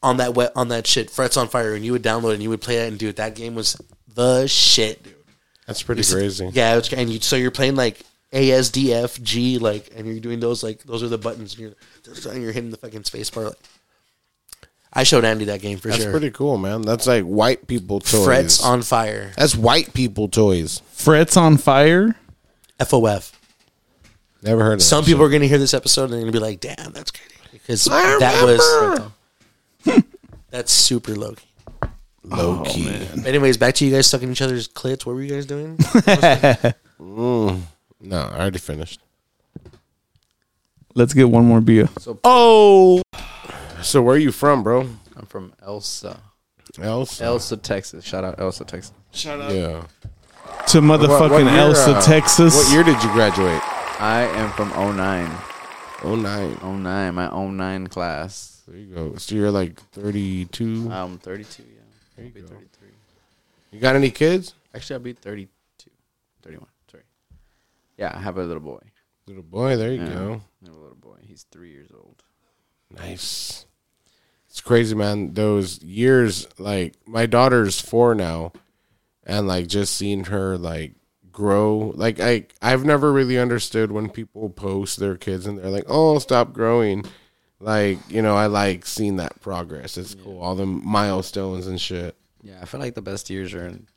on that wet on that shit, frets on fire, and you would download and you would play that and do it. That game was the shit, dude.
That's pretty crazy.
Yeah, it was, and you so you're playing like A S D F G like, and you're doing those like those are the buttons, and you're and you're hitting the fucking space bar. Like, I showed Andy that game for
That's
sure.
pretty cool, man. That's like white people toys.
Frets on fire,
That's white people toys.
Frets on fire.
FOF.
Never heard of
Some
that
people are gonna hear this episode and they're gonna be like, "Damn, that's crazy," because
I
that was that's super low. key.
shit. low
Oh,
key.
Anyways, back to you guys sucking each other's clits. What were you guys doing?
No, I already finished.
Let's get one more beer.
Oh. So where are you from, bro?
I'm from Elsa,
Elsa.
Elsa, Texas. Shout out Elsa, Texas.
Yeah.
To motherfucking
What- what year,
Elsa,
uh,
Texas.
What year did you graduate?
I am from 09.
Oh nine.
09, my 09 class.
There you go. So you're like 32.
I'm 32, yeah.
There you
I'll be
go.
33.
You got any kids?
Actually, I'll be 32. 31, sorry. Yeah, I have a little boy.
Little boy, there you
Yeah.
go.
I have a little boy. He's three years old.
Nice. It's crazy, man. Those years, like my daughter's four now, and like just seeing her like grow. Like I, I've never really understood when people post their kids and they're like, "Oh, stop growing." Like you know, I like seeing that progress. It's cool. All the milestones and shit.
Yeah, I feel like the best years are in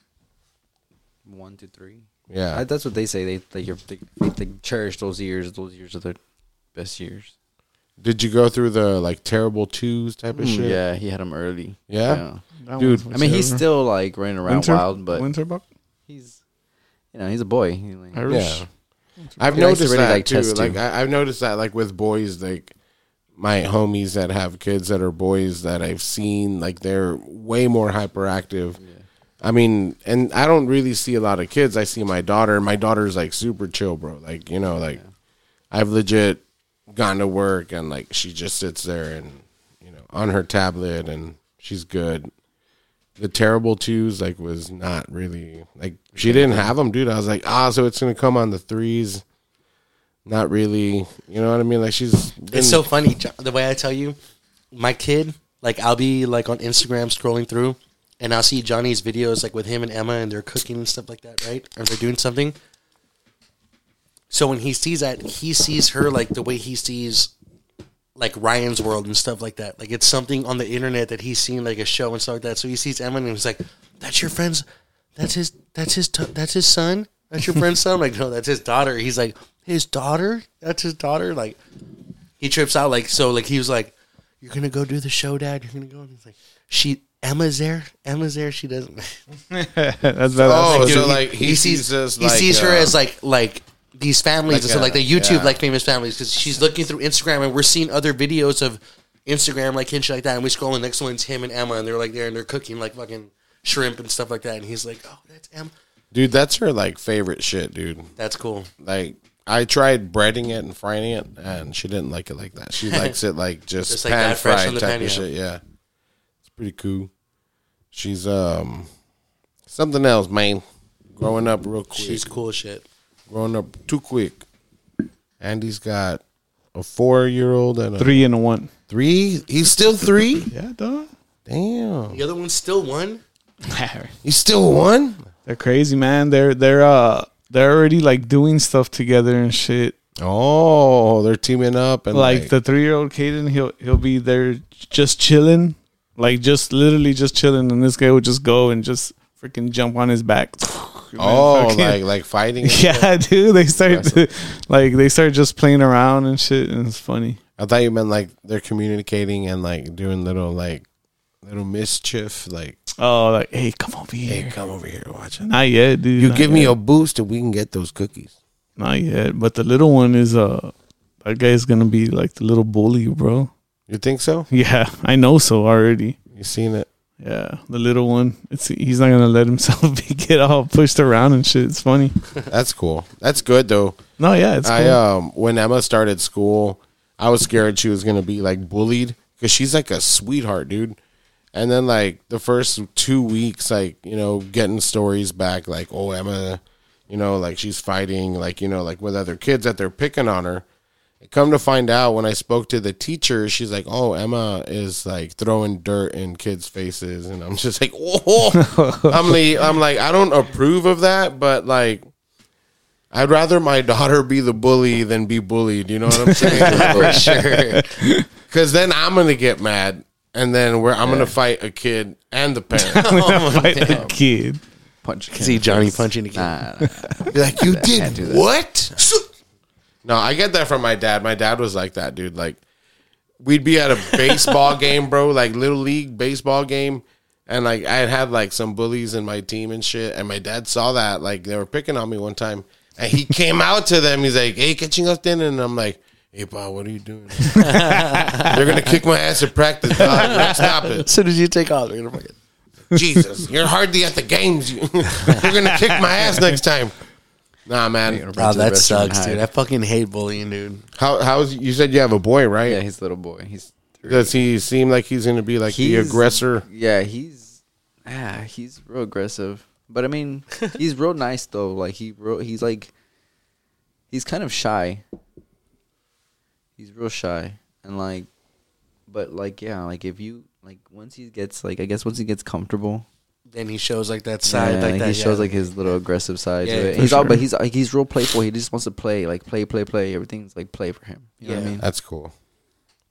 one to three.
Yeah,
I, that's what they say. They they, you're- they they cherish those years. Those years are the best years.
Did you go through the like terrible twos type of shit?
Yeah, he had him early.
Yeah?
Dude,
I mean, he's still like running around
Winter-
wild, but
Winterbuck.
he's you know he's a boy. He, like-
Irish.
Yeah. I've
He likes
noticed
to really
that
like
too.
chess, too.
Like I, I've noticed that like with boys, like my homies that have kids that are boys that I've seen, like they're way more hyperactive. I mean, and I don't really see a lot of kids. I see my daughter. My daughter's like super chill, bro. Like you know, like I've legit gone to work and like she just sits there and you know on her tablet and she's good. The terrible twos like was not really like she didn't have them, dude. I was like, ah, so it's gonna come on the threes. Not really, you know what I mean. Like she's been,
It's so funny Jo- the way I tell you, my kid. Like I'll be like on Instagram scrolling through, and I'll see Johnny's videos like with him and Emma, and they're cooking and stuff like that, right? Or they're doing something. So when he sees that, he sees her like the way he sees, like Ryan's World and stuff like that. Like it's something on the internet that he's seen, like a show and stuff like that. So he sees Emma and he's like, "That's your friend's. That's his. That's his. t- that's his son. That's your friend's son." I'm like, no, that's his daughter. He's like, his daughter. That's his daughter. Like he trips out like so like he was like you're gonna go do the show dad you're gonna go and he's like she emma's there emma's there she doesn't
That's badass.
Oh,
Like,
so
dude,
like he, sees us.
he sees her
uh,
as like like these families
like
and stuff,
a-
like the YouTube
yeah.
like famous families because she's looking through Instagram and we're seeing other videos of Instagram like and shit like that and we scroll and next one's him and Emma and they're like there and they're cooking like fucking shrimp and stuff like that and he's like oh that's Emma
dude. That's her like favorite shit, dude.
that's cool
Like I tried breading it and frying it, and she didn't like it like that. She likes it like just,
Just like
pan
that, fresh
fried
on the
type
pan,
of
yeah.
shit. Yeah, it's pretty cool. She's um something else, man. Growing up real quick.
she's cool as shit
growing up too quick. Andy's got a four-year-old and a
Three and a one.
three. He's still three.
Yeah, dog.
Damn,
the other one's still one
he's still one.
They're crazy, man. They're they're uh they're already like doing stuff together and shit.
Oh, they're teaming up and
Like, the three year old Caden, he'll he'll be there just chilling, like just literally just chilling, and this guy would just go and just freaking jump on his back. And then
oh,
fucking-
like like fighting. and shit?
yeah, dude. They start to, like they start just playing around and shit, and it's funny.
I thought you meant like they're communicating and like doing little like little mischief. Like,
Oh, like hey, come over here.
hey, come over here, watch it.
Not yet, dude.
You
Not
give me
yet.
a boost and we can get those cookies.
not yet. But the little one is uh, that guy's gonna be like the little bully, bro.
You think so?
Yeah, I know so already.
You seen it?
Yeah, the little one. It's he's not gonna let himself be get all pushed around and shit. It's funny.
That's cool. That's good though.
No, yeah, it's cool.
I um when Emma started school, I was scared she was gonna be like bullied because she's like a sweetheart, dude. And then like the first two weeks, like you know, getting stories back, like oh Emma, you know, like she's fighting, like you know, like with other kids that they're picking on her. Come to find out, when I spoke to the teacher, she's like, "Oh, Emma is like throwing dirt in kids' faces," and I'm just like, "Oh!" I'm like, I'm like, I don't approve of that, but like, I'd rather my daughter be the bully than be bullied. You know what I'm saying? For sure. Because then I'm gonna get mad, and then where I'm gonna fight a kid and the parent.
fight a kid.
Punch.
See Johnny punching again.
Nah, nah, nah.
Be like you
can't do
did
that.
what? no, I get that from my dad. My dad was like that, dude. Like we'd be at a baseball game, bro, like little league baseball game, and like I had had like some bullies in my team and shit, and my dad saw that. Like they were picking on me one time, and he came out to them. He's like, "Hey, catching up then," and I'm like. Hey, Pa, what are you doing? They're going to kick my ass at practice. dog. Stop it.
As soon as you take off, they're gonna fucking-
Jesus, you're hardly at the games. You- You're gonna kick my ass next time. Nah, man.
Wow,
to the
that
restaurant
sucks,
and
dude. I fucking hate bullying, dude.
How how's you said you have a boy, right?
Yeah, he's a little boy. He's three.
Does he seem like he's gonna be like the
He's-
aggressor?
Yeah, he's ah, he's real aggressive. But I mean, he's real nice though. Like he real, he's like he's kind of shy. He's real shy and like but like yeah, like if you like once he gets like I guess once he gets comfortable,
Then he shows like that side,
yeah,
like that.
he
yeah.
shows like his little aggressive side.
Yeah,
to it.
for
He's all
sure.
but he's like he's real playful. He just wants to play, like play, play, play. Everything's like play for him. You know what I
Yeah.
mean?
That's cool.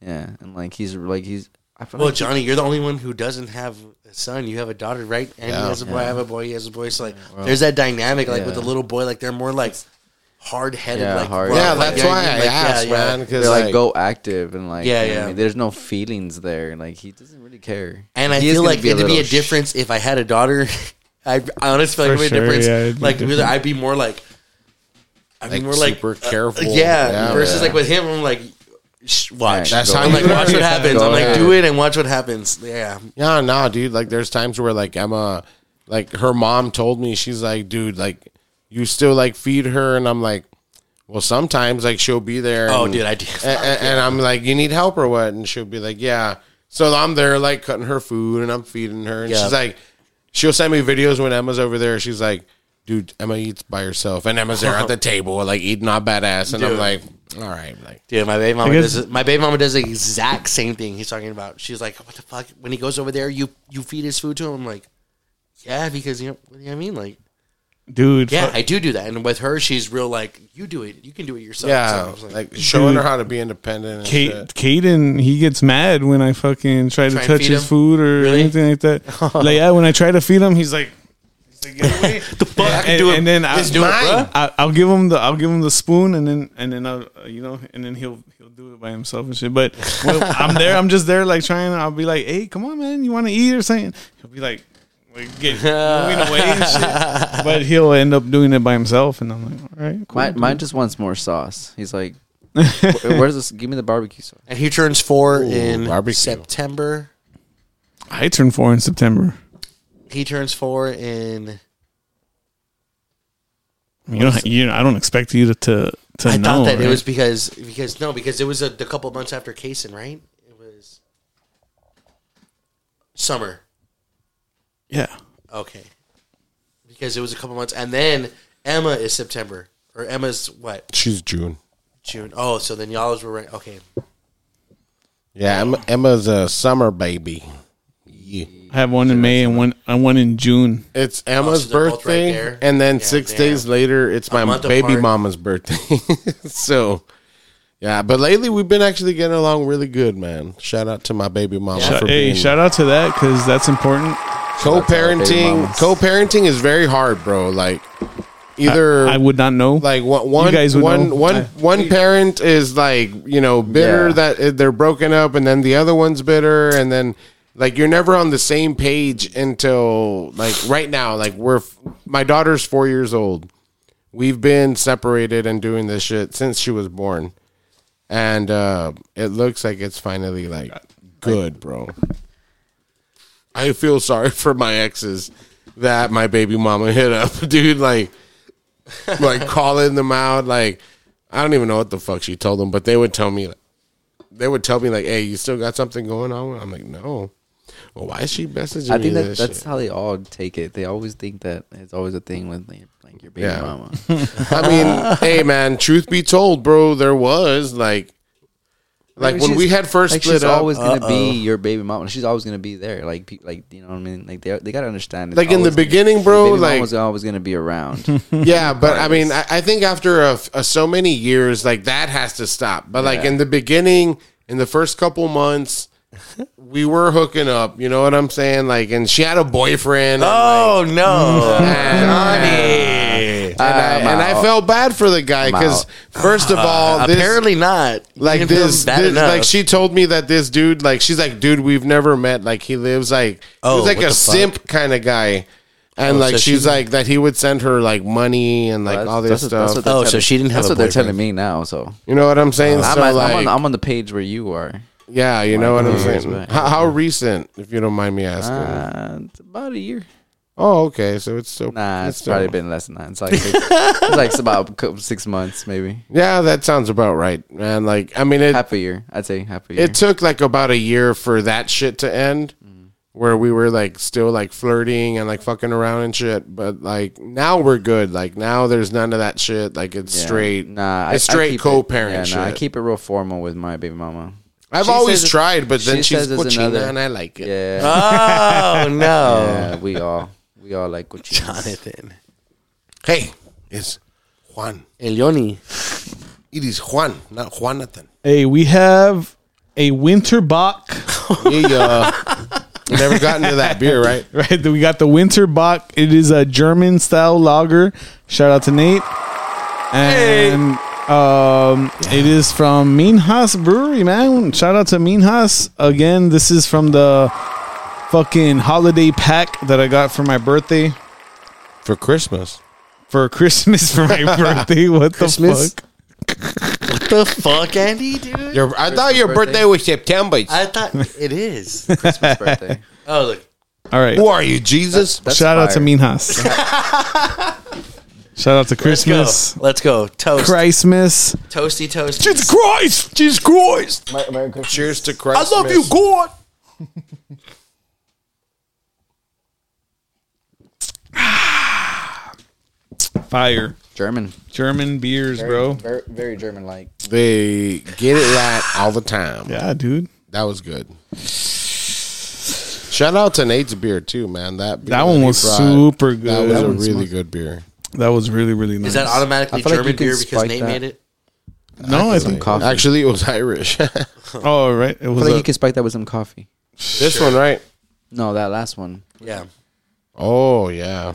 Yeah, and like he's like he's. I feel
Well,
like he-
Johnny, you're the only one who doesn't have a son. You have a daughter, right? And he has a boy. I have a boy. He has a boy. So like, there's that dynamic, like with the
Yeah.
little boy, like they're more like hard headed,
Yeah,
like
hard.
rough,
Yeah,
like,
that's
you know what
why
mean?
I
Like,
asked,
yeah, yeah.
man. Because
They're like,
like,
go active and like
Yeah,
you know what I
yeah.
mean? there's no feelings there. Like he doesn't really care.
And I
He is
feel
gonna
like it'd be
little
a difference if I had a daughter. I I honestly feel like
For
it'd be a
sure,
difference.
yeah, it'd be
like
different.
I'd be more like, I'd
Like,
be more like
super
uh,
careful.
yeah,
Yeah,
versus
yeah.
like with him, I'm like, shh, watch.
That's
Go
how
I'm
you
like, watch what happens.
Go
I'm like,
ahead.
do it and watch what happens. Yeah,
Yeah, nah, dude. Like, there's times where like Emma, like her mom told me, she's like, dude, like you still like feed her, and I'm like, well, sometimes like she'll be there.
Oh,
and-
dude, I do.
a- a- And, I'm like, you need help or what? And she'll be like, yeah. So I'm there like cutting her food and I'm feeding her, and
Yeah.
she's like, she'll send me videos when Emma's over there. She's like, dude, Emma eats by herself, and Emma's there at the table like eating all badass, and I'm
Dude.
like, all right, like.
Dude, my baby mama
guess-
does my baby mama does the exact same thing he's talking about. She's like, "What the fuck?" When he goes over there, you you feed his food to him. I'm like, "Yeah," because you know what do you mean. Like,
Dude,
yeah,
fuck-
I do do that. And with her, she's real like, "You do it. You can do it yourself." So I
Yeah,
was like,
like showing her
Dude.
how to be independent. And
Kate,
shit.
Caden, he gets mad when I fucking try to
Try and
touch
feed
his
him?
food or
Really?
anything like that. like, yeah, when I try to feed him, he's like,
the fuck, I can
and,
do it.
and then I,
It's mine.
I, I'll give him the I'll give him the spoon, and then and then I'll uh, you know, and then he'll he'll do it by himself and shit. But when I'm there, I'm just there, like trying. I'll be like, hey, come on, man, you want to eat or something? He'll be like, like get moving away and shit. But he'll end up doing it by himself, and I'm like, all right, cool.
Mine, mine just wants more sauce. He's like, "Wh- where's this? Give me the barbecue sauce.
And he turns four in
barbecue.
September.
I turned four in September.
He turns four in.
You don't you I don't expect you to to, to
I
know.
thought that
right?
it was because because no because it was a, the couple months after Kaysen, right? It was summer.
yeah.
Okay. Because it was a couple months. And then Emma is September. Or Emma's what?
she's June.
June. Oh, so then y'all's were right. Okay.
Yeah, Emma, Emma's a summer baby. Yeah.
I have one in May and one and one in June.
It's Emma's
so they're Oh, both right
birthday,
there?
and then
Yeah,
six
damn.
days later, it's my
month
baby
apart.
mama's birthday. so, yeah, but lately we've been actually getting along really good, man. Shout out to my baby mama
Shout-
for
hey,
being
shout out to that because that's important.
Baby
co-parenting.
mamas.
Co-parenting is very hard, bro. Like
Er
either
I would not know.
like one one
guys would
one-
know.
one-
I-
one parent is like you know bitter
Yeah.
that uh, they're broken up, and then the other one's bitter, and then like you're never on the same page until like right now. Like we're f- my daughter's four years old. We've been separated and doing this shit since she was born, and uh, it looks like it's finally like good, bro. I feel sorry for my exes that my baby mama hit up, dude. Like, like calling them out. Like, I don't even know what the fuck she told them, but they would tell me, they would tell me like, "Hey, you still got something going on?" I'm like, "No." Well, why is she messaging
I
me
think that,
this
that's
shit?
how they all take it. They always think that it's always a thing with like, like your baby
Yeah.
mama.
I mean, hey man, truth be told, bro, there was like, like
Maybe
when
she's-
we had first
like
split
she's
up,
always gonna be your baby mama. She's always gonna be there. Like, pe- like you know what I mean? Like they, they gotta understand. it's
like in the
always gonna-
beginning,
your
bro,
baby
like
mama's always gonna be around.
yeah, but I mean, I, I think after a, a, so many years, like that has to stop. But like
Yeah.
in the beginning, in the first couple months. We were hooking up, you know what I'm saying? Like, and she had a boyfriend. and,
Oh no,
Johnny.
Oh,
And, I,
I'm
and I
out.
felt bad for the guy
I'm
because
out.
first of all, this,
Uh, apparently not. You
like
didn't feel
this,
bad
this-
enough.
like she told me that this dude, like she's like, dude, we've never met. Like he lives like
Oh,
he was like
what
a
the fuck?
simp kind of guy. And
Oh,
like
so
she's
she-
like that he would send her like money and like all this stuff.
they're
Oh, so
telling-
she didn't have
That's
a
what they're
boyfriend.
telling me now. So,
you know what I'm saying?
I'm,
so
on,
like,
I'm, on, I'm on the page where you are.
yeah, you know what I'm
Mhm.
saying.
Right.
How, how recent, if you don't mind me asking?
Uh, it's about a year.
oh, okay, so it's still
Nah, it's
still-
probably been less than that. It's like it's like about cou- six months, maybe
Yeah, that sounds about right, man. Like I mean, it
half a year. I'd say half a year. Mm.
it took like about a year for that shit to end where we were like still like flirting and like fucking around and shit but like now we're good like now there's none of that shit like it's
Yeah.
straight
Nah,
it's
keep
straight
it-
co-parent
yeah, nah, I
shit
keep it real formal with my baby mama.
i've
she
always
says it-
tried but then
she
she's
says it's
cochina
another-
and i like it
Yeah,
oh no,
yeah, we all we all like what you
Jonathan,
Hey, it's Juan.
Elioni.
It is Juan, not Juanathan.
Hey, we have a Winterbach.
we uh, never got into that beer right
Right, we got the Winterbach. It is a German style lager. Shout out to Nate. And um, it is from Minhas Brewery, man. Shout out to Minhas again. This is from the fucking holiday pack that I got for my birthday
for christmas
for Christmas for my birthday. What
Christmas?
the fuck?
What the fuck, Andy, dude?
your, i thought your birthday,
birthday?
was september
I thought it is.
Christmas birthday.
Oh look,
All right.
who are you jesus
That's
Shout out to
fire.
Minhas. Shout out to
let's go.
Christmas.
Let's go. Toast,
Christmas.
toasty, toasty.
christ jesus christ cheers to christ i love you god
Fire.
German,
German beers, bro.
very, very German like.
they get it right all the time
Yeah, dude.
That was good. Shout out to Nate's beer too, man. That beer
That one
he
was
brought,
super good.
That was
That
a
one's
really good beer.
That was really, really nice.
Is that automatically
I feel like
German
you can
beer because
spike
Nate
that.
made it?
No, I think.
Coffee.
Actually, it was Irish. this
Oh, right. It
I
was.
feel like
a-
you can spike that with some coffee.
one, right?
No, that last one
Yeah.
Oh yeah.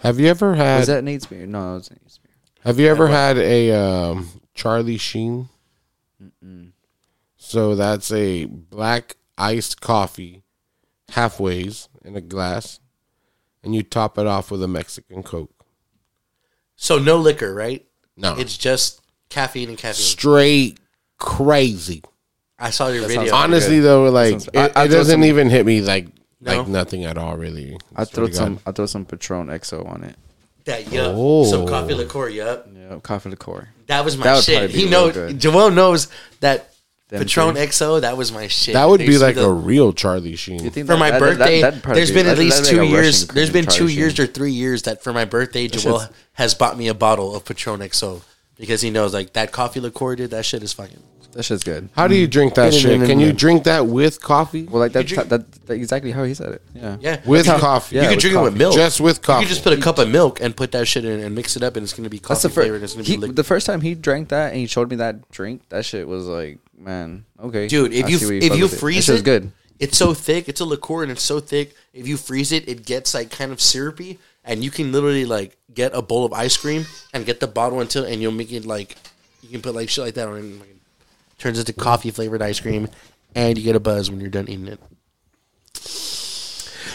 Have you ever had?
was that Nate's beer. No, that was Nate's beer.
have you ever had a um, Charlie Sheen? So that's a black iced coffee, halfways in a glass, and you top it off with a Mexican Coke.
So no liquor, right?
No,
It's just caffeine and caffeine.
straight crazy.
I saw your video.
Honestly, though, like it,
I- I
it
throw
doesn't
some-
even hit me like
No?
like nothing at all, really.
I
Swear
throw
to God.
some. I throw some Patron XO on it.
That yup.
Oh.
Some coffee liqueur, yup.
Yeah, coffee liqueur.
That was my
That would
shit.
probably be
He
real
knows
good.
Joel knows that
Them
Patron
two.
XO, that was my shit.
That would
They
be
used to
like
do
a real Charlie Sheen.
You think
for
that-
my
that- that-
birthday.
that'd probably
there's
be-
been at
that'd-
least
that'd
two
be like a
years.
Russian
There's been two
cream
years
tradition.
or three years that for my birthday, Joel has bought me a bottle of Patron XO because he knows like that coffee liqueur, dude. That shit is fucking.
That shit's good.
How do you drink that
Get it
shit?
in and
Can you
then-
drink that with coffee?
Well, like that,
drink-
that, that exactly how he said it. Yeah.
Yeah,
With
That's how-
coffee,
yeah,
you can
with
drink it with
coffee.
milk.
just with
you
coffee.
can just put a cup of milk and put that shit in and mix it up, and it's gonna be coffee
That's the
flavored. It's
first.
gonna
He,
be liquid.
the first time he drank that and he showed me that drink. That shit was like, man, okay,
Dude, if
I
you
see where
if
fuck
you
with it. That
freeze
shit was
it,
good.
It's so thick. It's a liqueur, and it's so thick. If you freeze it, it gets like kind of syrupy, and you can literally like get a bowl of ice cream and get the bottle until, and you'll make it like you can put like shit like that on it. And, like, it turns into coffee flavored ice cream, and you get a buzz when you're done eating it.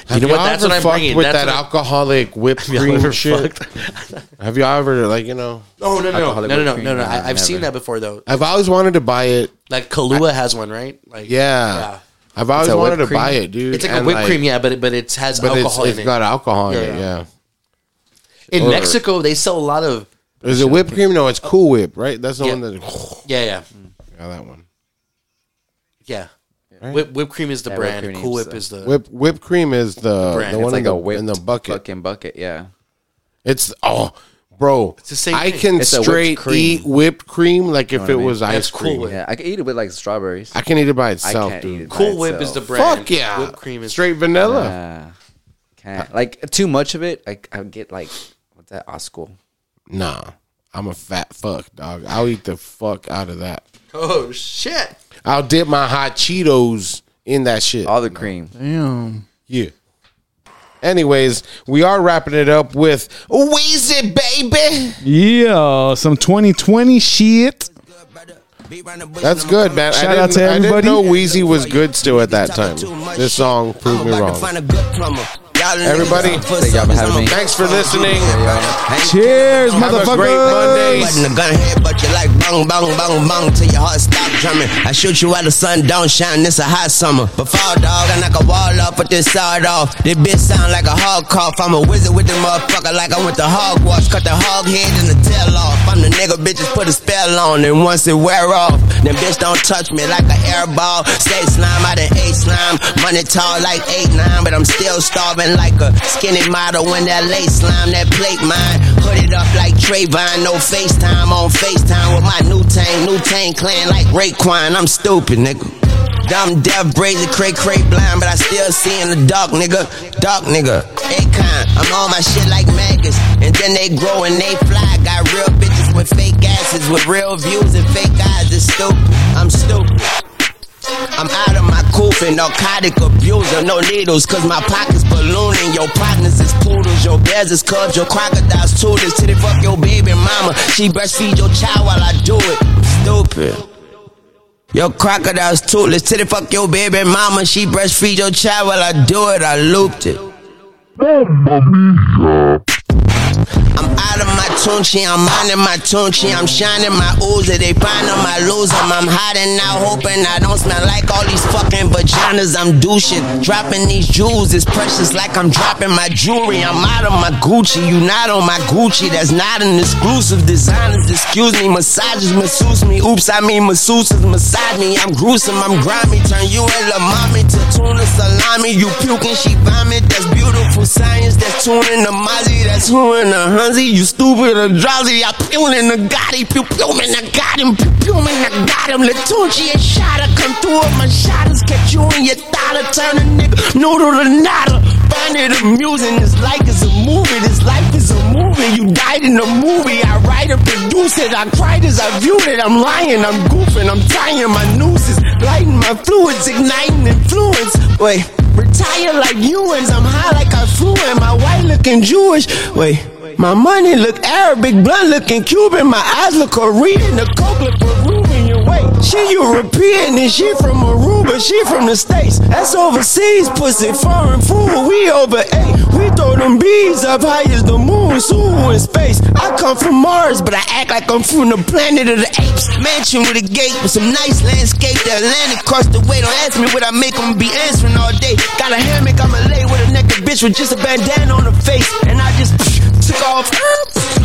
Have
know
y'all
what? That's
ever
what I'm
fucked
bringing.
with
That's
that
what I-
alcoholic whipped cream shit? Have you ever like you know?
Oh no no no no
Alcoholic
no
whipped
no,
cream,
no,
nah,
I, I've
never.
seen that before though.
I've always wanted to buy it.
Like Kahlua has one, right? Like
Yeah.
yeah.
I've always
a
wanted
whipped
to
cream.
buy it, dude.
It's like a
and,
whipped cream, yeah, but it, but it has
But it's,
alcohol
it's
in it.
got alcohol in
Yeah,
it,
yeah.
yeah.
in
or-
Mexico, they sell a lot of
Is it whipped cream? No, it's Cool Whip, right? That's the
Yeah.
one that.
yeah, yeah,
Yeah, that one.
yeah. Whip, whipped cream is the
Yeah, whipped
brand.
cream
cool
is
Whip
the-
is the
Whip whipped cream is the
brand.
the
It's
one
like
in, the,
a whipped
in the bucket.
fucking bucket. Yeah.
It's oh, bro.
the same
I
thing.
can
It's a whipped
straight
cream.
eat whipped cream like if
what I
it
mean?
was
That's
ice
Cool
cream.
Whip.
Yeah, I can eat it with like strawberries.
I can eat it by
I
itself,
can't
dude.
eat it. by
Cool Whip is the
itself.
brand.
Fuck yeah,
whipped cream is
straight vanilla.
Nah, can't. Like too much of it, I I get like what's that Oscar?
Nah, I'm a fat fuck dog. I'll eat the fuck out of that.
Oh shit!
I'll dip my hot Cheetos in that shit.
All the cream.
Damn.
Yeah. Anyways, we are wrapping it up with Weezy Baby.
Yeah, some 2020 shit.
That's good, man. I
Shout
didn't,
out to
I didn't
everybody.
know Weezy was good still at that time. This song proved me wrong. Everybody,
Thank y'all for having me.
thanks for listening.
Cheers,
Have a
motherfucker.
great Monday.
Button a gun head, but you like bong, bong, bong, bong till your heart stop drumming. I shoot you while the sun don't shine, it's a hot summer. But fall dog, I knock a wall off, put this side off. This bitch sound like a hog cough. I'm a wizard with the motherfucker like I went to Hogwarts. Cut the hog head and the tail off. I'm the nigga bitches put a spell on, and once it wear off, then bitch don't touch me like an air ball. Stay slime, I done ate slime. Money tall like 8-9, but I'm still starving like a skinny model when that late slime, that plate mine. Hooded up like Trayvon, no FaceTime on FaceTime with my new tang, new tang clan like Raekwon. I'm stupid, nigga. Dumb, deaf, brazen, cray, cray, blind, but I still see in the dark, nigga. Dark, nigga. Akon, I'm on my shit like maggots. And then they grow and they fly. Got real bitches with fake asses, with real views and fake eyes. It's stupid. I'm stupid. I'm out of my coffin, narcotic abuser, no needles, cause my pockets ballooning. Your partners is poodles, your bears is cubs, your crocodiles tutors. Till they fuck your baby mama, she breastfeed your child while I do it. Stupid. Your crocodile's toothless, till they fuck your baby mama, she breastfeed your child while I do it. I looped it. I'm out of my tunchi, I'm minding my tunchi, I'm shining my ooze. If They find them, I lose them. I'm hiding out, hoping I don't smell like all these fucking vaginas. I'm douching, dropping these jewels. It's precious, like I'm dropping my jewelry. I'm out of my Gucci, you not on my Gucci. That's not an exclusive. Designers, excuse me, massages, masseuse me. Oops, I mean masseuses, massage me. I'm gruesome, I'm grimy. Turn you and La mommy to tuna salami. You puking, she vomit. That's beautiful science. That's tuning the Mozzie. That's who in the Hunzi. You stupid and drowsy. I pew in the Gotti. Pew pew man, I got him. Pew pew man, I got him. Latunchi and Shada come through with my shotters. Catch you in your thought. Turn a nigga noodle to nada. Find it amusing. This life is a movie. This life is a movie. You died in a movie. I write and produce it. I cried as I viewed it. I'm lying. I'm goofing. I'm tying my nooses. Lighting my fluids. Igniting influence. Wait. Retire like Ewans. I'm high like I flew in. My white looking Jewish. Wait. My money look Arabic, blunt looking Cuban. My eyes look Korean. The coke look Peruvian. You wait. She European and she from Aruba. She from the States. That's overseas pussy. Foreign food. We over eight. We throw them bees up high as the moon. Soon in space. I come from Mars, but I act like I'm from the planet of the apes. Mansion with a gate with some nice landscape. The Atlantic across the way. Don't ask me what I make. I'ma be answering all day. Got a hammock. I'ma lay with a naked bitch with just a bandana on her face. And I just took off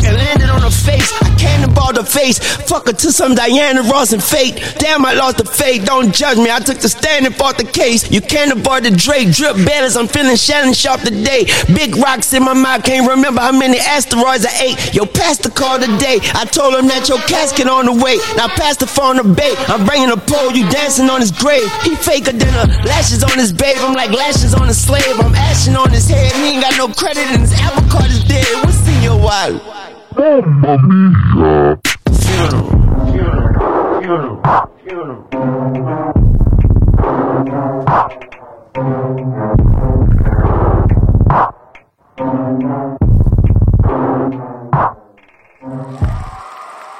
and landed on her face. I cannonballed her face. Fuck her to some Diana Ross and fate. Damn, I lost the faith. Don't judge me. I took the stand and fought the case. You cannonball the Drake. Drip balance. I'm feeling Shannon sharp today. Big rocks in my mouth. Can't remember how many asteroids I ate. Your pastor called today. I told him that your casket on the way. Now pass the phone to bait. I'm bringing a pole. You dancing on his grave. He faker than a lashes on his babe. I'm like lashes on a slave. I'm ashing on his head. He ain't got no credit and his apple cart is dead. What's in your wallet? Funeral. Funeral. Funeral. Funeral.